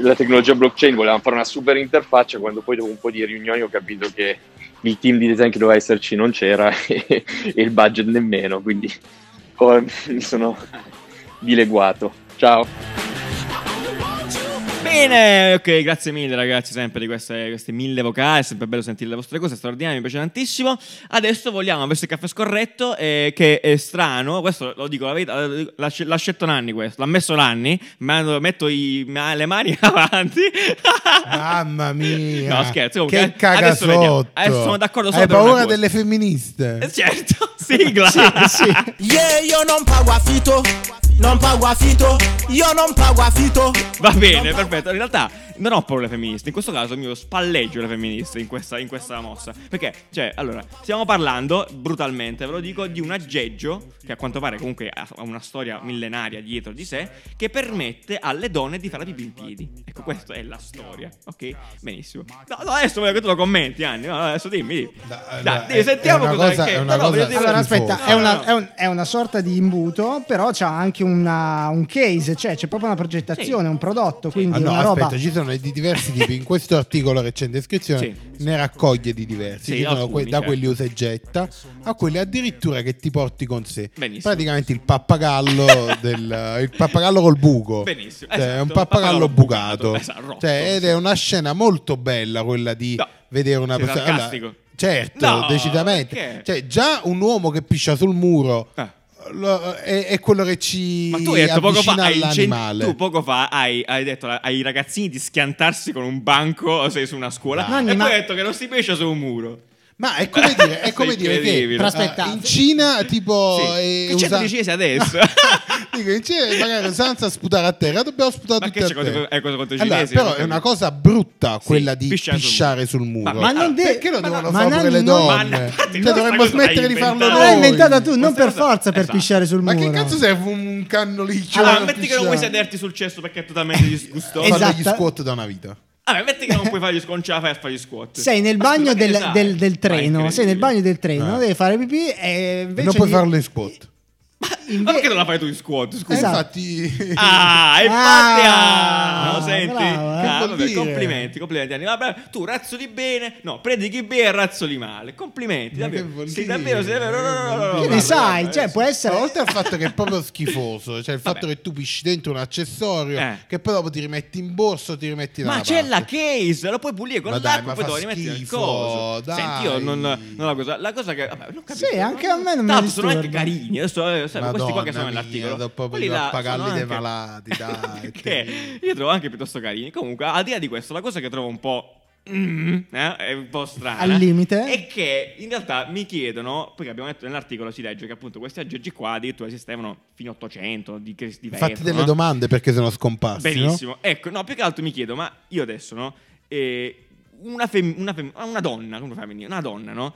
[SPEAKER 6] la tecnologia blockchain, volevamo fare una super interfaccia quando poi dopo un po' di riunioni ho capito che il team di design che doveva esserci non c'era [laughs] e, e il budget nemmeno, quindi [laughs] ho- mi sono dileguato. Ciao.
[SPEAKER 2] Bene, ok, grazie mille ragazzi sempre di queste, queste mille vocali, è sempre bello sentire le vostre cose, straordinarie, mi piace tantissimo. Adesso vogliamo verso il caffè scorretto, eh, che è strano, questo lo dico, la verità, lo dico, l'ha, sce- l'ha scelto Nanni questo, l'ha messo Nanni, ma metto i- ma- le mani [laughs] avanti.
[SPEAKER 3] Twitter. Mamma mia,
[SPEAKER 2] No, scherzo, comunque,
[SPEAKER 3] che
[SPEAKER 2] adesso vediamo.
[SPEAKER 3] cagasotto.
[SPEAKER 2] Adesso sono d'accordo solo
[SPEAKER 3] Hai
[SPEAKER 2] per una
[SPEAKER 3] paura
[SPEAKER 2] cosa.
[SPEAKER 3] delle femministe?
[SPEAKER 2] Eh, certo, [laughs] sigla.
[SPEAKER 12] Yeah, io non pago affitto, non pago affitto, io non pago affitto.
[SPEAKER 2] [laughs] Va bene, perfetto. In realtà non ho paura delle femministe. In questo caso mi spalleggio le femministe in questa, in questa mossa. Perché, cioè, allora, stiamo parlando brutalmente, ve lo dico, di un aggeggio che a quanto pare comunque ha ha una storia millenaria dietro di sé, che permette alle donne di fare la pipì in piedi. Ecco, questa è la storia, ok? Benissimo. No, no, adesso voglio che tu lo commenti, Anni. No, adesso dimmi. dimmi. Dai,
[SPEAKER 3] dai,
[SPEAKER 2] dai, sentiamo
[SPEAKER 3] eh, è una
[SPEAKER 2] cosa,
[SPEAKER 3] cosa-
[SPEAKER 2] che...
[SPEAKER 3] è una
[SPEAKER 2] no, no,
[SPEAKER 3] cosa
[SPEAKER 2] voglio dire- Ah,
[SPEAKER 4] Allora,
[SPEAKER 3] Schifo.
[SPEAKER 4] aspetta, è una, è un- è una sorta di imbuto, però c'ha anche una- un case, cioè c'è proprio una progettazione, un prodotto, quindi
[SPEAKER 3] Ah, no,
[SPEAKER 4] una roba.
[SPEAKER 3] aspetta, ci sono di diversi tipi. In questo articolo che c'è in descrizione ne raccoglie di diversi.
[SPEAKER 2] Sì,
[SPEAKER 3] Ci sono
[SPEAKER 2] alcuni,
[SPEAKER 3] que- da
[SPEAKER 2] certo.
[SPEAKER 3] quelli usa e getta a quelli addirittura che ti porti con sé.
[SPEAKER 2] Benissimo.
[SPEAKER 3] Praticamente il pappagallo del il pappagallo col buco.
[SPEAKER 2] Benissimo,
[SPEAKER 3] Cioè,
[SPEAKER 2] esatto,
[SPEAKER 3] è un pappagallo,
[SPEAKER 2] pappagallo
[SPEAKER 3] bucato.
[SPEAKER 2] bucato, esatto, rotto,
[SPEAKER 3] Cioè, ed è una scena molto bella quella di
[SPEAKER 2] No.
[SPEAKER 3] vedere una
[SPEAKER 2] Sei
[SPEAKER 3] persona Allora,
[SPEAKER 2] sarcastico.
[SPEAKER 3] Certo,
[SPEAKER 2] No,
[SPEAKER 3] decisamente.
[SPEAKER 2] perché?
[SPEAKER 3] Cioè, già un uomo che piscia sul muro
[SPEAKER 2] Ah.
[SPEAKER 3] lo- è, è quello che ci
[SPEAKER 2] Ma tu hai detto poco fa,
[SPEAKER 3] avvicina
[SPEAKER 2] hai,
[SPEAKER 3] all'animale.
[SPEAKER 2] tu poco fa hai, hai detto la- ai ragazzini di schiantarsi con un banco o sei su una scuola
[SPEAKER 4] Dai.
[SPEAKER 2] e
[SPEAKER 4] Nonni,
[SPEAKER 2] poi
[SPEAKER 4] ma-
[SPEAKER 2] hai detto che non si pesce su un muro.
[SPEAKER 3] Ma è come
[SPEAKER 2] [laughs]
[SPEAKER 3] dire, è come dire che
[SPEAKER 2] Incredibile.
[SPEAKER 3] eh,
[SPEAKER 2] Aspetta.
[SPEAKER 3] in Cina tipo...
[SPEAKER 4] Oh,
[SPEAKER 2] Sì.
[SPEAKER 3] eh,
[SPEAKER 2] Che c'è
[SPEAKER 3] usa-
[SPEAKER 2] di cinese
[SPEAKER 4] [laughs]
[SPEAKER 2] adesso?
[SPEAKER 3] [laughs]
[SPEAKER 4] Cioè,
[SPEAKER 3] Dico, in Cina magari usanza sputare a terra, dobbiamo sputare
[SPEAKER 2] Ma
[SPEAKER 3] tutti
[SPEAKER 2] che
[SPEAKER 3] a
[SPEAKER 2] c'è contro-
[SPEAKER 3] terra.
[SPEAKER 2] è cosa contro i
[SPEAKER 3] Allora,
[SPEAKER 2] cinesi?
[SPEAKER 3] però
[SPEAKER 2] Non
[SPEAKER 3] è una
[SPEAKER 2] capisco.
[SPEAKER 3] cosa brutta quella di
[SPEAKER 2] pisciare
[SPEAKER 3] pisciare,
[SPEAKER 2] sul
[SPEAKER 3] sul muro.
[SPEAKER 2] Ma- ma non
[SPEAKER 4] de-
[SPEAKER 3] perché lo
[SPEAKER 4] ma
[SPEAKER 3] devono
[SPEAKER 4] no, ma
[SPEAKER 3] fare pure
[SPEAKER 4] non-
[SPEAKER 3] le
[SPEAKER 4] ma
[SPEAKER 3] donne?
[SPEAKER 4] no,
[SPEAKER 3] Cioè, dovremmo
[SPEAKER 2] cosa l'hai
[SPEAKER 3] smettere di farlo
[SPEAKER 2] inventata?
[SPEAKER 4] Ma l'hai
[SPEAKER 3] noi.
[SPEAKER 4] inventata tu, non per forza per
[SPEAKER 2] Esatto.
[SPEAKER 4] pisciare sul
[SPEAKER 3] Ma
[SPEAKER 4] muro.
[SPEAKER 3] che cazzo serve un cannoliccio?
[SPEAKER 2] Allora,
[SPEAKER 3] per
[SPEAKER 2] Cioè, metti che non vuoi
[SPEAKER 3] pisciare?
[SPEAKER 2] sederti sul cesso perché è totalmente disgustoso.
[SPEAKER 3] Fanno gli
[SPEAKER 4] Esatto.
[SPEAKER 3] squat da una vita.
[SPEAKER 2] Vabbè, metti che non puoi fare gli sconci, non ce la fai a fare gli squat.
[SPEAKER 4] Sei nel
[SPEAKER 2] Ma
[SPEAKER 4] bagno
[SPEAKER 2] scusa, che
[SPEAKER 4] del,
[SPEAKER 2] ne sai?
[SPEAKER 4] del- del
[SPEAKER 2] Ma è
[SPEAKER 4] treno, sei nel
[SPEAKER 2] incredibile.
[SPEAKER 4] bagno del treno,
[SPEAKER 3] Eh.
[SPEAKER 4] devi fare pipì e invece
[SPEAKER 3] non puoi
[SPEAKER 4] di-
[SPEAKER 3] farlo in squat.
[SPEAKER 2] Ma perché non la fai tu in squat? Scusa.
[SPEAKER 3] Eh,
[SPEAKER 4] Esatto.
[SPEAKER 3] infatti...
[SPEAKER 2] Ah, infatti,
[SPEAKER 4] Ah,
[SPEAKER 2] ah, lo senti?
[SPEAKER 4] bravo, eh.
[SPEAKER 2] Ah,
[SPEAKER 3] Che vuol
[SPEAKER 2] vabbè,
[SPEAKER 3] dire?
[SPEAKER 2] complimenti, complimenti. Anni. Vabbè, tu razzoli bene, no, predichi bene e razzoli male. Complimenti,
[SPEAKER 3] Ma che
[SPEAKER 2] davvero.
[SPEAKER 3] vuol
[SPEAKER 2] Sei
[SPEAKER 3] dire?
[SPEAKER 2] davvero, sei davvero. No, no, no, no, no,
[SPEAKER 4] Che
[SPEAKER 2] guarda, eh,
[SPEAKER 4] ne sai?
[SPEAKER 2] guarda,
[SPEAKER 4] cioè,
[SPEAKER 2] adesso.
[SPEAKER 4] può essere.
[SPEAKER 3] Ma oltre al fatto che è proprio schifoso, cioè il fatto che tu pisci dentro un accessorio
[SPEAKER 2] Eh.
[SPEAKER 3] che poi dopo ti rimetti in borso, ti rimetti da
[SPEAKER 2] Ma
[SPEAKER 3] una
[SPEAKER 2] c'è
[SPEAKER 3] parte.
[SPEAKER 2] la case, lo puoi pulire con
[SPEAKER 3] Ma dai,
[SPEAKER 2] l'acqua
[SPEAKER 3] ma
[SPEAKER 2] e poi
[SPEAKER 3] fa
[SPEAKER 2] lo rimetti nel
[SPEAKER 3] schifo,
[SPEAKER 2] coso.
[SPEAKER 3] dai.
[SPEAKER 2] Senti, io non, non la cosa, la cosa che vabbè, non capisco.
[SPEAKER 4] Sì, anche a me non mi
[SPEAKER 2] Tanto sono
[SPEAKER 4] disturba.
[SPEAKER 2] anche carini, adesso eh, sai, questi qua che sono
[SPEAKER 3] Madonna mia,
[SPEAKER 2] nell'articolo.
[SPEAKER 3] dopo
[SPEAKER 2] Quelli
[SPEAKER 3] voglio
[SPEAKER 2] là
[SPEAKER 3] appagarli
[SPEAKER 2] sono
[SPEAKER 3] dei
[SPEAKER 2] anche-
[SPEAKER 3] malati,
[SPEAKER 2] [laughs]
[SPEAKER 3] dai,
[SPEAKER 2] Perché io trovo anche piuttosto carini. Comunque, al di là di questo, la cosa che trovo un po' mm, eh, è un po' strana.
[SPEAKER 4] Al limite.
[SPEAKER 2] È che in realtà mi chiedono, perché abbiamo detto nell'articolo si legge che appunto questi aggeggi qua addirittura esistevano fino all'800 di, di
[SPEAKER 3] Fatti
[SPEAKER 2] vetro,
[SPEAKER 3] delle
[SPEAKER 2] no?
[SPEAKER 3] domande perché sono
[SPEAKER 4] Ah,
[SPEAKER 3] scomparsi.
[SPEAKER 2] Benissimo. Ecco, no, più che altro mi chiedo, ma io adesso, no? Eh, una, fem- una, fem- ah, una donna, come femminile, una donna, no?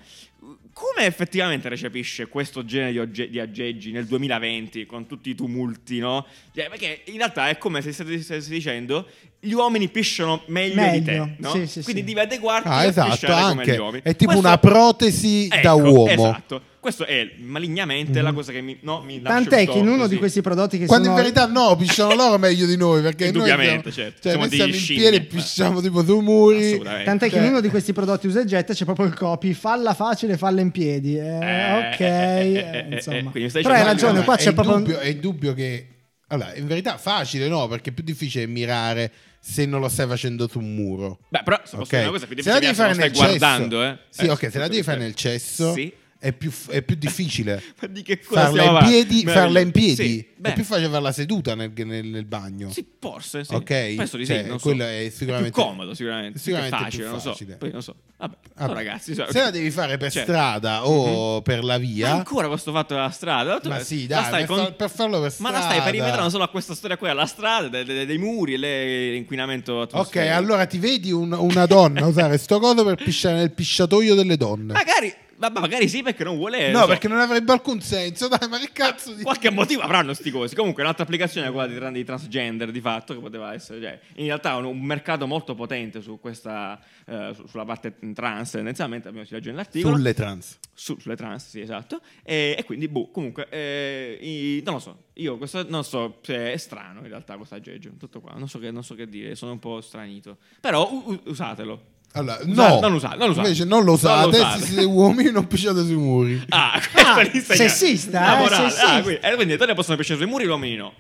[SPEAKER 2] Come effettivamente recepisce questo genere di, ogge- di aggeggi nel 2020 con tutti i tumulti, no? Cioè, perché in realtà è come se stessi stessi dicendo gli uomini pisciano meglio, di te,
[SPEAKER 4] Meglio,
[SPEAKER 2] no?
[SPEAKER 4] sì, sì,
[SPEAKER 2] Quindi
[SPEAKER 4] sì.
[SPEAKER 2] devi adeguarti
[SPEAKER 3] Ah,
[SPEAKER 2] a
[SPEAKER 3] esatto,
[SPEAKER 2] pisciare come gli
[SPEAKER 3] anche.
[SPEAKER 2] uomini.
[SPEAKER 3] È tipo
[SPEAKER 2] Questo-
[SPEAKER 3] una protesi da
[SPEAKER 2] Ecco,
[SPEAKER 3] uomo.
[SPEAKER 2] Esatto. Questo è malignamente la cosa che mi, no, mi lascia
[SPEAKER 4] Mm-hmm. Tant'è
[SPEAKER 2] un po'
[SPEAKER 4] che in uno
[SPEAKER 2] così.
[SPEAKER 4] di questi prodotti che
[SPEAKER 3] Quando
[SPEAKER 4] sono.
[SPEAKER 3] in verità no, pisciano loro meglio di noi perché noi
[SPEAKER 2] Indubbiamente,
[SPEAKER 3] siamo,
[SPEAKER 2] certo.
[SPEAKER 3] cioè,
[SPEAKER 2] Siamo
[SPEAKER 3] noi
[SPEAKER 2] degli
[SPEAKER 3] siamo in
[SPEAKER 2] scimmie.
[SPEAKER 3] piedi e pisciamo tipo sui muri.
[SPEAKER 2] Assolutamente.
[SPEAKER 4] Tant'è che
[SPEAKER 3] Cioè-
[SPEAKER 4] in uno di questi prodotti usa e getta c'è proprio il copy, falla facile, falla in piedi. Eh,
[SPEAKER 2] Eh,
[SPEAKER 4] ok,
[SPEAKER 2] eh, eh,
[SPEAKER 4] eh,
[SPEAKER 2] eh, eh,
[SPEAKER 4] insomma.
[SPEAKER 2] quindi mi stai
[SPEAKER 4] Però hai
[SPEAKER 2] dicendo-
[SPEAKER 4] ragione, qua
[SPEAKER 3] Allora,
[SPEAKER 4] c'è
[SPEAKER 3] è
[SPEAKER 4] proprio.
[SPEAKER 3] indubbio- È indubbio che... Allora, in verità facile no, perché è più difficile mirare se non lo stai facendo su un muro.
[SPEAKER 2] Beh, però se
[SPEAKER 3] Ok.
[SPEAKER 2] posso dire una cosa più
[SPEAKER 3] se la
[SPEAKER 2] difficile
[SPEAKER 3] devi
[SPEAKER 2] se non
[SPEAKER 3] fare
[SPEAKER 2] stai
[SPEAKER 3] nel cesso,
[SPEAKER 2] guardando, eh.
[SPEAKER 3] sì,
[SPEAKER 2] Eh,
[SPEAKER 3] ok, se la devi
[SPEAKER 2] scusa,
[SPEAKER 3] fare nel cesso
[SPEAKER 2] Sì.
[SPEAKER 3] è, più, è
[SPEAKER 2] [laughs]
[SPEAKER 3] più difficile.
[SPEAKER 2] Ma di che cosa
[SPEAKER 3] farla
[SPEAKER 2] stiamo
[SPEAKER 3] in
[SPEAKER 2] parlando?
[SPEAKER 3] piedi,
[SPEAKER 2] Meraviglia.
[SPEAKER 3] farla in piedi.
[SPEAKER 2] Sì,
[SPEAKER 3] è
[SPEAKER 2] beh.
[SPEAKER 3] più facile farla seduta nel, nel- nel bagno.
[SPEAKER 2] Sì, forse, sì.
[SPEAKER 3] Ok?
[SPEAKER 2] Penso di
[SPEAKER 3] Cioè,
[SPEAKER 2] sì, non so.
[SPEAKER 3] quello è sicuramente-
[SPEAKER 2] più comodo, sicuramente.
[SPEAKER 3] Sicuramente
[SPEAKER 2] Più
[SPEAKER 3] è
[SPEAKER 2] facile,
[SPEAKER 3] più
[SPEAKER 2] non so.
[SPEAKER 3] facile.
[SPEAKER 2] Poi non so. Vabbè,
[SPEAKER 3] Vabbè.
[SPEAKER 2] no, ragazzi, so-
[SPEAKER 3] se la devi fare per
[SPEAKER 2] Cioè, Mhm.
[SPEAKER 3] strada o per
[SPEAKER 2] ma
[SPEAKER 3] la via,
[SPEAKER 2] ancora questo fatto della strada? Tu-
[SPEAKER 3] Ma sì,
[SPEAKER 2] la
[SPEAKER 3] dai,
[SPEAKER 2] stai
[SPEAKER 3] per fa- per farlo per
[SPEAKER 2] Ma la stai
[SPEAKER 3] strada.
[SPEAKER 2] perimetrando solo a questa storia qui, alla strada, de- de- dei muri, le- l'inquinamento
[SPEAKER 3] ok,
[SPEAKER 2] atmosferico.
[SPEAKER 3] allora ti vedi un- una donna usare sto coso per pisciare nel pisciatoio
[SPEAKER 2] [laughs]
[SPEAKER 3] delle donne.
[SPEAKER 2] Magari, ma- ma magari sì, perché non vuole... Eh,
[SPEAKER 3] No,
[SPEAKER 2] so,
[SPEAKER 3] perché non avrebbe alcun senso. Dai, ma che cazzo di.
[SPEAKER 2] Qualche motivo avranno sti cosi. Comunque, un'altra applicazione è quella di, tran- di transgender, di fatto, che poteva essere. cioè, in realtà un, un mercato molto potente su questa, eh, su- sulla parte trans, tendenzialmente, abbiamo si legge nell'articolo.
[SPEAKER 3] Sulle trans.
[SPEAKER 2] Su- sulle trans, sì, esatto. E, e quindi, boh, comunque, eh, i- non lo so. Io questo non so, se è strano in realtà questo aggeggio, tutto qua. Non so, che, non so che dire, sono un po' stranito. Però u- u- usatelo.
[SPEAKER 3] Allora,
[SPEAKER 2] Usate-
[SPEAKER 3] no,
[SPEAKER 2] non usate, non usate.
[SPEAKER 3] Invece non lo
[SPEAKER 2] Non
[SPEAKER 3] usate,
[SPEAKER 2] lo usate.
[SPEAKER 3] se siete uomini non pisciate sui muri.
[SPEAKER 2] Ah, [laughs] questo è l'insegnante.
[SPEAKER 4] sessista,
[SPEAKER 2] La
[SPEAKER 4] eh,
[SPEAKER 2] morale.
[SPEAKER 4] sessista.
[SPEAKER 2] Ah, quindi, eh, quindi le donne possono pisciare sui muri, gli uomini no.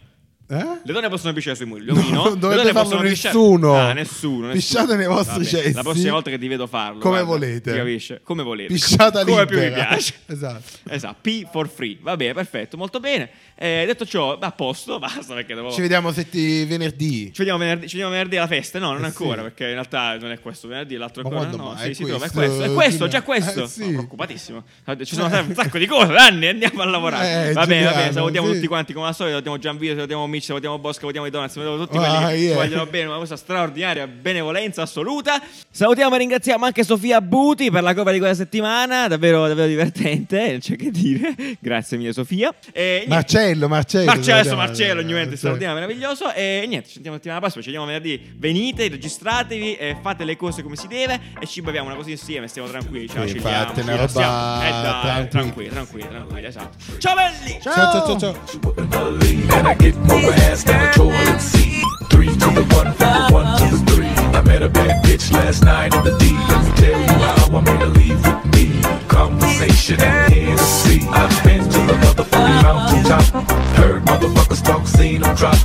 [SPEAKER 3] Eh?
[SPEAKER 2] Le donne possono pisciare sui muri, gli uomini no.
[SPEAKER 3] non
[SPEAKER 2] Le
[SPEAKER 3] dovete
[SPEAKER 2] donne
[SPEAKER 3] farlo
[SPEAKER 2] possono pisciare-
[SPEAKER 3] nessuno.
[SPEAKER 2] Ah, nessuno. nessuno.
[SPEAKER 3] Pisciate nei vostri
[SPEAKER 2] Vabbè,
[SPEAKER 3] cessi.
[SPEAKER 2] La prossima volta che ti vedo farlo.
[SPEAKER 3] Come
[SPEAKER 2] guarda,
[SPEAKER 3] volete.
[SPEAKER 2] ti capisce? Come volete.
[SPEAKER 3] Pisciata
[SPEAKER 2] Come più mi
[SPEAKER 3] libera.
[SPEAKER 2] piace.
[SPEAKER 3] [laughs] Esatto.
[SPEAKER 2] Esatto, P for free. Va bene, perfetto, molto bene. Eh, detto ciò, a posto, [laughs] basta perché devo...
[SPEAKER 3] Ci vediamo setti venerdì.
[SPEAKER 2] Ci vediamo venerdì, ci vediamo venerdì alla festa? No, non
[SPEAKER 3] Eh
[SPEAKER 2] ancora,
[SPEAKER 3] sì.
[SPEAKER 2] perché in realtà non è questo venerdì, l'altro è
[SPEAKER 3] Ma
[SPEAKER 2] quello.
[SPEAKER 3] quando
[SPEAKER 2] no,
[SPEAKER 3] mai?
[SPEAKER 2] sì,
[SPEAKER 3] È
[SPEAKER 2] sì, trova, è
[SPEAKER 3] questo,
[SPEAKER 2] questo, è questo,
[SPEAKER 3] Giulia.
[SPEAKER 2] già questo.
[SPEAKER 3] Eh, sì.
[SPEAKER 2] Sono preoccupatissimo. Ci sono un sacco di cose, anni, andiamo a lavorare.
[SPEAKER 3] Eh,
[SPEAKER 2] va bene, va bene,
[SPEAKER 3] Giuliano,
[SPEAKER 2] salutiamo
[SPEAKER 3] sì.
[SPEAKER 2] tutti quanti come al solito, salutiamo Gianvito, salutiamo Mitch, salutiamo Bosca, salutiamo i Donuts, salutiamo tutti
[SPEAKER 3] Ah,
[SPEAKER 2] quelli che
[SPEAKER 3] yeah.
[SPEAKER 2] ci vogliono bene, una cosa straordinaria, benevolenza assoluta. Salutiamo e ringraziamo anche Sofia Buti per la cover di quella settimana, davvero, davvero divertente, non c'è che dire. [laughs] Grazie mille Sofia. E niente.
[SPEAKER 3] Marcello, Marcello. esatto.
[SPEAKER 2] Marcello, adesso
[SPEAKER 3] guardiamo.
[SPEAKER 2] Marcello, niente,
[SPEAKER 3] Sì.
[SPEAKER 2] straordinario, meraviglioso. E niente, ci sentiamo la settimana prossima, ci vediamo venerdì. Venite, registratevi, eh, fate le cose come si deve e ci beviamo una cosa insieme, stiamo tranquilli, ce la
[SPEAKER 3] Sì,
[SPEAKER 2] scegliamo.
[SPEAKER 3] fate una
[SPEAKER 2] ci
[SPEAKER 3] roba
[SPEAKER 2] siamo- eh, dai,
[SPEAKER 3] tranquilla.
[SPEAKER 2] tranquilli, tranquilli, tranquilli, esatto. Ciao belli!
[SPEAKER 3] Ciao, ciao, ciao, ciao.
[SPEAKER 1] And I get more ass than a toilet seat. Three to the one, from the one to the three. I met a bad bitch last night in the D. Let me tell you how I made her leave with me. Conversation and Hennessy. I've been to the motherfucking mountaintop. Heard motherfuckers talk, seen 'em drop.